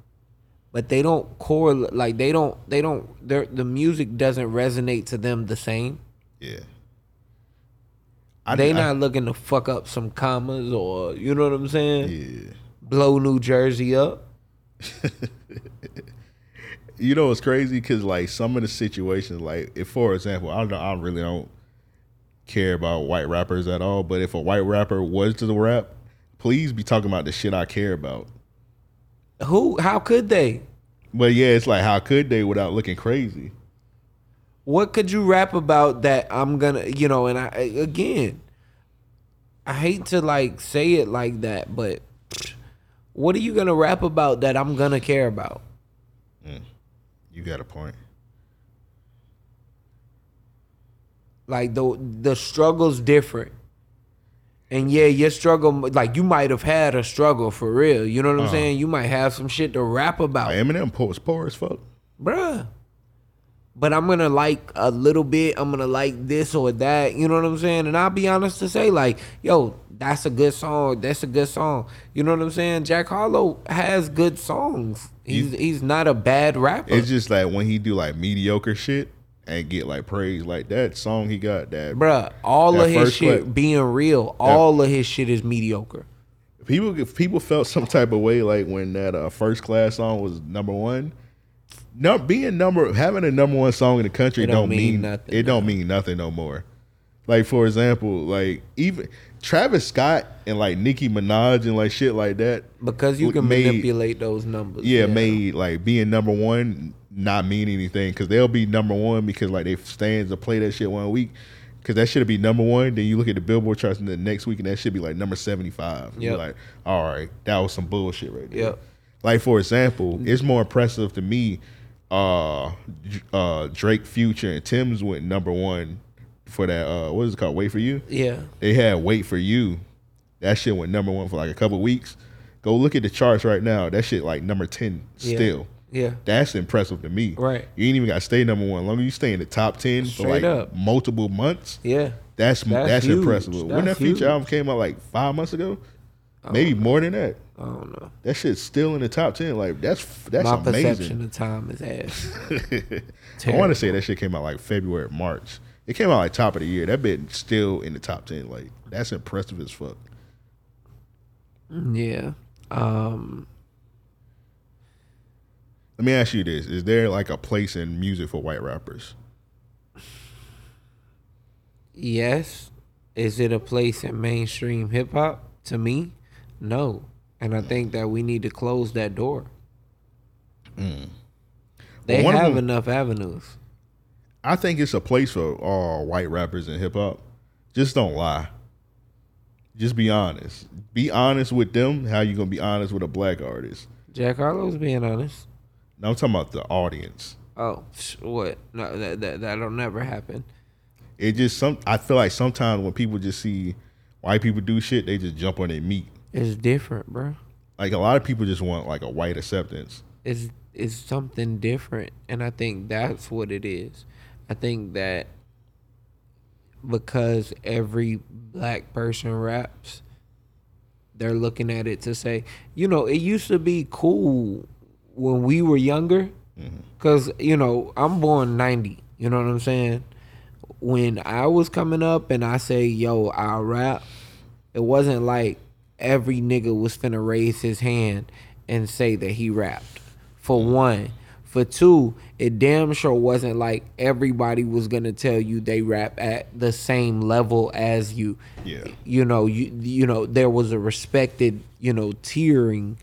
D: but they don't correlate like they don't they don't their the music doesn't resonate to them the same.
E: Yeah. I,
D: they
E: I-
D: not looking to fuck up some commas or you know what I'm saying?
E: Yeah.
D: Blow New Jersey up.
E: You know, it's crazy because like some of the situations, like if for example, I don't know, I really don't care about white rappers at all. But if a white rapper was to the rap, please be talking about the shit I care about.
D: Who how could they?
E: But yeah, it's like how could they without looking crazy?
D: what could you rap about that I'm gonna, you know, and I again, I hate to like say it like that, but what are you gonna rap about that I'm gonna care about?
E: You got a point.
D: Like the the struggle's different. And yeah, your struggle, like you might have had a struggle for real. You know what I'm saying? You might have some shit to rap about.
E: Like, Eminem poor, was poor as fuck.
D: bruh. But I'm gonna like a little bit. I'm gonna like this or that. You know what I'm saying? And I'll be honest to say, like, yo, that's a good song. That's a good song. You know what I'm saying? Jack Harlow has good songs. He's he's not a bad rapper.
E: It's just like when he do like mediocre shit and get like praise like that song he got that
D: Bruh, all
E: That
D: of his
E: first
D: shit
E: clip.
D: being real, all of his shit is mediocre.
E: people if people felt some type of way like when that uh, first class song was number one. No, being number having a number one song in the country
D: It
E: don't, mean, nothing. It don't
D: no.
E: mean nothing no more. Like for example, like even Travis Scott and like Nicki Minaj and like shit like that.
D: Because you can
E: Made-
D: manipulate those numbers.
E: yeah, made like being number one not mean anything because they'll be number one because like they stands to play that shit one week because that should be number one. Then you look at the Billboard charts in the next week and that should be like number seventy five.
D: Yep.
E: You're like, all right, that was some bullshit right there.
D: Yep. Mm.
E: Like for example, it's more impressive to me. Uh, Dr- uh, Drake, Future, and Tim's went number one for that. Uh, what is it called? Wait for you
D: Yeah.
E: they had Wait for You. That shit went number one for like a couple weeks. Go look at the charts right now. That shit like number ten
D: Yeah.
E: still.
D: Yeah.
E: That's impressive to me.
D: Right.
E: You ain't even got to stay number one. As long as you stay in the top ten
D: Straight
E: for like
D: up.
E: multiple months,
D: Yeah.
E: that's
D: That's
E: that's,
D: huge.
E: impressive. when
D: That's
E: that feature
D: huge. Oh.
E: album came out like five months ago, maybe more than that.
D: I don't know.
E: That shit's still in the top ten. Like that's that's
D: My perception
E: amazing.
D: of time is ass. [LAUGHS]
E: [LAUGHS] I want to say that shit came out like February, March. It came out like top of the year. That bit still in the top ten. Like that's impressive as fuck.
D: yeah. Um.
E: Let me ask you this: Is there like a place in music for white rappers?
D: Yes. Is it a place in mainstream hip hop? To me, no. And I think that we need to close that door. They
E: Mm. One of
D: have
E: them-
D: enough avenues.
E: I think it's a place for all white rappers in hip hop. Just don't lie. Just be honest. Be honest with them. How you gonna be honest with a black artist?
D: Jack Harlow's being honest.
E: Now I'm talking about the audience.
D: Oh, psh, what? No, that that that'll never happen.
E: It just some. I feel like sometimes when people just see white people do shit, they just jump on their meat.
D: It's different, bro.
E: Like a lot of people just want like a white acceptance.
D: is is something different and i think that's what it is i think that because every black person raps they're looking at it to say you know it used to be cool when we were younger because you know i'm born 90 you know what i'm saying when i was coming up and i say yo i rap it wasn't like every nigga was finna raise his hand and say that he rapped. For one. For two, it damn sure wasn't like everybody was gonna tell you they rap at the same level as you.
E: Yeah.
D: You know, you you know, there was a respected, you know, tiering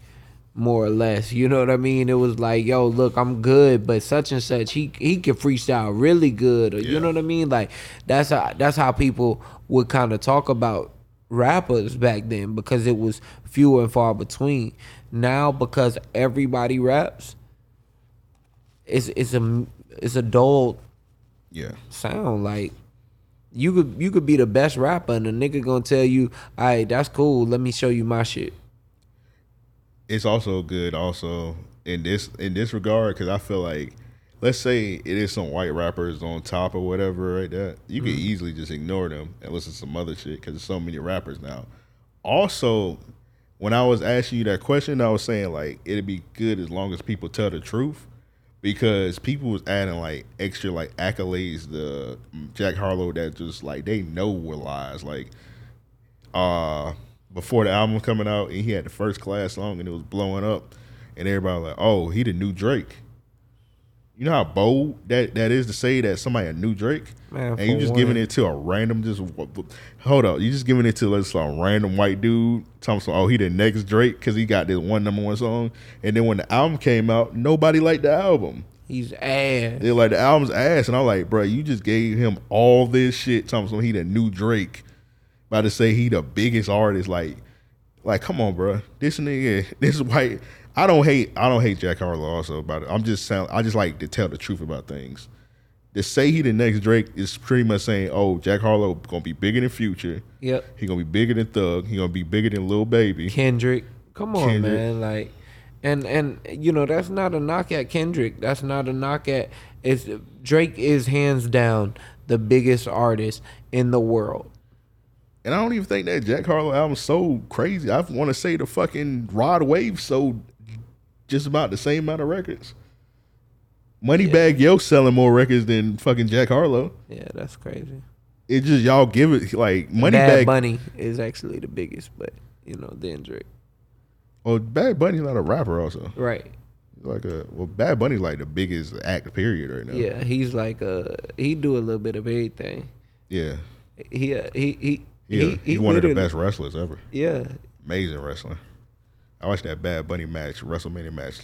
D: more or less. You know what I mean? It was like, yo, look, I'm good, but such and such, he he can freestyle really good. Or you know what I mean? Like that's how that's how people would kind of talk about rappers back then because it was few and far between. Now because everybody raps, it's it's a it's a dull
E: Yeah,
D: sound like you could you could be the best rapper and the nigga gonna tell you, all right, that's cool. Let me show you my shit.
E: it's also good. Also in this in this regard, because I feel like, let's say it is some white rappers on top or whatever, right? That you can easily just ignore them and listen to some other shit because there's so many rappers now. Also, when I was asking you that question, I was saying like it'd be good as long as people tell the truth. because people was adding like extra like accolades to Jack Harlow that just like they know were lies. Like uh before the album coming out and he had the first class song and it was blowing up and everybody was like, Oh, he the new Drake. You know how bold that, that is to say that somebody a new Drake?
D: Man,
E: and you
D: for
E: just giving
D: one.
E: it to a random just w- w- hold up, you just giving it to like some random white dude. Talking some, oh he the next Drake because he got this one number one song, and then when the album came out, nobody liked the album.
D: He's ass.
E: They're like the album's ass, and I'm like, bro, you just gave him all this shit. Thompson, he the new Drake. About to say he the biggest artist. Like, like, come on, bro. This nigga, [LAUGHS] this white. I don't hate. I don't hate Jack Harlow. Also, about it. I'm just sound. I just like to tell the truth about things. To say he the next Drake is pretty much saying, oh, Jack Harlow gonna be bigger than Future.
D: Yep.
E: He gonna be bigger than Thug. He gonna be bigger than Lil Baby.
D: Kendrick. Come on,
E: Kendrick.
D: man. Like, and and you know that's not a knock at Kendrick. That's not a knock at. It's Drake is hands down the biggest artist in the world.
E: And I don't even think that Jack Harlow album sold crazy. I want to say the fucking Rod Wave sold just about the same amount of records. Moneybag Yo selling more records than fucking Jack Harlow.
D: Yeah, that's crazy.
E: It just y'all give it like
D: Bad
E: Moneybag.
D: Bunny is actually the biggest, but you know then Drake.
E: Well, Bad Bunny's not a rapper. Also,
D: Right.
E: like a well, Bad Bunny's like the biggest act period right now.
D: Yeah, he's like uh he do a little bit of everything.
E: yeah,
D: He uh, he he.
E: yeah. He's one of the
D: literally-
E: best wrestlers ever.
D: Yeah,
E: Amazing wrestling. I watched that Bad Bunny match, WrestleMania match,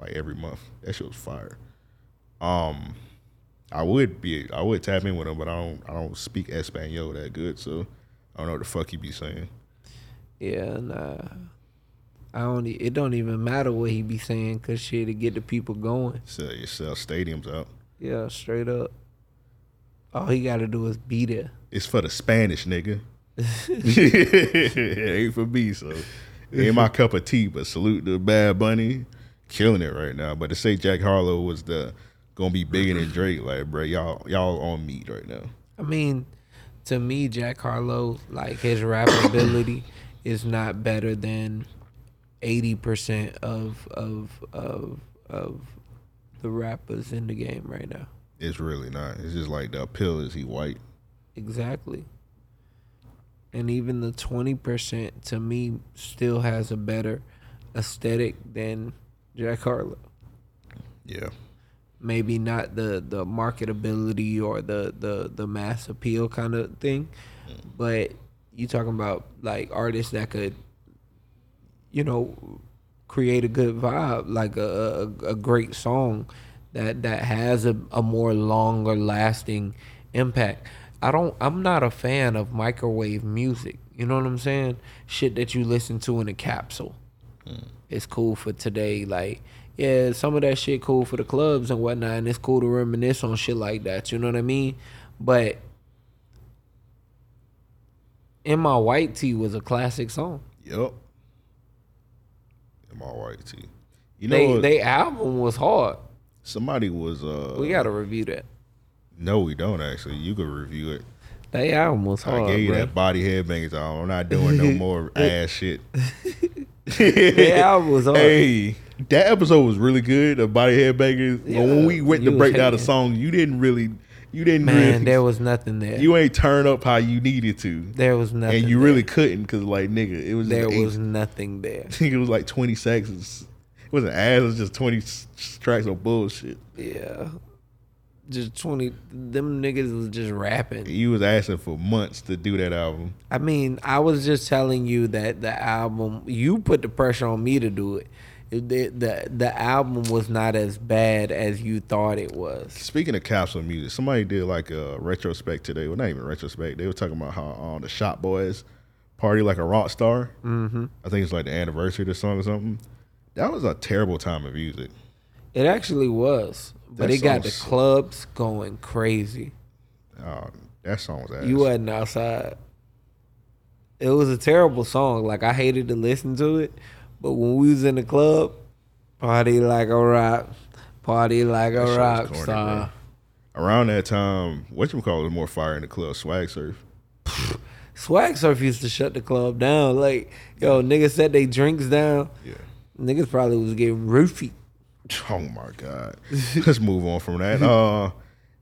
E: like every month. That shit was fire. Um, I would be, I would tap in with him, but I don't, I don't speak Espanol that good, so I don't know what the fuck he be saying.
D: yeah, nah. I don't. e- It don't even matter what he be saying, cause shit, to get the people going.
E: Sell yourself stadiums out.
D: Yeah, straight up. All he got to do is be there.
E: It's for the Spanish nigga. it ain't for me, so it ain't my cup of tea. But salute to Bad Bunny, killing it right now. But to say Jack Harlow was the gonna be bigger than Drake, like bro, y'all, y'all on meat right now.
D: I mean, to me, Jack Harlow, like his rap [COUGHS] ability is not better than eighty percent of of of of the rappers in the game right now.
E: It's really not. It's just like the appeal is he white.
D: Exactly. And even the twenty percent to me still has a better aesthetic than Jack Harlow.
E: Yeah.
D: Maybe not the the marketability or the the the mass appeal kind of thing, but you talking about like artists that could, you know, create a good vibe, like a a, a great song that that has a, a more longer lasting impact. I don't I'm not a fan of microwave music. You know what I'm saying? Shit that you listen to in a capsule. It's cool for today, like yeah, some of that shit cool for the clubs and whatnot, and it's cool to reminisce on shit like that. You know what I mean? But in my white tee was a classic song.
E: Yep. I'm all white too. You know,
D: They
E: what?
D: they album was hard.
E: somebody was. uh
D: We gotta review that.
E: No, we don't actually. You can review it.
D: They album was
E: I
D: hard.
E: gave you
D: bruh.
E: that body headbangers. I'm not
D: [LAUGHS]
E: doing no more ass shit.
D: That album was hard.
E: Hey, that episode was really good. The body headbangers. But when
D: Yeah,
E: we went
D: you
E: to
D: was
E: break down the
D: hating.
E: song, you didn't really, you didn't
D: Man,
E: really,
D: there was nothing there.
E: you ain't turn up how you needed to,
D: there was nothing.
E: and you
D: there.
E: really couldn't because like nigga, it was
D: there
E: eight,
D: was nothing there.
E: [LAUGHS] I think it was like 20 seconds. It wasn't ass. It was just 20 s- tracks of bullshit.
D: Yeah. Just 20 them niggas was just rapping.
E: You was asking for months to do that album.
D: I mean, I was just telling you that the album you put the pressure on me to do it. It- The the, the album was not as bad as you thought it was.
E: Speaking of capsule music, somebody did like a retrospect today. Well, not even retrospect. They were talking about how um, the Shop Boys party like a rock star. Mm-hmm. I think it's like the anniversary of the song or something. That was a terrible time of music.
D: It actually was, but
E: That
D: it got
E: song
D: the
E: s-
D: clubs going crazy.
E: Uh, that song was ass.
D: You wasn't outside. It was a terrible song. Like I hated to listen to it, but when we was in the club, party like a rock, party like
E: That
D: a
E: shit was
D: rock
E: corny,
D: star.
E: bro. Around that time, what you call it? More fire in the club, swag surf.
D: Swag Surf used to shut the club down. Like, yo, niggas set they drinks down.
E: Yeah.
D: Niggas probably was getting roofied.
E: [LAUGHS] Oh my god. Let's move on from that. Uh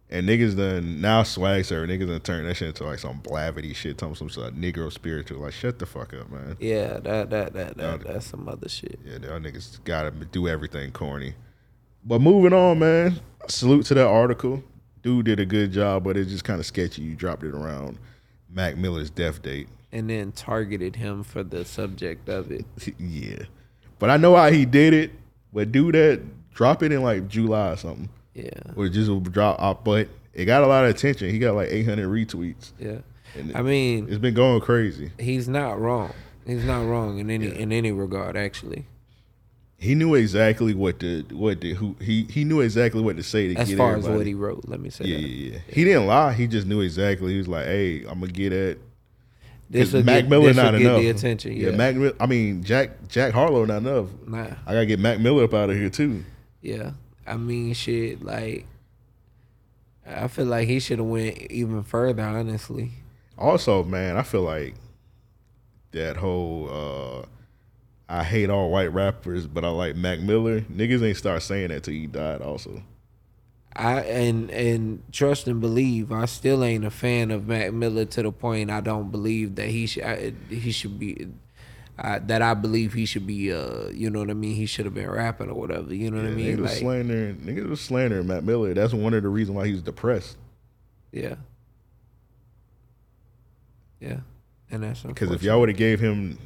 E: and niggas done now swag sir, niggas done turned that shit into like some blavity shit, talking some sort of negro spiritual. Like shut the fuck up, man.
D: Yeah, that that that that
E: Got it.
D: that's some other shit.
E: Yeah, y'all niggas gotta do everything corny. But moving on, man. Salute to that article. Dude did a good job, but it's just kind of sketchy. You dropped it around Mac Miller's death date. [LAUGHS]
D: And then targeted him for the subject of it.
E: yeah. But I know how he did it. But do that, drop it in like July or something.
D: Yeah,
E: or just will drop out, but it got a lot of attention. He got like 800 retweets.
D: yeah.
E: And
D: I mean,
E: It's been going crazy.
D: he's not wrong. He's not wrong in any in any regard, actually.
E: He knew exactly what to what the who he he knew exactly what to say to
D: As
E: get
D: far as
E: everybody.
D: what he wrote, let me say
E: yeah,
D: that.
E: yeah, yeah. He didn't lie. He just knew exactly. He was like, "Hey, I'm gonna get at
D: This will
E: Mac
D: get,
E: Miller
D: this will
E: not
D: get
E: enough.
D: the attention. Yeah,
E: Mac. Mil- I mean, Jack Jack Harlow not enough.
D: nah.
E: I gotta get Mac Miller up out of here too.
D: Yeah, I mean, shit. Like, I feel like he should have went even further. Honestly,
E: Also, man, I feel like that whole uh I hate all white rappers, but I like Mac Miller. Niggas ain't start saying that till he died. Also,
D: I and and trust and believe. I still ain't a fan of Mac Miller to the point I don't believe that he should I, he should be. I, that I believe he should be, uh, you know what I mean. He should have been rapping or whatever. You know what I
E: Yeah,
D: mean?
E: Niggas was
D: Like,
E: slandering. Niggas was slandering Matt Miller. That's one of the reasons why he was depressed.
D: yeah, yeah, and that's
E: Because if y'all would have gave him,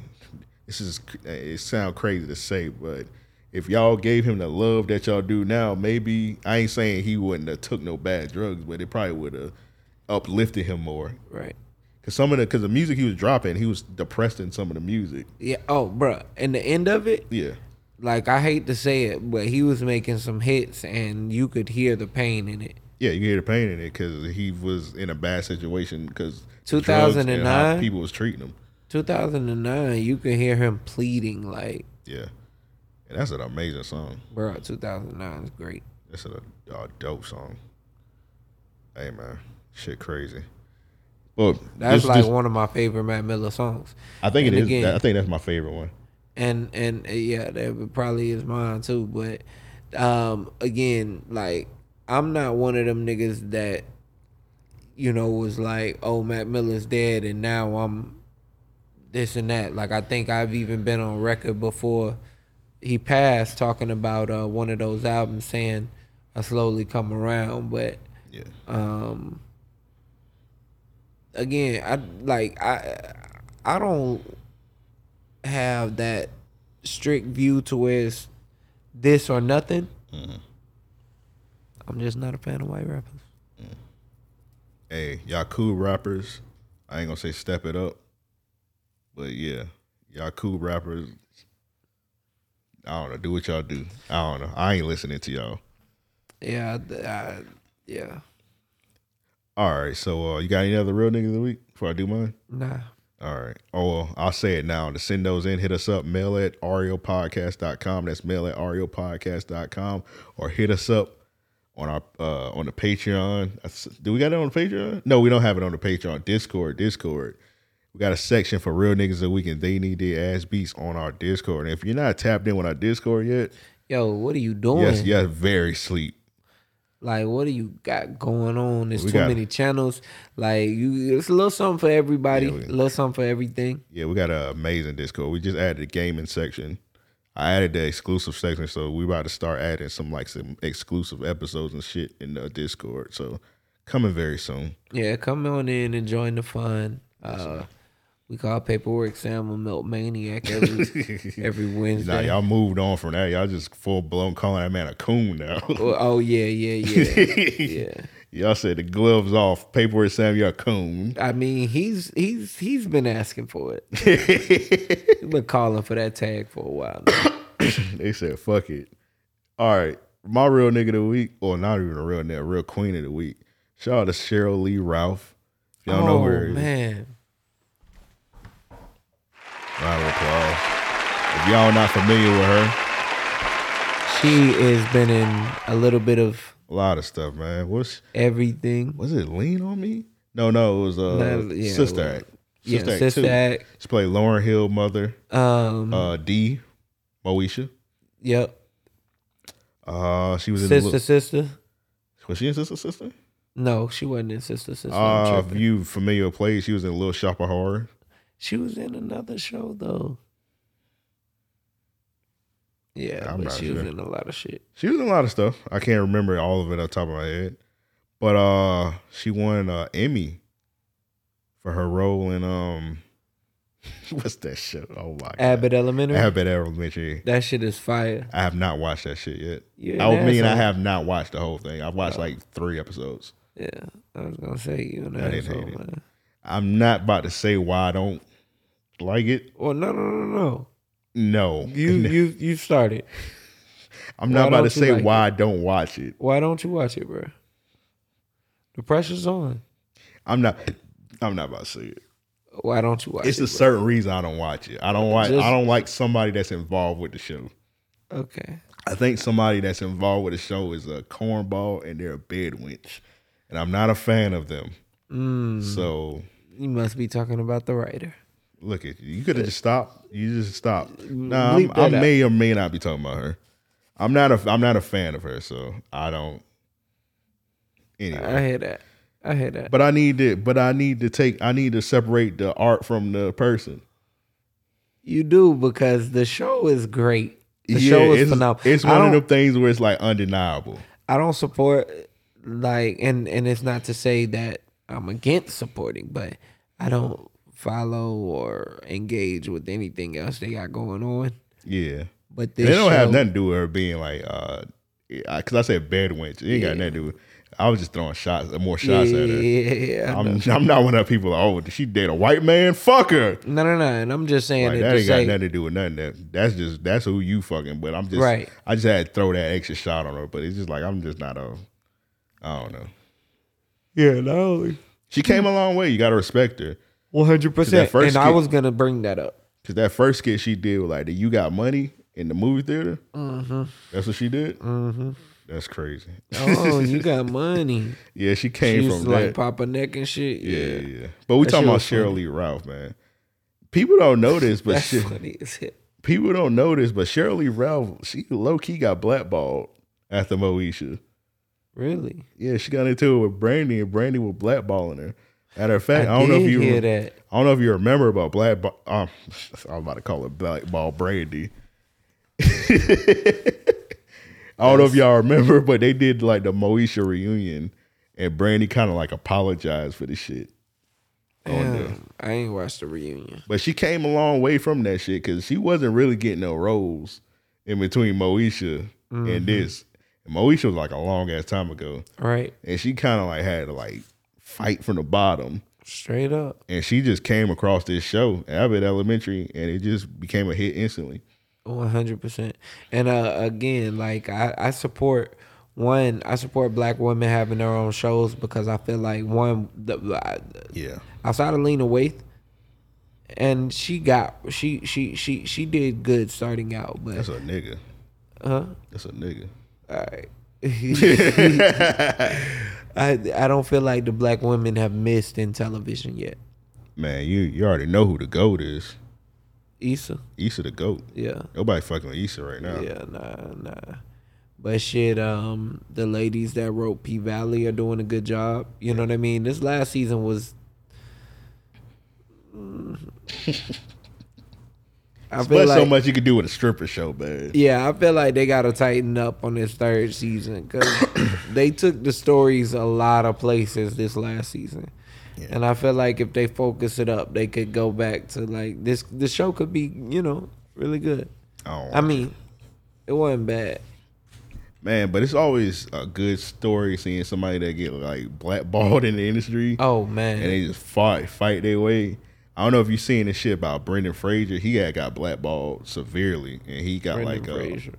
E: this is it sound crazy to say, but if y'all gave him the love that y'all do now, maybe I ain't saying he wouldn't have took no bad drugs, but it probably would have uplifted him more.
D: right.
E: Because some of the because the music he was dropping, he was depressed in some of the music.
D: Yeah. Oh, bruh. And the end of it,
E: Yeah,
D: like I hate to say it, but he was making some hits and you could hear the pain in it.
E: yeah, you can hear the pain in it because he was in a bad situation because
D: 2009?
E: people was treating him.
D: 2009, you could hear him pleading like,
E: Yeah, and that's an amazing song.
D: bro, 2009 is great.
E: That's a, a dope song. Hey man, shit crazy. But
D: That's
E: this-
D: like
E: this-
D: one of my favorite Matt Miller songs.
E: I think it
D: and
E: is.
D: again-
E: I think that's my favorite one.
D: and and uh, yeah, that probably is mine too. But um, again, like I'm not one of them niggas that you know was like, oh, Matt Miller's dead, and now I'm this and that. Like I think I've even been on record before he passed talking about uh, one of those albums saying I slowly come around, but
E: Yeah.
D: um again i like i i don't have that strict view to where it's this or nothing
E: Mm-hmm.
D: i'm just not a fan of white rappers
E: Hey, y'all cool rappers. I ain't gonna say step it up, but yeah, y'all cool rappers. I don't know. Do what y'all do. I don't know. I ain't listening to y'all.
D: yeah I, I- yeah
E: All right. So uh, you got any other real niggas of the week before I do mine?
D: nah
E: All right. Oh, well, I'll say it now. To send those in, hit us up, mail at ariopodcast.com. That's mail at ariopodcast.com. Or hit us up on our uh on the Patreon. I s- Do we got it on the Patreon? No, we don't have it on the Patreon. Discord, Discord. We got a section for real niggas that we can they need their ass beats on our Discord. And if you're not tapped in with our Discord yet,
D: yo what are you doing
E: yes, yes, very sleep.
D: like what do you got going on there's
E: We
D: too
E: got-
D: many channels like you it's a little something for everybody
E: Yeah, we-
D: a little something for everything
E: Yeah, we got an amazing Discord. We just added a gaming section. I added the exclusive section, so we about to start adding some like some exclusive episodes and shit in the Discord. So coming
D: [LAUGHS]
E: very soon.
D: Yeah, come on in and join the fun. Uh, we call paperwork Sam a milk maniac
E: [LAUGHS]
D: every every
E: Now
D: Wednesday.
E: y'all moved on from that. Y'all just full blown calling that man a coon now.
D: oh, oh, yeah, yeah,
E: [LAUGHS]
D: yeah, yeah.
E: Y'all said the gloves off. Paperwork Sam, you're
D: [LAUGHS]
E: a coon.
D: I mean, he's he's he's been asking for it. He's been calling for that tag for a while. Now.
E: [CLEARS THROAT] they said fuck it. All right, my real nigga of the week, or not even a real nigga, real queen of the week. Shout out to Cheryl Lee Ralph. If Y'all know
D: oh
E: where
D: man,
E: Round of applause. If y'all not familiar with her,
D: she has been in a little bit of
E: a lot of stuff, man. What's
D: everything.
E: was it? Lean on me? No, no, it was uh,
D: No, yeah,
E: Sister
D: well,
E: Act.
D: Yeah,
E: Sister Act
D: Sister
E: 2.
D: Act.
E: She played Lauren Hill, mother,
D: Um,
E: uh, D, Moesha.
D: yep.
E: Uh, she was in the
D: Sister,
E: little,
D: sister.
E: was she in Sister Sister?
D: No, she wasn't in Sister, sister. I'm
E: Uh, if
D: tripping.
E: you familiar with plays, she was in Little Shop of Horror.
D: She was in another show though. Yeah,
E: I'm
D: but
E: not
D: she was
E: sure.
D: in a lot of shit.
E: She was in a lot of stuff. I can't remember all of it off the top of my head, but uh, she won an Emmy for her role in um, [LAUGHS] what's that shit? Oh my god,
D: Abbott Elementary.
E: Abbott Elementary.
D: That shit is fire.
E: I have not watched that shit yet.
D: You're
E: I
D: an
E: mean, I
D: asshole.
E: have not watched the whole thing. I've
D: Oh.
E: watched like three episodes.
D: Yeah, I was gonna say you and
E: I didn't
D: asshole,
E: hate it.
D: man.
E: I'm not about to say why I don't like it.
D: Well, no, no, no, no.
E: [LAUGHS] No,
D: You, you, you started.
E: I'm not
D: why
E: about to
D: don't you
E: say
D: like
E: why I don't watch it.
D: Why don't you watch it, bro? The pressure's on.
E: I'm not. I'm not about to say it.
D: Why don't you watch
E: It's
D: it?
E: a certain reason I don't watch it. I don't watch.
D: Just-
E: I don't like somebody that's involved with the show.
D: bro? okay.
E: I think somebody that's involved with the show is a cornball and they're a bed wench, and I'm not a fan of them.
D: Mm-hmm.
E: So
D: Mm. You must be talking about the writer.
E: Look at you. You could have just stopped. You just stopped. Nah, I'm,
D: bleep
E: I
D: that
E: may or may not be talking about her. I'm not a. I'm not a fan of her, so I don't.
D: I
E: Anyway,
D: hear that. I hear that.
E: but I need to. But I need to take. I need to separate the art from the person.
D: You do because the show is great. The show is
E: it's,
D: phenomenal.
E: It's
D: I
E: one of
D: don't-
E: them things where it's like undeniable.
D: I don't support like and and it's not to say that I'm against supporting, but I don't follow or engage with anything else they got going on.
E: Yeah,
D: But
E: they
D: this
E: don't have
D: show-
E: nothing to do with her being like. uh Because I said bed wench. It ain't got nothing to do. with I was just throwing shots,
D: Yeah,
E: more shots at her.
D: yeah, yeah. I know.
E: I'm, I'm not one of the people. Oh, she date a white man? Fuck her.
D: No, no, no. And I'm just saying
E: Like,
D: it
E: that
D: to
E: ain't got
D: say,
E: nothing to do with nothing. That that's just that's who you fucking. But I'm just
D: Right.
E: I just had to throw that extra shot on her. But it's just like I'm just not a. I don't know.
D: yeah, no,
E: She came a long way. You gotta respect her.
D: one hundred percent. And
E: first
D: I
E: kid-
D: was gonna bring that up.
E: Cause that first skit she did with like the "You Got Money" in the movie theater. That's what she did. Mm-hmm. That's crazy.
D: Oh, you got money.
E: [LAUGHS] Yeah, she
D: She
E: came
D: used
E: from
D: to like
E: that.
D: pop her neck and shit.
E: yeah,
D: Yeah.
E: yeah. But we
D: That shit
E: talking about
D: was
E: Cheryl
D: funny.
E: Lee Ralph, man. People don't know this, but
D: That's
E: shit,
D: funny as hell.
E: people don't know this, but Cheryl Lee Ralph, she low key got blackballed after Moesha.
D: Really?
E: Yeah, she got into it with Brandy, and Brandy was blackballing her. Matter of fact, I, don't know if
D: did
E: you
D: hear that.
E: I don't know if you remember about black. Ball, um, [LAUGHS] I was about to call it blackball brandy. [LAUGHS] I don't know if y'all remember, but they did like the Moesha reunion, and Brandy kind of like apologized for the shit. Oh,
D: Damn, I ain't watched the reunion.
E: But she came a long way from that shit because she wasn't really getting no roles in between Moesha and this. And Moesha was like a long ass time ago,
D: All right,
E: and she kind of like had to like fight from the bottom.
D: straight up.
E: and she just came across this show, Abbott Elementary, and it just became a hit instantly.
D: One hundred percent. And uh, again, like I, I support one. I support black women having their own shows because I feel like one, the, I-
E: Yeah,
D: outside of Lena Waithe, and she got she she she she did good starting out, but
E: that's a nigga. Huh? That's a nigga. [LAUGHS]
D: [LAUGHS] I I don't feel like the black women have missed in television yet.
E: Man, you you already know who the goat is.
D: Issa,
E: Issa the goat.
D: yeah,
E: Nobody fucking with Issa right now.
D: yeah, nah, nah. But shit, um, the ladies that wrote P Valley are doing a good job. You know what I mean? This last season was.
E: [LAUGHS]
D: Mm. I
E: But
D: feel like,
E: so much you could do with a stripper show, man.
D: yeah, I feel like they gotta tighten up on this third season
E: [COUGHS]
D: because they took the stories a lot of places this last season, and I feel like if they focus it up, they could go back to like this. The show could be, you know, really good.
E: I, don't
D: I mean, it wasn't bad.
E: man, but it's always a good story seeing somebody that get like blackballed in the industry.
D: Oh
E: and
D: man,
E: they just fight, fight their way. I don't know if you seen this shit about Brendan Fraser. He had got blackballed severely, and he got
D: Brendan
E: like uh,
D: Fraser.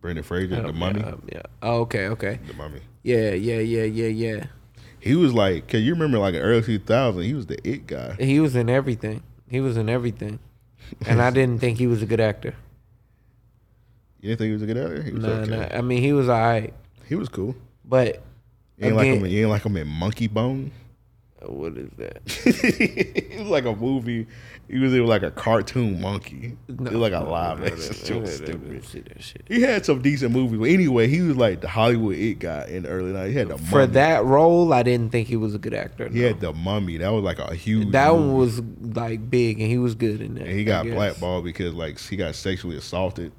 E: Brendan Fraser, the
D: Oh,
E: mummy,
D: Yeah, yeah. Oh, okay, okay.
E: the mummy.
D: Yeah, yeah, yeah, yeah, yeah.
E: He was like, cause you remember like in early 2000, he was the it guy.
D: He was in everything. He was in everything, and I didn't think he was a good actor.
E: You didn't think he was a good actor? He was
D: No,
E: okay.
D: no. I mean, he was alright,
E: He was cool.
D: but
E: You ain't, like
D: Again-
E: him, you ain't like him in Monkey Bone. [LAUGHS]
D: what is that?
E: it was like a movie. He was in like a cartoon monkey. it was like a live action. It was stupid.
D: See that shit.
E: He had some decent movies, but anyway, he was like the Hollywood it guy in the early 90s. He had the
D: For
E: mummy.
D: that role, I didn't think he was a good actor.
E: He
D: no.
E: had the mummy. That was like a huge.
D: that
E: movie.
D: one was like big, and he was good in that.
E: And he
D: I
E: got
D: guess.
E: blackballed because like he got sexually assaulted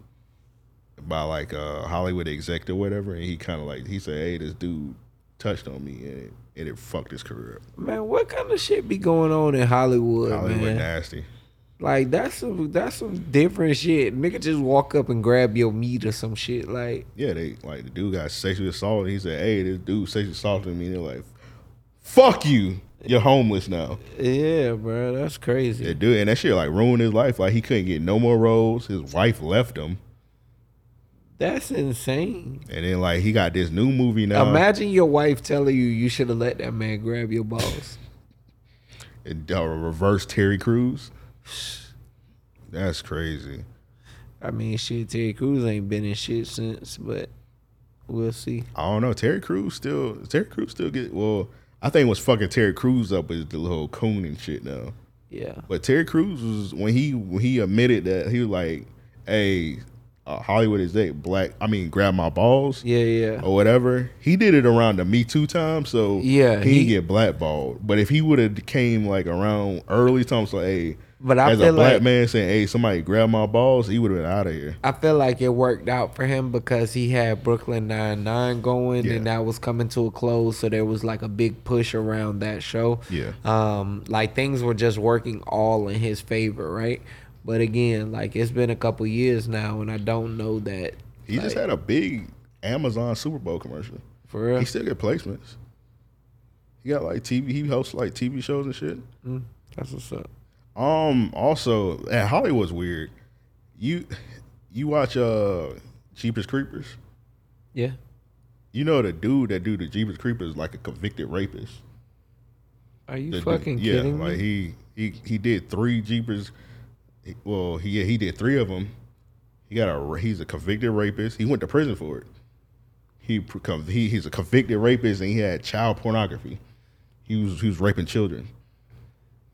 E: by like a Hollywood exec or whatever, and he kind of like he said, "Hey, this dude touched on me, and it, and it fucked his career up."
D: Man, what kind of shit be going on in Hollywood,
E: Hollywood
D: man?
E: nasty.
D: Like that's some that's some different shit. Nigga just walk up and grab your meat or some shit. Like
E: Yeah, they like the dude got sexually assaulted. He said, "Hey, this dude sexually assaulted me." And they're like, "Fuck you, you're homeless now."
D: yeah, bro, that's crazy.
E: That dude and that shit like ruined his life. Like he couldn't get no more roles. His wife left him,
D: That's insane.
E: and then like he got this new movie now.
D: Imagine your wife telling you you should have let that man grab your balls.
E: and, uh, reverse Terry Crews. That's crazy.
D: I mean, shit, Terry Crews ain't been in shit since, but we'll see.
E: I don't know. Terry Crews still Terry Crews still get well. I think what's fucking Terry Crews up is the little coon and shit now.
D: Yeah.
E: But Terry Crews was when he when he admitted that he was like, "Hey, uh, Hollywood is that black? I mean, grab my balls."
D: Yeah, yeah.
E: Or whatever he did it around the Me Too time, so
D: Yeah,
E: he,
D: he-
E: didn't get blackballed. But if he would have came like around early times, like hey,
D: But I
E: as a
D: feel
E: black
D: like-
E: man saying hey, somebody grab my balls, he would have been out of here.
D: I feel like it worked out for him because he had Brooklyn Nine Nine going,
E: Yeah.
D: and that was coming to a close. So there was like a big push around that show.
E: Yeah.
D: Um, like things were just working all in his favor, right? But again, like it's been a couple years now, and I don't know that
E: He just had a big Amazon Super Bowl commercial.
D: for real.
E: He still get placements. He got like TV. He hosts like TV shows and shit.
D: That's what's up.
E: Um. Also, and Hollywood's weird. You, you watch uh, Jeepers Creepers.
D: Yeah.
E: You know the dude that do the Jeepers Creepers is like a convicted rapist.
D: Are
E: The
D: you
E: dude-
D: fucking
E: yeah,
D: kidding
E: like
D: me?
E: he he he did three Jeepers. he- Well, he yeah, he did three of them. He got a ra- he's a convicted rapist. He went to prison for it. He pr- conv- he he's a convicted rapist and he had child pornography. He was he was raping children.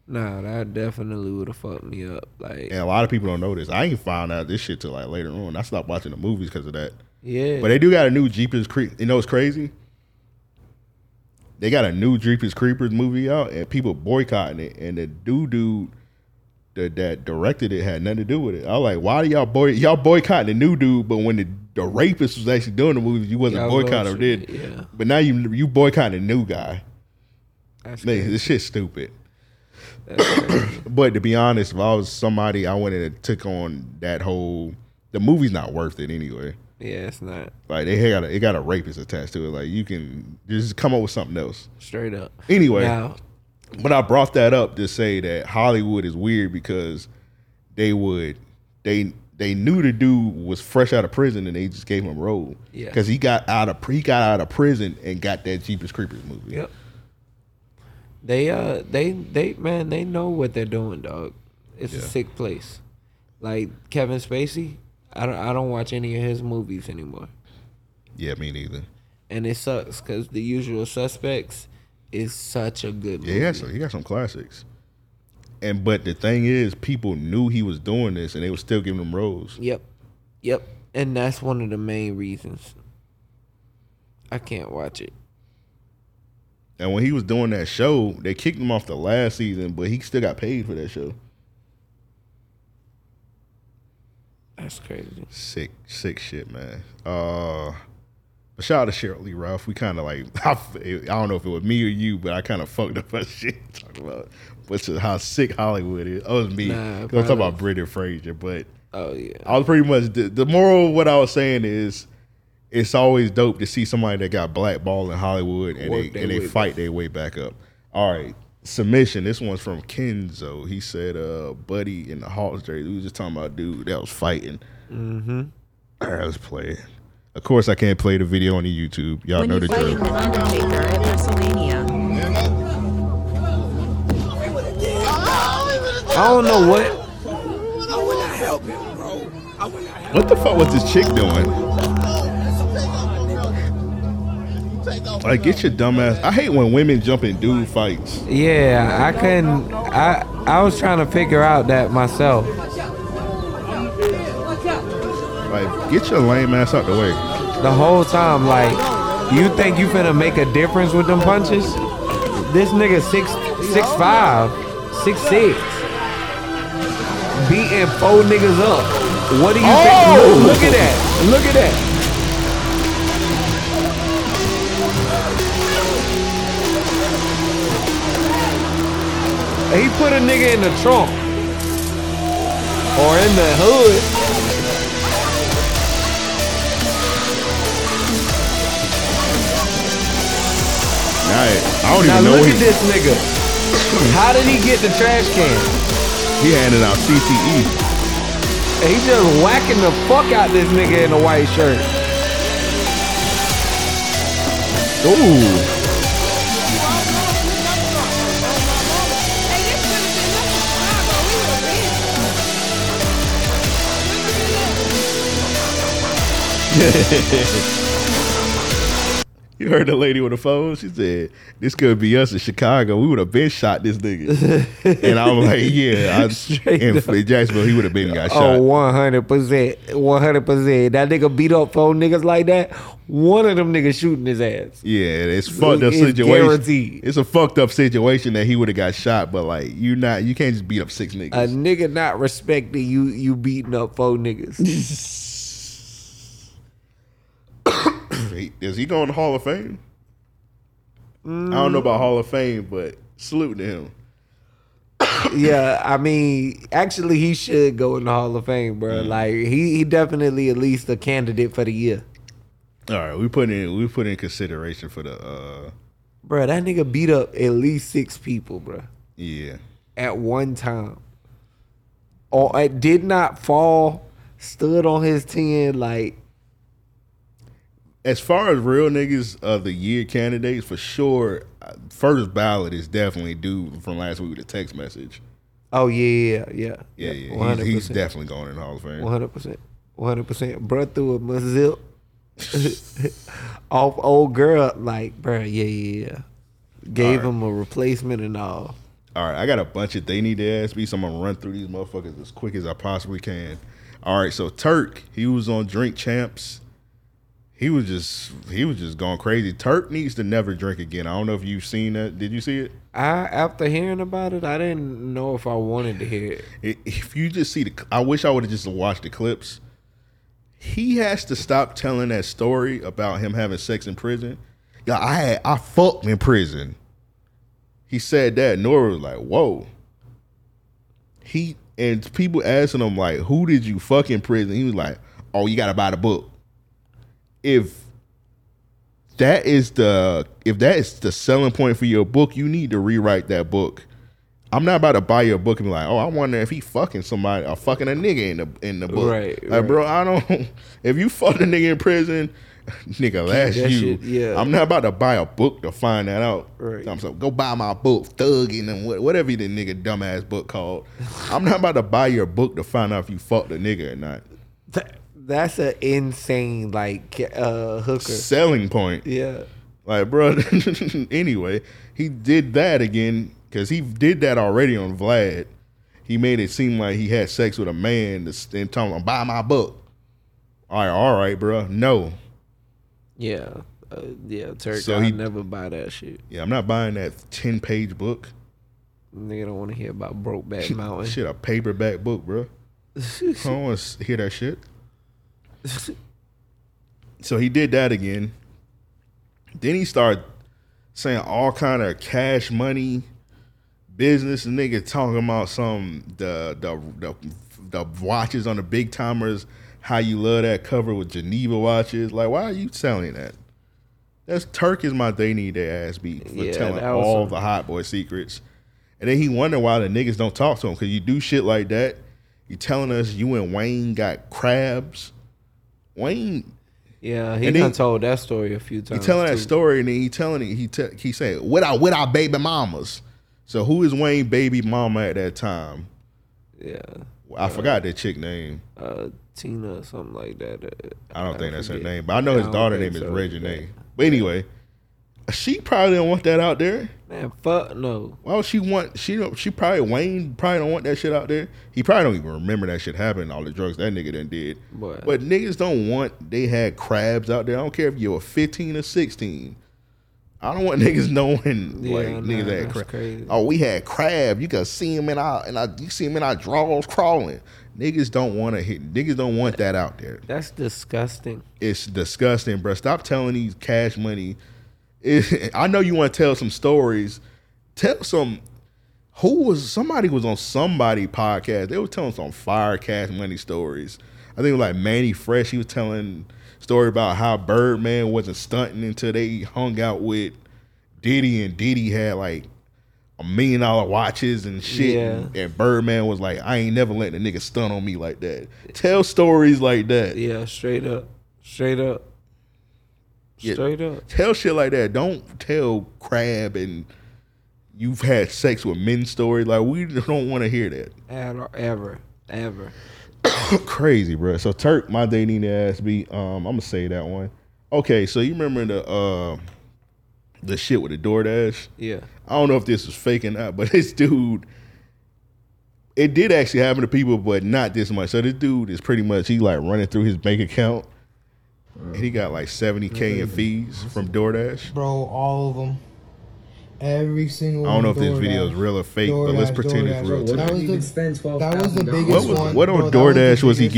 D: Nah, that definitely would have fucked me up. Like,
E: And a lot of people don't know this. I ain't found out this shit till like later on. I stopped watching the movies because of that.
D: yeah,
E: But they do got a new Jeepers Creep. You know what's crazy? They got a new Jeepers Creepers movie out, and people boycotting it. And the dude, dude that, that directed it had nothing to do with it. I was like, why do y'all boy y'all boycotting the new dude? But when the the rapist was actually doing the movies, you wasn't
D: Y'all
E: boycotting
D: love
E: or did.
D: shit, yeah.
E: But now you you boycotting the new guy.
D: that's
E: Man,
D: crazy.
E: this shit's stupid.
D: That's crazy.
E: [COUGHS] But to be honest, if I was somebody, I wouldn't have took on that whole. The movie's not worth it anyway.
D: yeah, it's not
E: Like they got a, it got a rapist attached to it. Like you can just come up with something else.
D: straight up.
E: Anyway,
D: Now,
E: but I brought that up to say that Hollywood is weird because they would they they knew the dude was fresh out of prison and they just gave him a role.
D: Yeah.
E: because he got out of he got out of prison and got that Jeepers Creepers movie.
D: Yep. They uh they they man, they know what they're doing, dog. It's a sick place. Like Kevin Spacey, I don't I don't watch any of his movies anymore.
E: Yeah, me neither.
D: And it sucks cuz The Usual Suspects is such a good movie.
E: Yeah, he got some, he got some classics. And but the thing is, people knew he was doing this and they were still giving him roles.
D: Yep. Yep. And that's one of the main reasons I can't watch it.
E: And when he was doing that show, they kicked him off the last season, but he still got paid for that show.
D: That's crazy.
E: Sick, sick shit, man. Uh, but shout out to Shirley Ralph. We kind of like [LAUGHS] I, f- I don't know if it was me or you, but I kind of fucked up her [LAUGHS] shit talking about what's how sick Hollywood is. Oh, it was me.
D: Nah,
E: I'm talking
D: probably.
E: about Brittany Fraser, but
D: Oh yeah.
E: I was pretty much the, the moral of what I was saying is it's always dope to see somebody that got blackballed in Hollywood and
D: Work
E: they
D: their
E: and
D: way
E: they fight their way back up. All right. Submission. This one's from Kenzo. He said, uh, buddy in the Hawks jersey. We was just talking about dude that was fighting. [CLEARS THROAT] Mm-hmm. All right, let's play it. Of course I can't play the video on the YouTube. Y'all
K: When
E: know
K: you
E: the
K: fighting
E: drill.
K: with Undertaker at WrestleMania.
D: I don't know what
E: What the fuck was this chick doing? Like get your dumb ass. I hate when women jump in dude fights.
D: Yeah, I couldn't I I was trying to figure out that myself.
E: Like get your lame ass out the way.
D: the whole time. Like, you think you finna make a difference with them punches? This nigga six six five, six six, beating four niggas up. What do you think? Look, look at that! Look at that! He put a nigga in the trunk or in the hood.
E: Now, I don't
D: Now
E: even know
D: look
E: he,
D: at this nigga. How did he get the trash can?
E: he handed out CTE.
D: And he just whacking the fuck out this nigga in a white shirt.
E: E. Ooh, you heard the lady with the phone? She said, "This could be us in Chicago. We would have been shot this nigga."
D: [LAUGHS]
E: and I'm like, "Yeah, I,
D: Straight
E: in
D: up.
E: Jacksonville, he would have been got
D: Oh,
E: shot."
D: 100%. 100%. That nigga beat up four niggas like that. One of them niggas shooting his ass.
E: Yeah, it's fucked up
D: It's
E: situation.
D: guaranteed.
E: It's a fucked up situation that he would have got shot, but like you not, you can't just beat up six niggas.
D: A nigga not respecting you, you beating up four [LAUGHS] niggas.
E: Is he going to Hall of Fame? I
D: Mm.
E: don't know about Hall of Fame, but salute to him.
D: yeah, I mean, actually, he should go in the Hall of Fame, bro. Like, he, he definitely at least a candidate for the year.
E: All right, we put in we put in consideration for the uh
D: Bro, that nigga beat up at least six people, bro.
E: yeah.
D: at one time. Or it did not fall, stood on his 10, like,
E: As far as real niggas of the year candidates, for sure, uh, first ballot is definitely dude from last week with a text message.
D: oh, yeah, yeah, yeah.
E: Yeah, yeah, he's,
D: 100%.
E: he's definitely going in the Hall of Fame.
D: 100%. 100%. Bruh threw a mazil
L: [LAUGHS] off old girl, like, bruh, yeah, yeah, yeah. Gave
E: All right.
L: him a replacement and all.
E: All right, I got a bunch of they need to ask me, so I'm gonna run through these motherfuckers as quick as I possibly can. All right, so Turk, he was on Drink Champs. He was just he was just going crazy. Turk needs to never drink again. I don't know if you've seen that. Did you see it?
L: I after hearing about it, I didn't know if I wanted to hear it.
E: I- If you just see the, I wish I would have just watched the clips. He has to stop telling that story about him having sex in prison. Yeah, I had I fucked in prison. He said that. Nora was like, "Whoa." He and people asking him like, "Who did you fuck in prison?" He was like, "Oh, you got to buy the book." If that is the if that is the selling point for your book, you need to rewrite that book. I'm not about to buy your book and be like, oh, I wonder if he fucking somebody or fucking a nigga in the in the book.
L: Right,
E: like, bro, I don't. [LAUGHS] If you fuck a nigga in prison, [LAUGHS] nigga, that's
L: that
E: you.
L: shit, yeah.
E: I'm not about to buy a book to find that out.
L: Right.
E: I'm so go buy my book, Thug and them, wha- whatever the nigga dumbass book called. I'm not about to buy your book to find out if you fucked a nigga or not.
L: That, that's an insane like uh hooker.
E: Selling point.
L: Yeah.
E: Like, bro. [LAUGHS] anyway, he did that again because he did that already on Vlad. He made it seem like he had sex with a man that's- and talking about buy my book. All right, all right, bro. No,
L: Yeah. Uh, yeah, Turk.
E: So
L: I
E: he-
L: never buy that shit.
E: yeah, I'm not buying that ten page book.
L: Nigga don't want to hear about
E: [LAUGHS]
L: Brokeback Mountain.
E: Shit, a paperback book, bro. I don't want to hear that shit. so he did that again. Then he started saying all kind of cash money business nigga talking about some the the the, the watches on the big timers. How you love that cover with Geneva watches? Like, why are you selling that? That's Turk is my they need their ass beat for
L: Yeah,
E: telling
L: that was
E: all
L: some-
E: the hot boy secrets. And then he wonder why the niggas don't talk to him because you do shit like that. You telling us you and Wayne got crabs. Wayne
L: [LAUGHS] Yeah, he
E: And
L: done
E: then-
L: told that story a few
E: he
L: times.
E: telling
L: too.
E: that story and then he telling it. He te- he said, "What our what our baby mamas." So who is Wayne baby mama at that time?
L: Yeah.
E: I forgot that chick name.
L: Uh, Tina or something like that. Uh,
E: I don't think that's her
L: forget.
E: name, but I know
L: I
E: his
L: don't
E: daughter name
L: think
E: is
L: so.
E: Regine. But anyway, she probably don't want that out there.
L: Man, fuck no.
E: Why would she want? She don't. She probably Wayne probably don't want that shit out there. He probably don't even remember that shit happened. All the drugs that nigga done did.
L: Boy.
E: But niggas don't want. They had crabs out there. I don't care if you were fifteen or sixteen. I don't want niggas [LAUGHS] knowing
L: Yeah,
E: like
L: nah,
E: niggas had
L: that's
E: crab.
L: crazy.
E: Oh, we had crab. You could see him in our and I. You see him in our drawers crawling. Niggas don't want to hit. Niggas don't want that out there.
L: That's disgusting.
E: It's disgusting, bro. Stop telling these cash money. It, [LAUGHS] I know you want to tell some stories. Tell some. Who was somebody was on somebody podcast? They were telling some fire cash money stories. I think it was like Manny Fresh. He was telling story about how Birdman wasn't stunting until they hung out with Diddy, and Diddy had like a million dollar watches and shit.
L: Yeah.
E: And, and Birdman was like, "I ain't never letting a nigga stunt on me like that." Tell stories like that.
L: Yeah, straight up. Straight up.
E: Yeah.
L: Straight up.
E: tell shit like that. Don't tell crab and you've had sex with men story. Like we just don't want to hear that.
L: Ever. Ever. Ever.
E: Crazy, bro. So Turk, my day need to ass beat. Um, I'm gonna say that one. Okay, so you remember the uh the shit with the DoorDash?
L: Yeah.
E: I don't know if this was fake or not, but [LAUGHS] this dude, it did actually happen to people, but not this much. So this dude is pretty much he like running through his bank account, and he got like 70k in fees from DoorDash.
M: Bro, all of them. Every single
E: I don't know if
M: one,
E: this
M: DoorDash.
E: video is real or fake, but let's
M: DoorDash,
E: pretend it's
M: DoorDash.
E: real.
M: That
E: today.
M: was the,
N: spend twelve
M: that was the
N: thousand
M: biggest
N: dollars.
E: What was-
M: one.
E: what on
M: Bro, that was the
E: DoorDash was he
M: biggest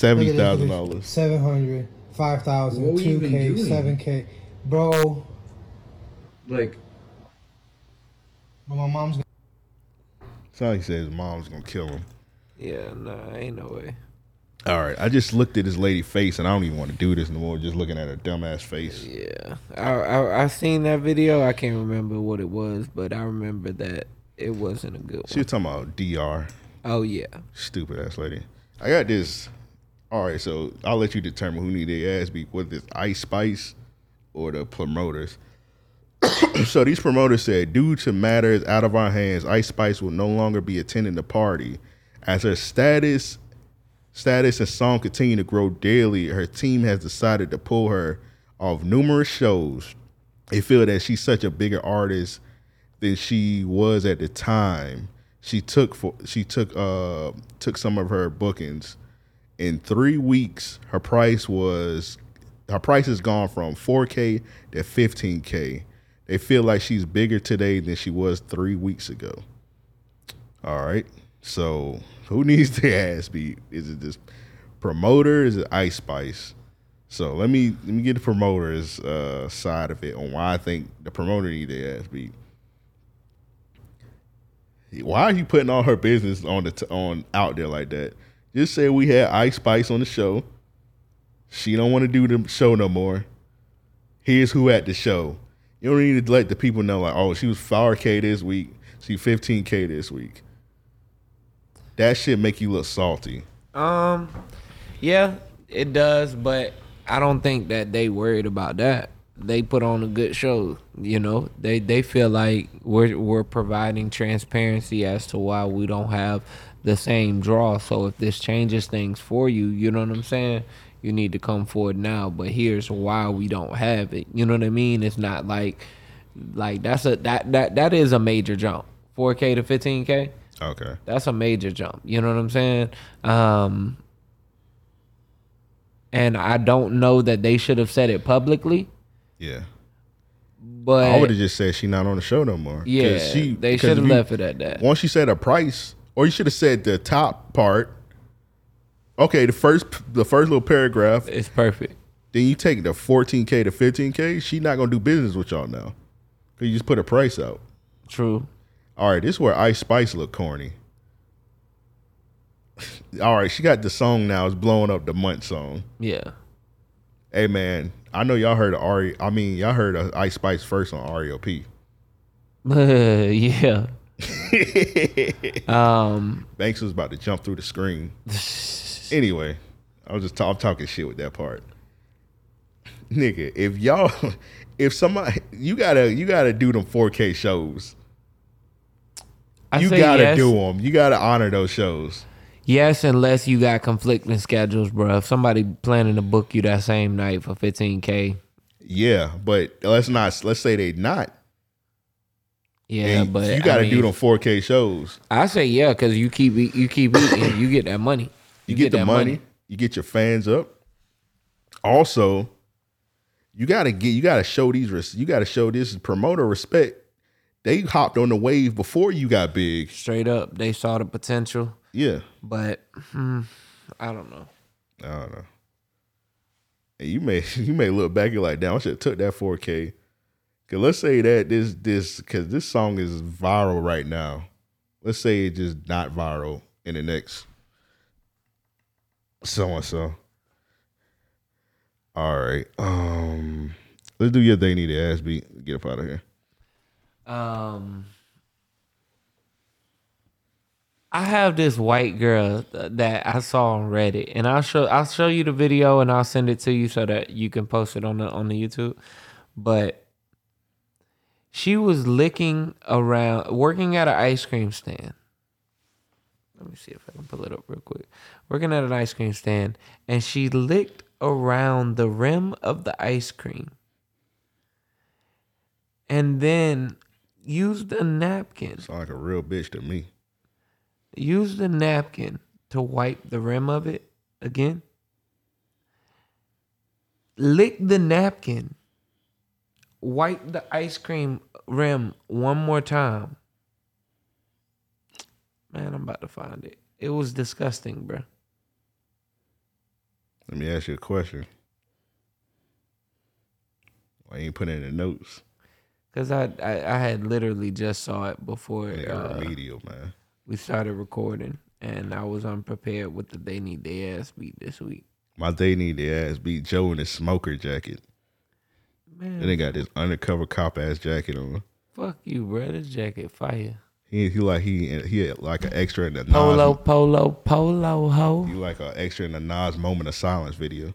E: getting for $70,000?
M: one. Look at this, look at this. 700 5000
N: What were you
M: 2k
N: even doing?
M: 7k bro
N: Like
M: but my mom's gonna
E: Sound like he said his mom's gonna kill him.
L: Yeah, nah, ain't no way.
E: All right, I just looked at this lady face, and I don't even want to do this no more. Just looking at her dumbass face.
L: Yeah. I, I I seen that video. I can't remember what it was, but I remember that it wasn't a good
E: She
L: one.
E: was talking about Dr.
L: Oh yeah.
E: Stupid ass lady. I got this. All right, so I'll let you determine who need their ass beat, whether it's Ice Spice or the promoters. [COUGHS] so these promoters said, due to matters out of our hands, Ice Spice will no longer be attending the party as her status Status and song continue to grow daily. Her team has decided to pull her off numerous shows. They feel that she's such a bigger artist than she was at the time. She took for she took uh took some of her bookings. In three weeks, her price was her price has gone from 4K to 15K. They feel like she's bigger today than she was three weeks ago. All right. So who [LAUGHS] needs the ass beat? Is it this promoter? Is it Ice Spice? So let me let me get the promoter's uh, side of it on why I think the promoter need the ass beat. Why are you putting all her business on the t- on out there like that? Just say we had Ice Spice on the show. She don't want to do the show no more. Here's who at the show. You don't need to let the people know like, oh, she was 4K this week. She 15K this week. That shit make you look salty.
D: Um, yeah, it does, but I don't think that they worried about that. They put on a good show, you know. They they feel like we're we're providing transparency as to why we don't have the same draw. So if this changes things for you, you know what I'm saying. You need to come forward now, but here's why we don't have it. You know what I mean? It's not like like that's a that that that is a major jump. 4K to 15K.
E: Okay.
D: That's a major jump. You know what I'm saying? Um and I don't know that they should have said it publicly,
E: Yeah.
D: but
E: I would have just said she not on the show no more. 'Cause
D: yeah,
E: she-
D: they
E: 'cause
D: should have
E: if you-
D: left it at that.
E: Once you said a price, or you should have said the top part. Okay, the first the first little paragraph
D: is perfect.
E: Then you take the 14k to 15k. She not gonna do business with y'all now. Cause you just put a price out.
D: True.
E: All right, this is where Ice Spice look corny. [LAUGHS] All right, she got the song now. It's blowing up the month song.
D: Yeah. [LAUGHS]
E: Hey man, I know y'all heard of Ari. I mean, y'all heard of Ice Spice first on E [LAUGHS] REOP.
D: yeah. um,
E: Banks was about to jump through the screen. anyway, I was just ta- I'm talking shit with that part. Nigga, if y'all, [LAUGHS] if somebody, you gotta, you gotta do them 4K shows.
D: I
E: you
D: say
E: gotta
D: yes.
E: do them. You gotta honor those shows.
D: Yes, unless you got conflicting schedules, bro. If somebody planning to book you that same night for 15k,
E: Yeah, but let's not. Let's say they not.
D: yeah,
E: then
D: but I
E: you gotta
D: mean,
E: do them 4K shows.
D: I say yeah, cause you keep eat- you keep eating, you get that money.
E: You, get, the
D: that
E: money, You get your fans up. Also, you gotta get. You gotta show these. res- You gotta show this promoter respect. They hopped on the wave before you got big.
D: Straight up, they saw the potential,
E: Yeah.
D: but hmm, I don't know.
E: I don't know. And you may [LAUGHS] you may look back and like, damn, I should have took that 4K. Cause let's say that this this cause this song is viral right now. Let's say it just not viral in the next so and so. All right. Um let's do your they need to ass beat. Get up out of here.
D: Um, I have this white girl th- that I saw on Reddit, and I'll show I'll show you the video and I'll send it to you so that you can post it on the on the YouTube. But she was licking around, working at an ice cream stand. Let me see if I can pull it up real quick. Working at an ice cream stand, and she licked around the rim of the ice cream and then used a napkin.
E: Sound like a real bitch to me.
D: Used a napkin to wipe the rim of it again. Lick the napkin. Wipe the ice cream rim one more time. Man, I'm about to find it. It was disgusting, bro.
E: Let me ask you a question. Why you ain't putting it in the notes?
D: Cause I, I I had literally just saw it before
E: Nigga,
D: uh,
E: remedial, man.
D: we started recording, and I was unprepared with the they need their ass beat this week.
E: My they need their ass beat Joe in his smoker jacket.
D: Man,
E: And they got this undercover cop ass jacket on.
D: Fuck you, bro. This jacket fire.
E: He he like he he had like an extra in the Nas,
D: Polo, polo, polo, ho.
E: He like an extra in the Nas moment of silence video.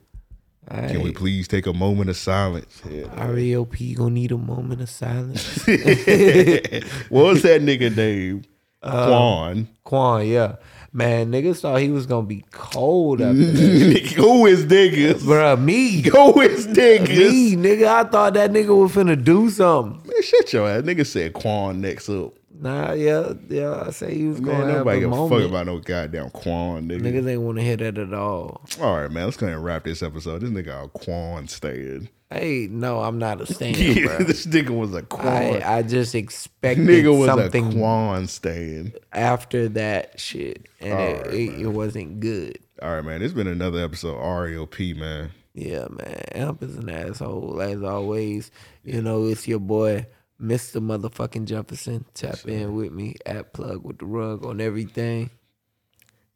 E: Can we
D: Aight.
E: please take a moment
D: [LAUGHS]
E: of silence? [LAUGHS] Yeah.
D: REOP gonna need a moment of silence. Uh,
E: what was that nigga name? Quan.
D: [LAUGHS]
E: [LAUGHS]
D: Quan, yeah. Man, niggas thought he was gonna be cold after that.
E: Who is niggas?
D: Bruh,
E: [LAUGHS]
D: me.
E: Who is niggas?
D: Me, nigga, I thought that nigga was finna do something.
E: Man, shut your ass. Nigga said Quan next up.
D: Nah, yeah, yeah. I say he was
E: Man,
D: gonna have
E: nobody
D: a
E: give a
D: moment.
E: fuck about no goddamn Quan, nigga.
D: Niggas ain't wanna hear that at all.
E: All right, man, let's go ahead and wrap this episode. This nigga a Quan stand.
D: Hey, no, I'm not a stand,
E: [LAUGHS] Yeah,
D: bruh.
E: this nigga was a Quan.
D: I, I just expected
E: nigga was a
D: something
E: Quan stand.
D: after that shit, and it,
E: Alright,
D: it, it wasn't good.
E: All right, man. It's been another episode of REOP, man.
D: Yeah, man. Amp is an asshole as always. You know, it's your boy, Mr. Motherfucking Jefferson. Tap in with me at plug with the rug on everything.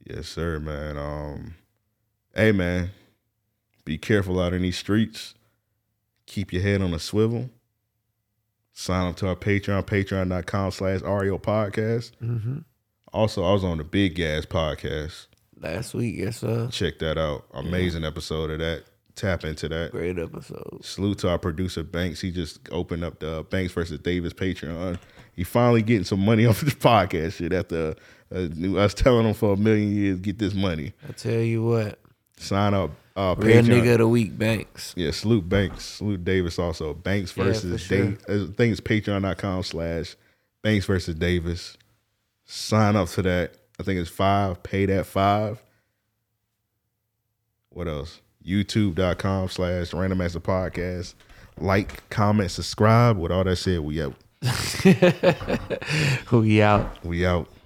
E: Yes, sir, man. Um, hey, man, be careful out in these streets. Keep your head on a swivel. Sign up to our Patreon, patreon.com slash REO podcast.
D: Mhm.
E: Also, I was on the Big Gas podcast.
D: Last week, yes sir.
E: Check that out. Amazing episode of that. Tap into that.
D: Great episode.
E: Salute to our producer Banks. He just opened up the uh, Banks versus Davis Patreon. He finally getting some money [LAUGHS] off this podcast shit after uh, us telling him for a million years get this money.
D: I tell you what,
E: Sign up. Uh,
D: real
E: Patreon.
D: nigga of the week,
E: [LAUGHS]
D: Banks. [LAUGHS]
E: Yeah, salute Banks. Salute Davis also. Banks
D: Yeah, for
E: versus
D: sure.
E: Davis. I think it's patreon.com slash Banks versus Davis. Sign up to that. I think it's five. Pay that five. What else? YouTube.com slash Random Master Podcast. Like, comment, subscribe. With all that said, we out.
D: Who we out?
E: We out.